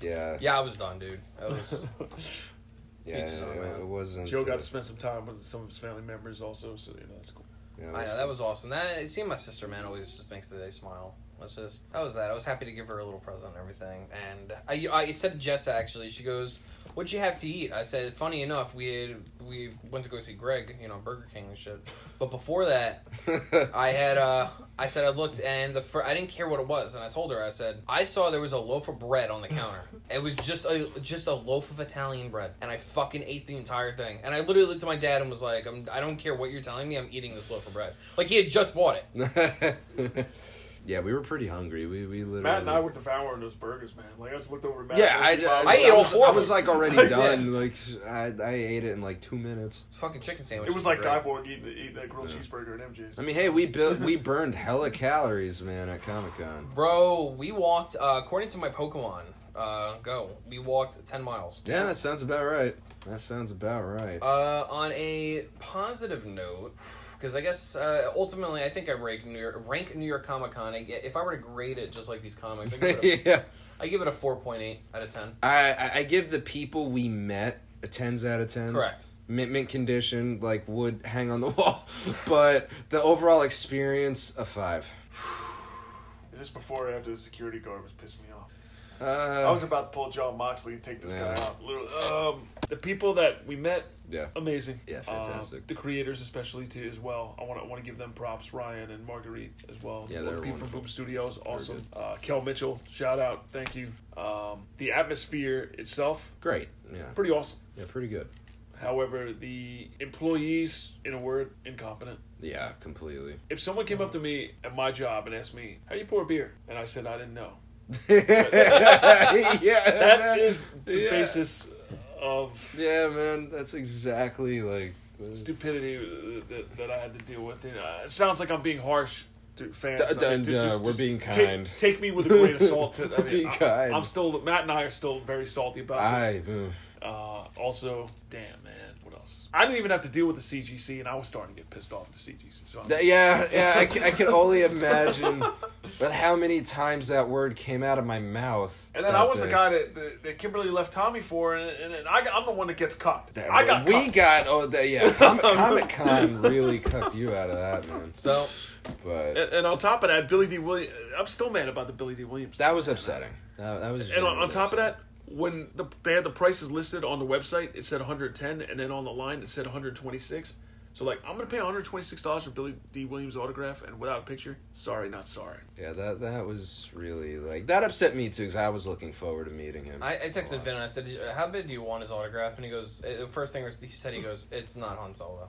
[SPEAKER 2] Yeah, yeah,
[SPEAKER 3] yeah, I was done, dude. I was teaches
[SPEAKER 2] it,
[SPEAKER 3] on, man.
[SPEAKER 2] it wasn't.
[SPEAKER 5] Joe got
[SPEAKER 2] uh,
[SPEAKER 5] to spend some time with some of his family members also, so you know that's cool.
[SPEAKER 2] yeah, it
[SPEAKER 3] I know Oh, that was awesome. That seeing my sister, man, always just makes the day smile. That's just that was that. I was happy to give her a little present and everything. And I, I said to Jess actually, she goes, "What'd you have to eat?" I said, "Funny enough, we had, we went to go see Greg, you know, Burger King and shit. But before that, I had uh, I said I looked and the fir- I didn't care what it was, and I told her I said I saw there was a loaf of bread on the counter. It was just a just a loaf of Italian bread, and I fucking ate the entire thing. And I literally looked at my dad and was like, I'm, I don't care what you're telling me, I'm eating this loaf of bread. Like he had just bought it.
[SPEAKER 2] yeah, we were pretty hungry. We we literally.
[SPEAKER 5] Matt and I were devouring those burgers, man. Like I just looked over at Matt.
[SPEAKER 2] Yeah, I,
[SPEAKER 5] and
[SPEAKER 2] I,
[SPEAKER 3] I ate all
[SPEAKER 2] was,
[SPEAKER 3] four
[SPEAKER 2] I
[SPEAKER 3] of
[SPEAKER 2] was
[SPEAKER 3] them.
[SPEAKER 2] like already done. Like I, I ate it in like two minutes.
[SPEAKER 3] Fucking chicken sandwich.
[SPEAKER 5] it was like
[SPEAKER 3] bread.
[SPEAKER 5] Cyborg eating, eating a grilled cheeseburger at MJ's.
[SPEAKER 2] I mean, hey, we built, we burned hella calories, man, at Comic Con.
[SPEAKER 3] Bro, we walked uh, according to my Pokemon uh, Go. We walked ten miles.
[SPEAKER 2] Yeah, that sounds about right. That sounds about right.
[SPEAKER 3] Uh, on a positive note, because I guess uh, ultimately I think I rank New York, rank New York Comic Con. If I were to grade it just like these comics, I give it
[SPEAKER 2] yeah,
[SPEAKER 3] a, I give it a four point eight out of ten.
[SPEAKER 2] I, I, I give the people we met a tens out of tens.
[SPEAKER 3] Correct.
[SPEAKER 2] Mint, mint condition, like would hang on the wall, but the overall experience a five.
[SPEAKER 5] Is this before or after the security guard was pissing me off?
[SPEAKER 2] Uh,
[SPEAKER 5] I was about to pull John Moxley and take this
[SPEAKER 2] Yeah.
[SPEAKER 5] guy out. Literally, Um, the people that we met,
[SPEAKER 2] yeah,
[SPEAKER 5] amazing.
[SPEAKER 2] Yeah,
[SPEAKER 5] Uh,
[SPEAKER 2] fantastic.
[SPEAKER 5] the creators, especially too, as well. I want to want to give them props, Ryan and Marguerite as well.
[SPEAKER 2] Yeah, they're
[SPEAKER 5] people from
[SPEAKER 2] wonderful.
[SPEAKER 5] Boom Studios, awesome. Uh, Kel Mitchell, shout out, thank you. Um, the atmosphere itself,
[SPEAKER 2] great. Yeah,
[SPEAKER 5] pretty awesome.
[SPEAKER 2] yeah, pretty good.
[SPEAKER 5] However, the employees, in a word, incompetent.
[SPEAKER 2] Yeah, completely.
[SPEAKER 5] If someone came up to me at my job and asked me, "How do you pour beer?" and I said I didn't know,
[SPEAKER 2] yeah,
[SPEAKER 5] that
[SPEAKER 2] man.
[SPEAKER 5] is the
[SPEAKER 2] Yeah.
[SPEAKER 5] basis of
[SPEAKER 2] Yeah, man, that's exactly like.
[SPEAKER 5] stupidity uh, that, that I had to deal with. And, uh, it sounds like I'm being harsh to fans.
[SPEAKER 2] D-
[SPEAKER 5] I mean,
[SPEAKER 2] dun-
[SPEAKER 5] ju-
[SPEAKER 2] dun, we're being
[SPEAKER 5] take-
[SPEAKER 2] kind.
[SPEAKER 5] Take, me with a grain of salt. To, I
[SPEAKER 2] We're
[SPEAKER 5] mean,
[SPEAKER 2] being
[SPEAKER 5] I-
[SPEAKER 2] kind.
[SPEAKER 5] I'm still Matt and I are still very salty about
[SPEAKER 2] I.
[SPEAKER 5] this. Uh, also, damn man, what else? I didn't even have to deal with the CGC, and I was starting to get pissed off at the CGC. So I'm-
[SPEAKER 2] Th- Yeah, yeah, I can, I can only imagine but how many times that word came out of my mouth.
[SPEAKER 5] and then
[SPEAKER 2] that
[SPEAKER 5] I was
[SPEAKER 2] day.
[SPEAKER 5] the guy that, that, that Kimberly left Tommy for, and, and, and I, got- I'm the one that gets cucked.
[SPEAKER 2] That-
[SPEAKER 5] I got
[SPEAKER 2] we
[SPEAKER 5] cucked.
[SPEAKER 2] got oh that, yeah Comic Con really cucked you out of that man.
[SPEAKER 3] So
[SPEAKER 2] But
[SPEAKER 5] And, and on top of that, Billy D. Williams. I'm still mad about the Billy D. Williams.
[SPEAKER 2] that was upsetting. That, that was
[SPEAKER 5] And on,
[SPEAKER 2] genuinely
[SPEAKER 5] on top of
[SPEAKER 2] upsetting.
[SPEAKER 5] that, when the, they had the prices listed on the website, it said 110, and then on the line it said 126. So like, I'm gonna pay 126 dollars for Billy D. Williams autograph and without a picture. Sorry, not sorry.
[SPEAKER 2] Yeah, that that was really like that upset me too because I was looking forward to meeting him.
[SPEAKER 3] I, I
[SPEAKER 2] a
[SPEAKER 3] texted
[SPEAKER 2] lot.
[SPEAKER 3] Vin and I said, "How big do you want his autograph?" And he goes, eh, "The first thing was- he said, he goes, it's not Han Solo."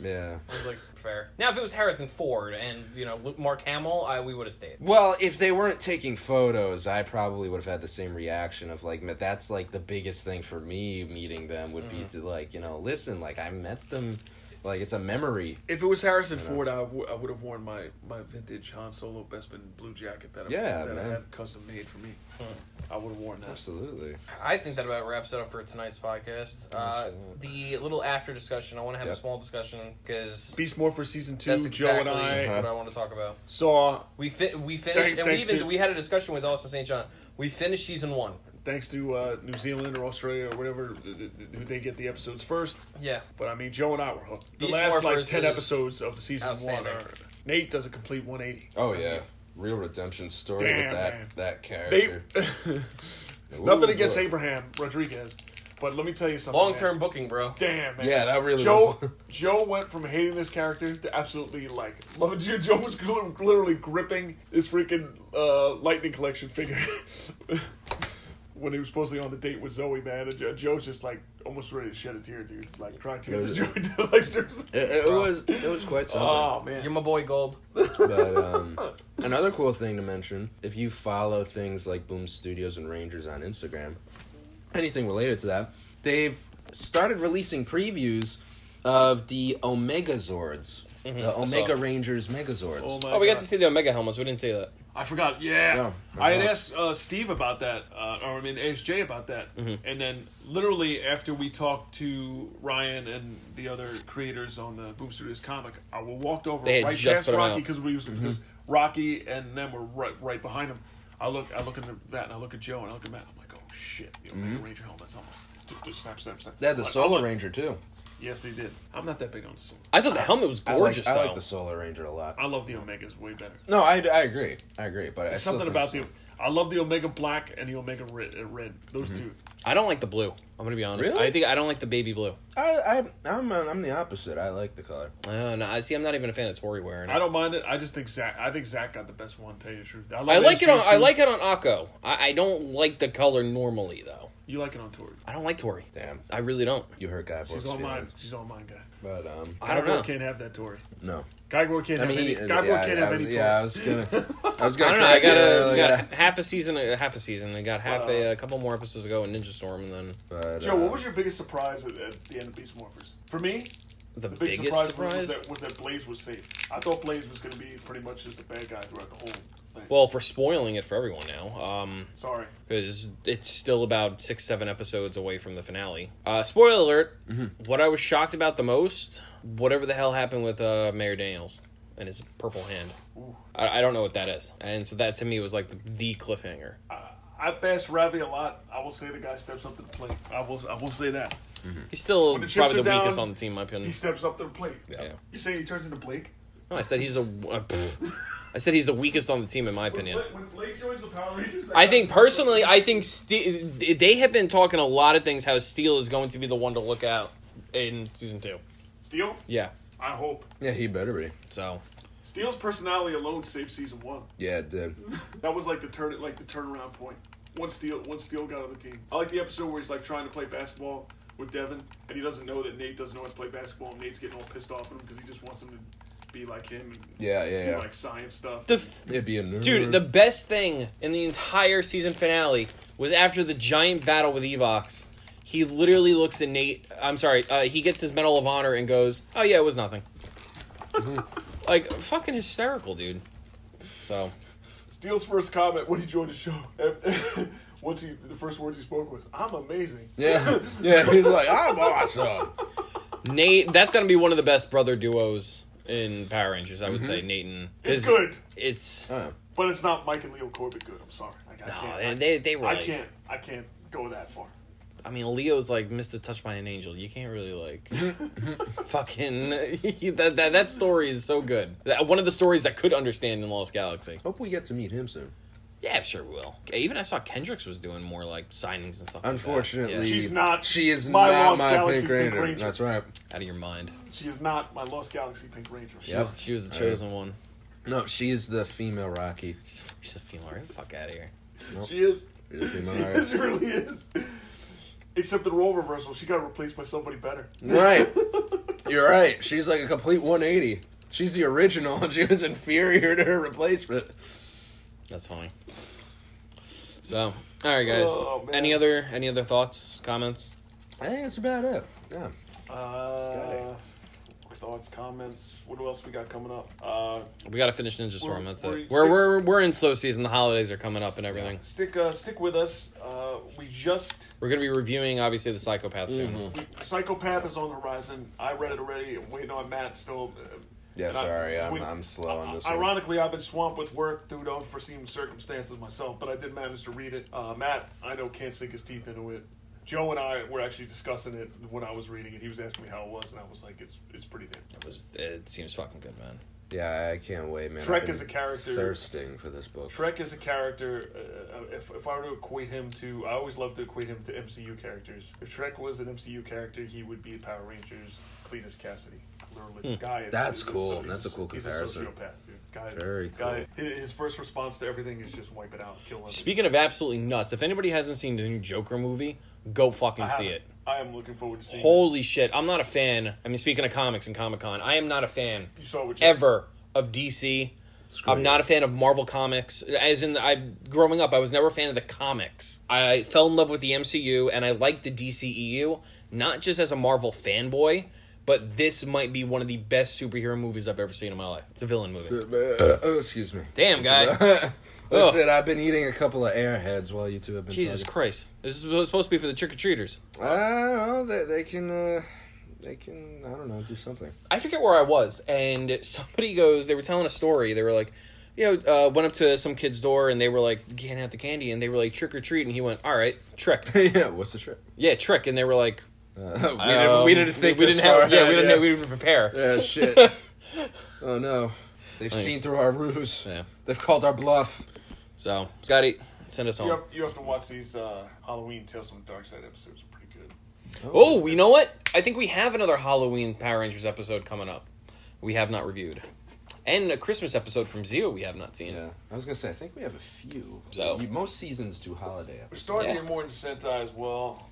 [SPEAKER 2] Yeah.
[SPEAKER 3] I was like, "Fair." Now, if it was Harrison Ford and you know Luke- Mark Hamill, I we would have stayed.
[SPEAKER 2] Well, if they weren't taking photos, I probably would have had the same reaction of like, "But that's like the biggest thing for me meeting them would
[SPEAKER 5] Mm.
[SPEAKER 2] be to like, you know, listen, like I met them, like it's a memory.
[SPEAKER 5] If it was Harrison Ford, I would have worn my, my vintage Han Solo Bestman blue jacket that,
[SPEAKER 2] Yeah,
[SPEAKER 5] I, that
[SPEAKER 2] man.
[SPEAKER 5] I had custom made for me. I would have worn that.
[SPEAKER 2] Absolutely.
[SPEAKER 3] I think that about wraps it up for tonight's podcast. Uh, the little after discussion, I want to have
[SPEAKER 2] Yep.
[SPEAKER 3] a small discussion because
[SPEAKER 5] Beast Morpher season two.
[SPEAKER 3] that's exactly
[SPEAKER 5] Joe and I
[SPEAKER 2] Uh-huh.
[SPEAKER 3] what I want to talk about.
[SPEAKER 5] saw,
[SPEAKER 3] We fit, we finished,
[SPEAKER 5] Thank-
[SPEAKER 3] and we
[SPEAKER 5] thanks,
[SPEAKER 3] even
[SPEAKER 5] dude.
[SPEAKER 3] we had a discussion with Austin St. John. We finished season one.
[SPEAKER 5] thanks to uh, New Zealand or Australia or whatever, th- th- th- they get the episodes first.
[SPEAKER 3] Yeah,
[SPEAKER 5] But I mean, Joe and I were hooked. The
[SPEAKER 3] Beast
[SPEAKER 5] last like
[SPEAKER 3] Morphers
[SPEAKER 5] ten
[SPEAKER 3] is
[SPEAKER 5] episodes of season one.
[SPEAKER 3] outstanding.
[SPEAKER 5] Are, Nate does a complete 180.
[SPEAKER 2] Oh yeah, real redemption story
[SPEAKER 5] Damn,
[SPEAKER 2] with that
[SPEAKER 5] man.
[SPEAKER 2] that
[SPEAKER 5] They,
[SPEAKER 2] character. Ooh,
[SPEAKER 5] nothing against
[SPEAKER 2] look.
[SPEAKER 5] Abraham Rodriguez, but let me tell you something.
[SPEAKER 3] long
[SPEAKER 5] man.
[SPEAKER 3] term booking, bro.
[SPEAKER 5] Damn, man.
[SPEAKER 2] Yeah, that really
[SPEAKER 5] Joe,
[SPEAKER 2] was-
[SPEAKER 5] Joe went from hating this character to absolutely like loving. Joe, Joe was gl- literally gripping his freaking uh, lightning collection figure when he was supposedly on the date with Zoe, man. And Joe, Joe's just like almost ready to shed a tear, dude. Like trying to just like seriously.
[SPEAKER 2] It, it was it was quite something.
[SPEAKER 5] Oh man,
[SPEAKER 3] You're my boy, Gold.
[SPEAKER 2] But um, another cool thing to mention, if you follow things like Boom Studios and Rangers on Instagram, anything related to that, they've started releasing previews of the Omega Zords,
[SPEAKER 5] Mm-hmm.
[SPEAKER 2] the Omega Rangers Megazords.
[SPEAKER 5] Oh, my
[SPEAKER 3] Oh, we got
[SPEAKER 5] God.
[SPEAKER 3] to see the Omega helmets. We didn't see that.
[SPEAKER 5] I forgot. Yeah,
[SPEAKER 2] Yeah, I
[SPEAKER 5] I had
[SPEAKER 2] forgot.
[SPEAKER 5] asked uh, Steve about that, uh, or I mean asked Jay about that, and then literally after we talked to Ryan and the other creators on the Boom Studios comic, I walked over
[SPEAKER 3] They had
[SPEAKER 5] right
[SPEAKER 3] just
[SPEAKER 5] past
[SPEAKER 3] put 'em
[SPEAKER 5] Rocky
[SPEAKER 3] out.
[SPEAKER 5] because we was because Rocky and them were right right behind him. I look, I look at that, and I look at Joe, and I look at Matt. I'm like, oh shit, you know, Mega Ranger helmets. I'm like, dude, dude, snap, snap, snap.
[SPEAKER 2] They had the
[SPEAKER 5] Like,
[SPEAKER 2] Solar
[SPEAKER 5] I'm like,
[SPEAKER 2] Ranger too.
[SPEAKER 5] Yes, they did. I'm not that big on the Solar.
[SPEAKER 3] I thought the helmet was
[SPEAKER 2] I like,
[SPEAKER 3] gorgeous,
[SPEAKER 2] I
[SPEAKER 3] though.
[SPEAKER 2] like the Solar Ranger a lot.
[SPEAKER 5] I love the Omegas way better.
[SPEAKER 2] No, I, I agree. I agree. But I still
[SPEAKER 5] Something
[SPEAKER 2] think
[SPEAKER 5] about
[SPEAKER 2] so.
[SPEAKER 5] the. I love the Omega Black and the Omega Red. uh, red. Those two.
[SPEAKER 3] I don't like the blue. I'm gonna be honest.
[SPEAKER 2] Really?
[SPEAKER 3] I think I don't like the baby blue.
[SPEAKER 2] I, I I'm uh, I'm the opposite. I like the color.
[SPEAKER 3] Oh, no, I see. I'm not even a fan of Tori wearing it.
[SPEAKER 5] I don't mind it. I just think Zach. I think Zach got the best one. to Tell you the truth. love
[SPEAKER 3] I like it on.
[SPEAKER 5] issues,
[SPEAKER 3] I
[SPEAKER 5] dude.
[SPEAKER 3] like it on Akko. I, I don't like the color normally though.
[SPEAKER 5] You like it on Tori.
[SPEAKER 3] I don't like Tori.
[SPEAKER 2] Damn,
[SPEAKER 3] I really don't.
[SPEAKER 2] you hurt Guy Borg's
[SPEAKER 5] She's on mine.
[SPEAKER 2] feelings.
[SPEAKER 5] She's on mine, guy.
[SPEAKER 2] But um,
[SPEAKER 3] I don't
[SPEAKER 5] Guybor
[SPEAKER 3] know.
[SPEAKER 5] can't have that Tori.
[SPEAKER 2] no.
[SPEAKER 5] Guybor can't
[SPEAKER 2] I mean,
[SPEAKER 5] have any.
[SPEAKER 2] yeah,
[SPEAKER 5] Guybor
[SPEAKER 2] yeah,
[SPEAKER 5] can't
[SPEAKER 2] I
[SPEAKER 5] have
[SPEAKER 2] was,
[SPEAKER 5] any.
[SPEAKER 2] yeah, I
[SPEAKER 5] Tori.
[SPEAKER 2] was gonna, I was
[SPEAKER 3] I
[SPEAKER 2] gonna. uh,
[SPEAKER 3] don't know. I got, a,
[SPEAKER 2] yeah,
[SPEAKER 3] got
[SPEAKER 2] yeah.
[SPEAKER 3] a- half a season. uh, Half a season. I got half a, a couple more episodes ago in Ninja Storm, and then
[SPEAKER 2] But, uh,
[SPEAKER 5] Joe, what was your biggest surprise at, at the end of Beast Morphers? For me,
[SPEAKER 3] the,
[SPEAKER 5] the big
[SPEAKER 3] biggest
[SPEAKER 5] surprise,
[SPEAKER 3] surprise.
[SPEAKER 5] was- Was, that, was that Blaze was safe. I thought Blaze was going to be pretty much just the bad guy throughout the whole thing.
[SPEAKER 3] well, if we're spoiling it for everyone now,
[SPEAKER 5] Sorry.
[SPEAKER 3] because it's still about six, seven episodes away from the finale. Uh, spoiler alert:
[SPEAKER 5] Mm-hmm.
[SPEAKER 3] What I was shocked about the most, whatever the hell happened with uh, Mayor Daniels and his purple hand. I, I don't know what that is, and so that to me was like the, the cliffhanger.
[SPEAKER 5] I bash Ravi a lot. I will say the guy steps up to the plate. I will. I will say that
[SPEAKER 3] He's still
[SPEAKER 5] When the chips
[SPEAKER 3] probably the
[SPEAKER 5] are down,
[SPEAKER 3] weakest on the team, in my
[SPEAKER 5] he
[SPEAKER 3] opinion.
[SPEAKER 5] steps up to the plate.
[SPEAKER 3] Mm. Yeah.
[SPEAKER 5] You saying he turns into Blake?
[SPEAKER 3] No, I said he's the. Uh, pff. I said he's the weakest on the team, in my opinion.
[SPEAKER 5] When Blake joins the Power Rangers, that
[SPEAKER 3] I
[SPEAKER 5] guy-
[SPEAKER 3] think personally, I think Ste- they have been talking a lot of things. How Steel is going to be the one to look out in season two.
[SPEAKER 5] Steel.
[SPEAKER 3] Yeah.
[SPEAKER 5] I hope
[SPEAKER 2] yeah, he better be.
[SPEAKER 3] So
[SPEAKER 5] Steel's personality alone saved season one.
[SPEAKER 2] Yeah, it did.
[SPEAKER 5] That was like the turn, like the turnaround point. Once Steel, once Steel got on the team. I like the episode where he's like trying to play basketball with Devin, and he doesn't know that Nate doesn't know how to play basketball, and Nate's getting all pissed off at him because he just wants him to be like him and
[SPEAKER 2] Yeah, yeah,
[SPEAKER 5] do
[SPEAKER 2] yeah.
[SPEAKER 5] like science stuff.
[SPEAKER 3] the f-
[SPEAKER 2] It'd be a nerd.
[SPEAKER 3] dude, the best thing in the entire season finale was after the giant battle with Evox. He literally looks at Nate. I'm sorry. Uh, he gets his Medal of Honor and goes, "Oh yeah, it was nothing." Mm-hmm. like fucking hysterical, dude. So
[SPEAKER 5] Steel's first comment when he joined the show, once he the first words he spoke was, "I'm amazing."
[SPEAKER 2] yeah, yeah. He's like, I'm awesome.
[SPEAKER 3] Nate, that's gonna be one of the best brother duos in Power Rangers. I would say Nate and
[SPEAKER 5] It's
[SPEAKER 3] 'cause
[SPEAKER 5] good,
[SPEAKER 3] It's
[SPEAKER 2] Oh,
[SPEAKER 5] but it's not Mike and Leo Corbett good. I'm sorry, Like, I,
[SPEAKER 3] oh,
[SPEAKER 5] can't.
[SPEAKER 3] they,
[SPEAKER 5] I-
[SPEAKER 3] they they were.
[SPEAKER 5] I
[SPEAKER 3] like-
[SPEAKER 5] can't. I can't go that far.
[SPEAKER 3] I mean, Leo's like missed a touch by an angel. You can't really like fucking that, that. That story is so good. That, one of the stories I could understand in Lost Galaxy.
[SPEAKER 2] hope we get to meet him soon.
[SPEAKER 3] Yeah, I'm sure we will. Even I saw Kendricks was doing more like signings and stuff. like that.
[SPEAKER 2] Unfortunately,
[SPEAKER 3] Yeah.
[SPEAKER 5] She's not
[SPEAKER 2] She is
[SPEAKER 5] my
[SPEAKER 2] not
[SPEAKER 5] Lost
[SPEAKER 2] my
[SPEAKER 5] Galaxy
[SPEAKER 2] Pink
[SPEAKER 5] Pink
[SPEAKER 2] Ranger.
[SPEAKER 5] Ranger.
[SPEAKER 2] That's right.
[SPEAKER 3] out of your mind.
[SPEAKER 5] She is not my Lost Galaxy Pink Ranger.
[SPEAKER 3] She,
[SPEAKER 2] Yep.
[SPEAKER 3] was, she was the chosen one.
[SPEAKER 2] No, she is the female Rocky.
[SPEAKER 3] She's, she's a female. Get the fuck out of here.
[SPEAKER 5] She is.
[SPEAKER 2] She's the
[SPEAKER 5] She
[SPEAKER 2] female
[SPEAKER 5] is,
[SPEAKER 2] Rocky.
[SPEAKER 5] really is. Except in role reversal, she got replaced by somebody better.
[SPEAKER 2] Right. You're right. She's like a complete 180. She's the original, and she was inferior to her replacement.
[SPEAKER 3] That's funny. So, all right, guys.
[SPEAKER 5] Oh, man.
[SPEAKER 3] any other any other thoughts, comments?
[SPEAKER 2] I think that's about it. Yeah.
[SPEAKER 5] Uh, thoughts, comments. What else we got coming up? Uh,
[SPEAKER 3] We gotta finish Ninja Storm.
[SPEAKER 5] We're-
[SPEAKER 3] That's
[SPEAKER 5] we're-
[SPEAKER 3] it. We're, we're we're in slow season. The holidays are coming up and everything.
[SPEAKER 5] stick, uh, stick with us. Uh, we just
[SPEAKER 3] We're gonna be reviewing obviously the Psychopath soon.
[SPEAKER 2] Mm-hmm.
[SPEAKER 5] we,
[SPEAKER 2] Mm.
[SPEAKER 5] Psychopath is on the horizon. I read it already. I'm waiting on Matt still. uh,
[SPEAKER 2] Yeah,
[SPEAKER 5] and I-
[SPEAKER 2] sorry, I'm,
[SPEAKER 5] between-
[SPEAKER 2] I'm slow on this one.
[SPEAKER 5] Ironically, I've been swamped with work due to unforeseen circumstances myself, but I did manage to read it. Uh, Matt, I know, can't sink his teeth into it. Joe and I were actually discussing it when I was reading it. He was asking me how it was, and I was like, "It's it's pretty damn."
[SPEAKER 3] It was. It seems fucking good, man.
[SPEAKER 2] Yeah, I can't wait, man.
[SPEAKER 5] Trek
[SPEAKER 2] I've been
[SPEAKER 5] is a character-
[SPEAKER 2] Thirsting for this book.
[SPEAKER 5] Shrek is a character. Uh, if, if I were to equate him to, I always love to equate him to MCU characters. If Shrek was an MCU character, he would be Power Rangers Cletus Cassidy. Literally,
[SPEAKER 3] Hmm.
[SPEAKER 5] guy. is-
[SPEAKER 2] That's
[SPEAKER 5] is a-
[SPEAKER 2] cool.
[SPEAKER 5] he's
[SPEAKER 2] That's a cool
[SPEAKER 5] He's a
[SPEAKER 2] comparison.
[SPEAKER 5] sociopath, dude. Guy,
[SPEAKER 2] Very
[SPEAKER 5] Guy, his his first response to everything is just wipe it out, kill him.
[SPEAKER 3] Speaking of absolutely nuts, if anybody hasn't seen the new Joker movie, go fucking see it.
[SPEAKER 5] I am looking forward to seeing.
[SPEAKER 3] Holy shit! I'm not a fan. I mean, speaking of comics and Comic Con, I am not a fan
[SPEAKER 5] it. You saw what you
[SPEAKER 3] ever of DC.
[SPEAKER 2] Screw
[SPEAKER 3] I'm
[SPEAKER 2] you.
[SPEAKER 3] not a fan of Marvel comics. As in, I growing up, I was never a fan of the comics. I fell in love with the MCU, and I liked the DCEU, not just as a Marvel fanboy, but this might be one of the best superhero movies I've ever seen in my life. It's a villain movie.
[SPEAKER 2] oh, excuse me.
[SPEAKER 3] Damn, guy.
[SPEAKER 2] Listen, I've been eating a couple of airheads while you two have been
[SPEAKER 3] Jesus
[SPEAKER 2] talking.
[SPEAKER 3] Christ. This is supposed to be for the trick or treaters.
[SPEAKER 2] Uh, well, they, they can, uh, they can, I don't know, do something.
[SPEAKER 3] I forget where I was, and somebody goes, they were telling a story. They were like, you know, uh, went up to some kid's door and they were like, can't have the candy. And they were like, trick or treat. And he went, all right, trick.
[SPEAKER 2] yeah, what's the trick?
[SPEAKER 3] yeah, trick. And they were like,
[SPEAKER 2] Uh, we,
[SPEAKER 3] um,
[SPEAKER 2] didn't, we didn't think
[SPEAKER 3] we
[SPEAKER 2] this
[SPEAKER 3] didn't have,
[SPEAKER 2] far
[SPEAKER 3] yeah,
[SPEAKER 2] ahead,
[SPEAKER 3] we didn't
[SPEAKER 2] yeah.
[SPEAKER 3] know- we didn't prepare.
[SPEAKER 2] Yeah, shit. oh no, they've seen through our ruse.
[SPEAKER 3] Yeah.
[SPEAKER 2] They've called our bluff.
[SPEAKER 3] So, Scotty, send us
[SPEAKER 5] You
[SPEAKER 3] home.
[SPEAKER 5] have, you have to watch these uh, Halloween Tales from the Dark Side episodes. Are pretty good.
[SPEAKER 3] Oh, you know what? I think we have another Halloween Power Rangers episode coming up. We have not reviewed. And a Christmas episode from Zio we have not seen.
[SPEAKER 2] Yeah, I was gonna say I think we have a few.
[SPEAKER 3] So-
[SPEAKER 2] You- most seasons do holiday.
[SPEAKER 5] We're starting
[SPEAKER 3] Yeah.
[SPEAKER 5] to get more into Sentai as well.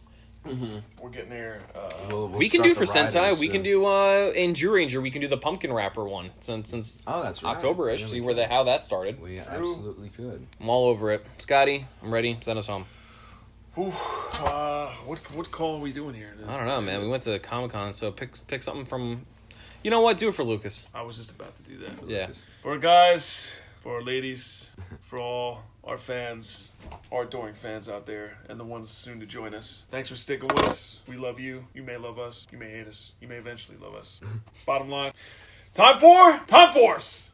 [SPEAKER 2] Mm-hmm.
[SPEAKER 5] We're getting there. Uh,
[SPEAKER 2] We'll, we'll
[SPEAKER 3] we can
[SPEAKER 2] start
[SPEAKER 3] do
[SPEAKER 2] the
[SPEAKER 3] for Sentai.
[SPEAKER 2] riders
[SPEAKER 3] We
[SPEAKER 2] soon.
[SPEAKER 3] can do uh in Jew Ranger. We can do the pumpkin wrapper one since since
[SPEAKER 2] Oh, that's right.
[SPEAKER 3] October-ish.
[SPEAKER 2] Yeah, we
[SPEAKER 3] see where
[SPEAKER 2] can.
[SPEAKER 3] the how that started.
[SPEAKER 2] We absolutely could.
[SPEAKER 3] I'm all over it. Scotty, I'm ready. Send us home.
[SPEAKER 5] oof, uh, what what call are we doing here?
[SPEAKER 3] I don't know, man. We went to Comic Con, so pick pick something from. You know what? Do it for Lucas.
[SPEAKER 5] I was just about to do that.
[SPEAKER 3] Yeah.
[SPEAKER 5] For our guys, for our ladies, for all our fans, our adoring fans out there, and the ones soon to join us. Thanks for sticking with us. We love you. You may love us. You may hate us. You may eventually love us. Bottom line, time for time force.